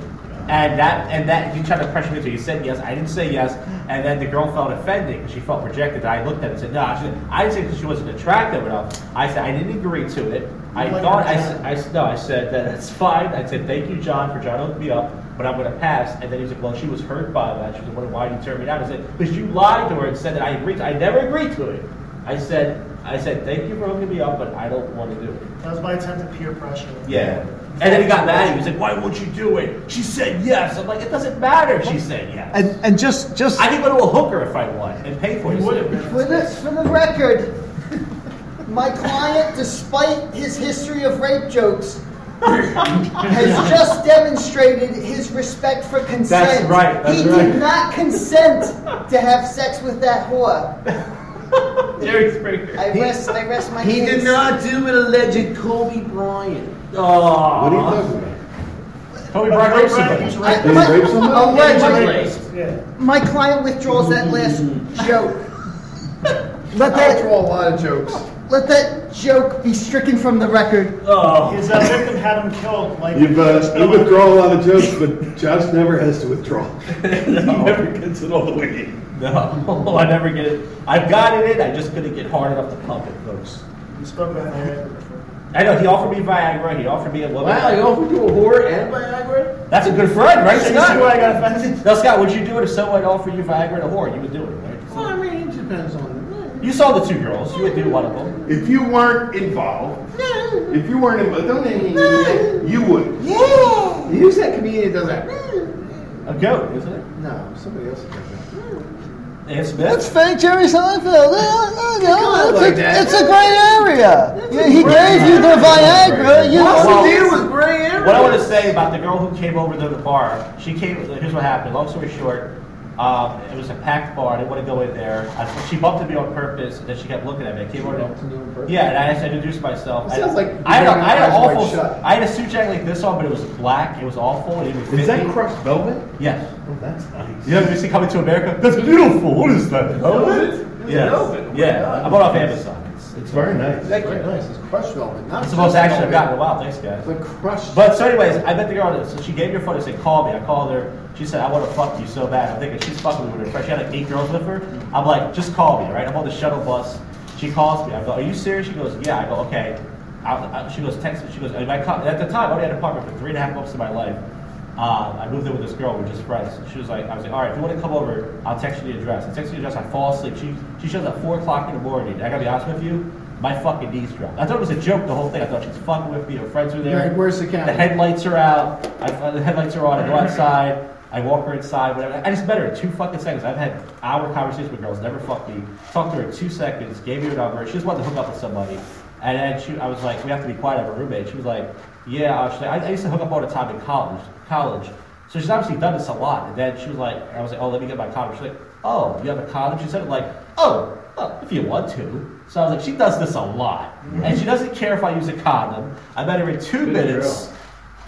and that and that he tried to pressure me to. He said yes, I didn't say yes, and then the girl felt offended because she felt rejected. I looked at it and said no. I, said, I didn't say that she wasn't attractive enough. I said I didn't agree to it. I
Like
thought I,
that.
s- I s- no. I said that that's fine. I said thank you, John, for trying to hook me up, but I'm gonna pass. And then he was like, well, she was hurt by that. She was wondering why you turned me down. I said because you lied to her and said that I agreed. To, I never agreed to it. I said I said thank you for hooking me up, but I don't want to do it.
That was my attempt at peer pressure.
Yeah. And then he got mad. He was like, "Why won't you do it?" She said yes. I'm like, "It doesn't matter." She said yes.
And, and just just
I could go to a hooker if I want and pay for it.
For the, for the record, my client, despite his history of rape jokes, has just demonstrated his respect for consent.
That's right, that's
he
right.
did not consent to have sex with that whore.
Jerry Springer.
I rest, I rest my
He
case.
did not do an alleged Kobe Bryant.
Oh.
What are you
Uh-huh.
talking about?
Kobe
Bryant
raped
somebody.
I-
Did he
my-
rape somebody?
Allegedly.
Yeah.
My client withdraws that last joke. Let
I
that
draw a lot of jokes.
Let that joke be stricken from the record.
Oh.
His uh, victim had him killed. Like,
You've, uh, you withdraw a lot of jokes, but Josh never has to withdraw. He never gets it all the way in.
No, I never get it. I've got it in. I just couldn't get hard enough to pump it, folks.
You spoke about that.
I know he offered me Viagra. He offered me a woman.
Wow, you offered you a whore and Viagra?
That's a good friend, right,
So you
Scott?
see why I got
offended? Now, Scott, would you do it if someone offered you Viagra and a whore? You would do it, right?
Well, I mean, it depends on.
You saw the two girls. You would do one of them.
If you weren't involved, if you weren't involved, don't name me, you would.
Yeah. Who's that comedian that does that?
A goat, isn't it?
No, somebody else. does that.
And Smith.
thank Jerry Seinfeld.
Come on, like that.
Well,
know.
gray
What I want to say about the girl who came over to the bar, she came. Here's what happened. Long story short, um, it was a packed bar. I didn't want to go in there. I, she bumped into me on purpose, and then she kept looking at me. I came over.
purpose?
Yeah, and I had to introduce myself.
It sounds like
I had, a,
you're
I had an
wearing a
awful.
Eyes Wide Shut.
I had a suit jacket like this on, but it was black. It was awful. It didn't fit
Is that
me.
crushed velvet?
Yes.
Oh, that's nice.
You ever see Coming to America? That's beautiful. What is that? Velvet? Yes.
Velvet. Oh
Yeah. I bought it off Amazon. It's,
It's very nice.
Thank you. Nice. It's crushed velvet. Not
That's the most
just
action I've
velvet.
gotten in a while. Thanks, guys.
The crushed.
But so, anyways, I met the girl. and So she gave me her phone and said, "Call me." I called her. She said, "I want to fuck you so bad." I'm thinking she's fucking with her. She had like eight girls with her. I'm like, "Just call me, right?" I'm on the shuttle bus. She calls me. I go, "Are you serious?" She goes, "Yeah." I go, "Okay." I, I, she goes, "Text me." She goes, and I co- "At the time, I only had an apartment for three and a half months of my life. Uh, I moved in with this girl. We were just friends. She was like, I was like, all right, if you want to come over, I'll text you the address. I text you the address. I fall asleep. She she shows up at four o'clock in the morning. I gotta be honest with you, my fucking knees dropped. I thought it was a joke the whole thing. I thought she was fucking with me. Her friends were there.
Right, where's the camera?
headlights are out. I, the headlights are on. I go outside. I walk her inside. Whatever. I just met her in two fucking seconds. I've had hour conversations with girls. Never fucked me. Talked to her in two seconds. Gave me her number. She just wanted to hook up with somebody. And then she, I was like, we have to be quiet. I have a roommate. She was like, yeah. I, was like, I, I used to hook up all the time in college. College. So she's obviously done this a lot. And then she was like, I was like, oh, let me get my college. She's like, oh, you have a college? She said it like, oh, well, if you want to. So I was like, she does this a lot. And she doesn't care if I use a condom. I met her in two
Good
minutes.
girl.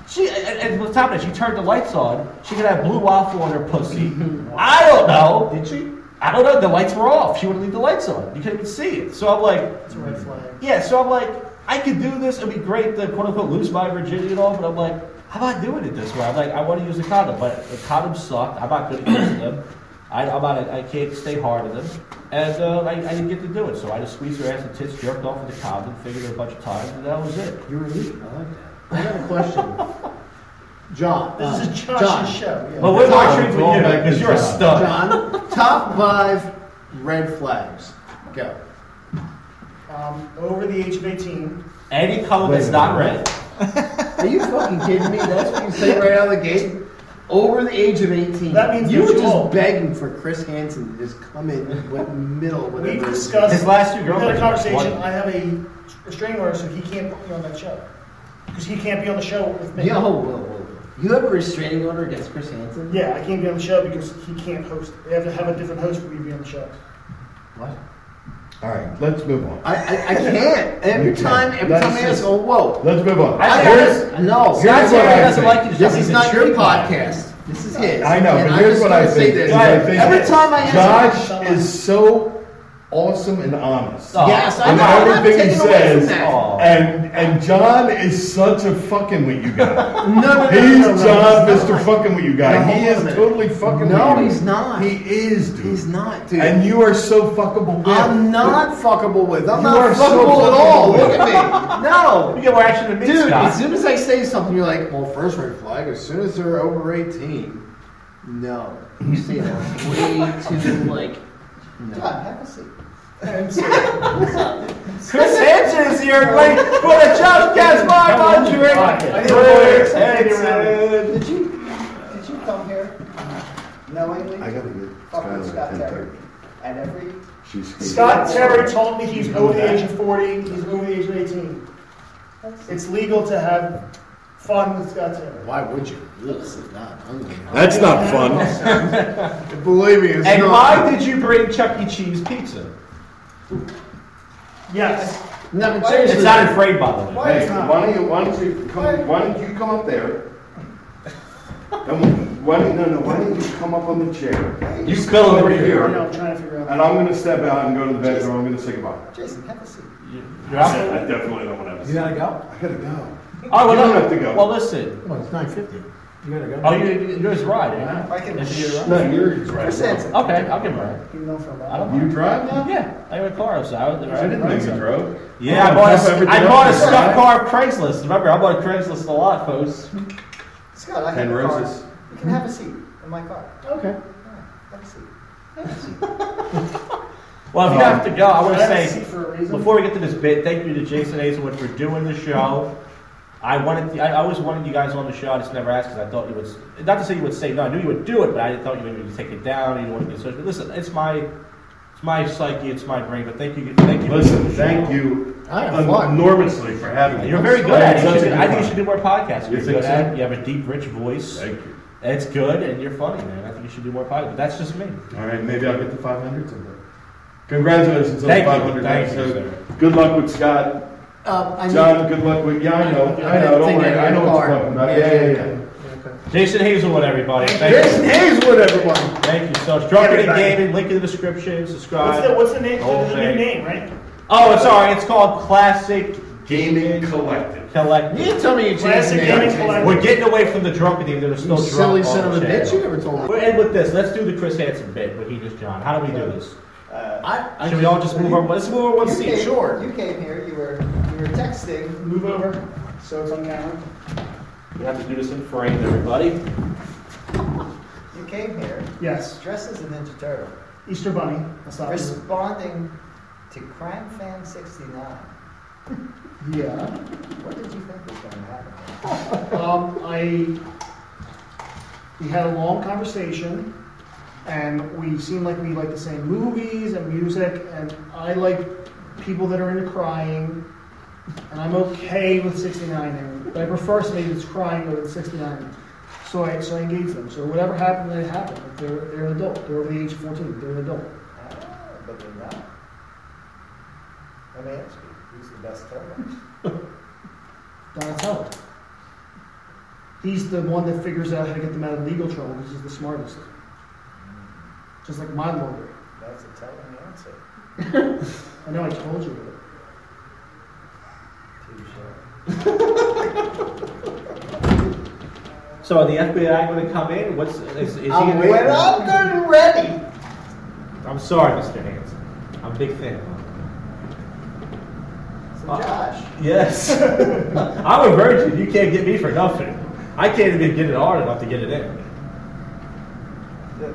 She and, and what's happening? She turned the lights on. She could have blue waffle on her pussy. I don't know. Did she? I don't know. The lights were off. She wouldn't leave the lights on. You couldn't even see it. So I'm like,
It's a red flag.
yeah. So I'm like, I could do this. It'd be great to quote unquote lose my virginity and all. But I'm like, how about doing it this way? I'm like, I want to use a condom, but the condoms suck. I'm not good at using them. I, I'm not. I can't stay hard in them. And uh, I, I didn't get to do it. So I just squeezed her ass and tits, jerked off with the condom, figured her a bunch of times, and that was it.
You were neat. I like that. I got a question. John.
This
uh,
is Josh's
John.
show, yeah.
But what am I
Tom,
treating
going
you?
back to
'Cause you're a
John.
stud.
John, top five red flags. Go.
Um, over the age of 18.
Any color
Wait
that's
a
not
minute.
red.
Are you fucking kidding me? That's what you say right out of the gate? over the age of 18.
That means
you
that
were
you're
just
old.
begging for Chris Hansen to just come in with middle. whatever
We've
it is.
discussed. We've had a conversation. I have a restraining order, so he can't be on that show. Because he can't be on the show with me.
Yo, whoa, whoa, whoa. You have a restraining order against Chris Hansen?
Yeah, I can't be on the show because he can't host. They have to have a different host for me to be on the show.
What?
All right, let's move on.
I, I, I can't. Every
You can't.
time, every
Let's
time I ask,
just-
oh, whoa.
Let's move on.
I
Here's-
gotta, no.
here's
Scott
what
Terry
I
doesn't
think.
like you.
This
"Oh, This
is
is not
your
your
podcast.
podcast. This is his.
I know,
And
but
I'm
here's
just
what
gonna
I
say
think.
this.
is I think
Every time I ask,
Josh is so awesome and honest.
Oh. Yes, I
in
know. I'm not
everything he
taking away from
says,
that.
Oh.
and and John is such a fucking with you guy.
No, no, no,
he's
no, no, no,
John,
he's
Mr.
not.
Fucking with you guy. he
No, hold on a
is
minute.
totally fucking.
No,
with you.
he's not.
He is, dude.
He's not, dude.
And you are so fuckable. With.
I'm not fuckable with. I'm
You are
not
so
fuckable at all.
fuckable
Look
with.
at me. No.
You get more action than me,
Dude,
Scott.
as soon as I say something, you're like, well, first red flag, as soon as they're over 18. No. You say that way too, like,
God,
have a seat.
Chris
Hansen is here, wait
for the Josh Gaspar Monterey. Chris
Hansen.
Did you, did you come here knowingly?
I gotta get
Fucking
Skylar
Scott
at
Terry. At every.
She's
Scott Terry told me he's over the age of 40, he's over the age of 18. It's legal to have fun with Scott Terry.
Why would you? This is not. I'm gonna-
That's not fun.
Believe me, it's
And
not.
why did you bring Chuck E. Cheese pizza?
Yes.
No, but seriously.
It's not afraid, by the way.
Why
Hey,
is not?
why don't you why don't you come why don't you come up there? And we- why don't, no no why don't you come up on the chair? You
Just
come
go
over
I
here,
know, I'm trying to figure out.
and I'm gonna step out and go to the bedroom. I'm gonna say goodbye.
Jason, have a seat.
I definitely don't want to.
You gotta go?
I gotta go.
Oh, well,
you don't
no.
have to go.
Well, listen.
Come on, it's 9.50. You gotta go.
Oh, you, you- yours right, eh?
I can-
Is it your ride?
No, yours is right.
Chris Hansen. Okay, I'll give him a ride.
You know for a
I
while.
don't
You
mind.
drive now?
Yeah, I got a car, so I was
I didn't think you
so-
drove.
Yeah, I
Oh,
bought,
that's
a,
everything
I bought a
else.
stuffed car off Craigslist. Remember, I bought Craigslist a lot, folks.
Scott, I
Ten
have a car.
roses.
You can have a seat in my car.
Okay.
Have a seat.
Well, if you
Oh.
have to go, I want
I
to
have a
say
seat for a reason.
before we get to this bit, thank you to Jason Hazelwood for doing the show. I wanted, I always wanted you guys on the show. I just never asked because I thought you would. Not to say you would say no, I knew you would do it, but I thought you maybe would take it down. You didn't want to be associated. Listen, it's my, it's my psyche, it's my brain. But thank you, thank you. for doing
Listen,
the
thank
show.
you
I had fun.
enormously for having me.
You're very good
I
at
had
it.
such
You
a
should-
good
I think you
time.
should do more podcasts.
You
You're
think
good at
so?
it. You have a deep, rich voice.
Thank you.
It's good, and you're funny, man. I think you should do more podcasts. But that's just me.
All right, maybe I'll get the 500 someday. Congratulations on
Thank
the
you.
500
Thank you,
episode. Good luck with Scott.
Um, I
John, good luck with. Yeah, I know. I know. Don't worry. I know what you're talking about. Yeah, yeah, yeah.
Jason Hazelwood, everybody. Thank
Jason
you.
Hazelwood, everyone.
Thank you so much. Drunken and
Everybody.
Gaming, link in the description,
What's
subscribe.
the, what's the name?
Whole
There's a new
thing.
name, right?
Oh, it's sorry, it's called Classic
Gaming Collective.
You
Collective.
didn't tell me you changed
Classic
your name.
Gaming Collective.
We're getting away from the drunken even though there's
You
still
silly
drunk
son
on
of a
the
bitch. You
channel.
never told me.
We'll end with this. Let's do the Chris Hansen bit, but he just John. How do we do
Uh,
this?
I, I
Should we all just move our, let's move our one
You
seat,
came,
sure.
You came here. You were you were texting.
Move over, so it's on camera.
We have to do this in frame, everybody.
You came here
Yes,
dressed as a Ninja Turtle,
Easter Bunny. That's not
responding to Crime Fan 69.
Yeah.
What did you think was going to happen?
Um, I, we had a long conversation, and we seemed like we like the same movies and music, and I like people that are into crying, and I'm okay with 69, and I prefer somebody that's crying over 69. So I, so I engage them. So whatever happened, that happened. If they're, they're an adult. They're over the age of 14. They're an adult.
Ah, but they're not. Let me ask you, who's the best turtle?
Donatello. He's the one that figures out how to get them out of legal trouble because he's the smartest. Just like my lawyer.
That's a telling answer.
I know I told you that.
Too short.
So are the FBI going to come in? What's, is, is he
I'm,
going
when
to?
I'm good and ready.
I'm sorry, Mr. Hansen. I'm a big fan.
So
Uh,
Josh,
Yes. I'm a virgin. You can't get me for nothing. I can't even get it hard enough to get it in.
the,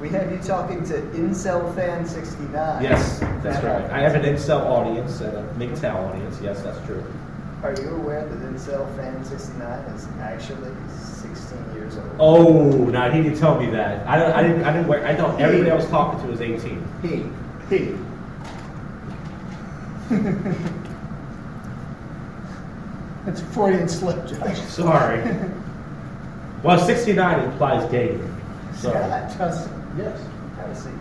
we have you talking to Incel Fan 69.
Yes, that's right. I have an incel audience and a MGTOW audience. Yes, that's true.
Are you aware that Incel Fan 69 is actually 16 years old?
Oh, now he didn't tell me that. I don't. I didn't. I didn't. Work. I thought everybody I was talking to was 18.
He.
He.
It's a Freudian slip, Josh.
Sorry. Well, 69 implies gay. So
Scott, Justin.
Yes.
Have a seat.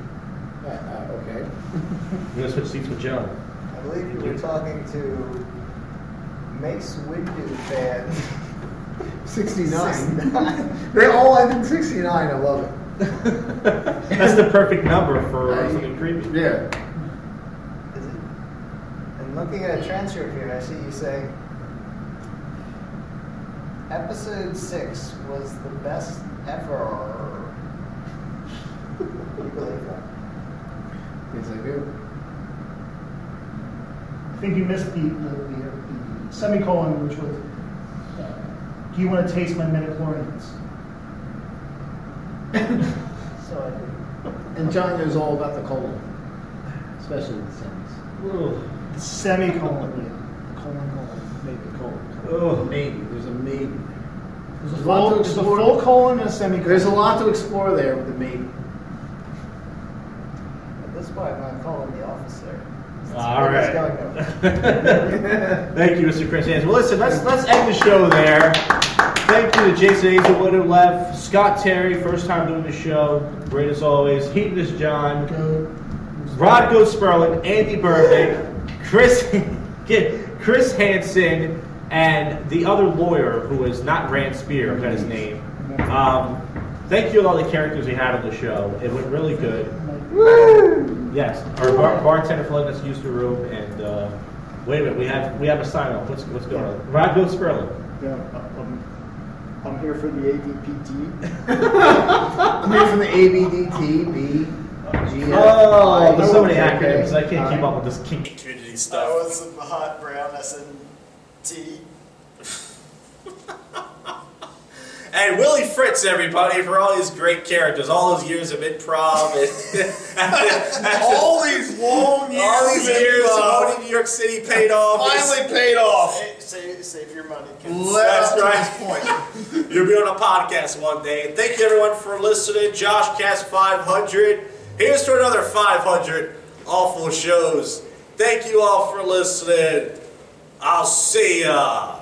uh,
okay.
I'm gonna switch seats with Joe.
I believe you were talking to Mace Windu fan.
69. they all end in 69. I love it.
That's the perfect number for something creepy.
Yeah.
And looking at a transcript here, I see you saying episode six was the best ever. you believe that?
Yes, I do.
I think you missed the, the, the, the semicolon, which was, uh, do you want to taste my midichlorians?
So I do.
And John knows all about the colon, especially the sentence.
The semicolon, yeah. Colon, colon, maybe.
Colon.
Oh,
maybe. There's a maybe. There's
a full- there's a full colon and a semicolon.
There's a lot to explore there with the maybe.
At this point, I'm not calling the officer.
All
Where
right.
it's going now.
Thank you, Mr. Chris Hansen. Well, listen, let's let's end the show there. Thank you to Jason Hazelwood who left, Scott Terry, first time doing the show, great as always. Heatless John, Rodko Sperling, Andy Burbank, Chris Chris Hansen, and the other lawyer who is not Rand Spear, I got his name. Um, thank you to all the characters we had on the show. It went really good. Yes, our bar- bartender for letting us use the room. And uh, wait a minute, we have we have a sign off. What's what's going on? Rodgo Sperling.
Yeah, I'm, I'm here for the ADPT.
I'm here from the ABDT, B, G, F,
Oh,
I.
there's so many
Okay.
acronyms. I can't keep up with this kink.
Community
I was a hot brown S&T.
And Willie Fritz, everybody, for all these great characters, all those years of improv, and all these long
years
all these
of
years of
improv.
owning New York City paid off.
Finally paid off. Save, save your money. kids.
That's
That's
right. You'll be on a podcast one day. Thank you, everyone, for listening. Josh Cast 500. Here's to another 500 awful shows. Thank you all for listening. I'll see ya.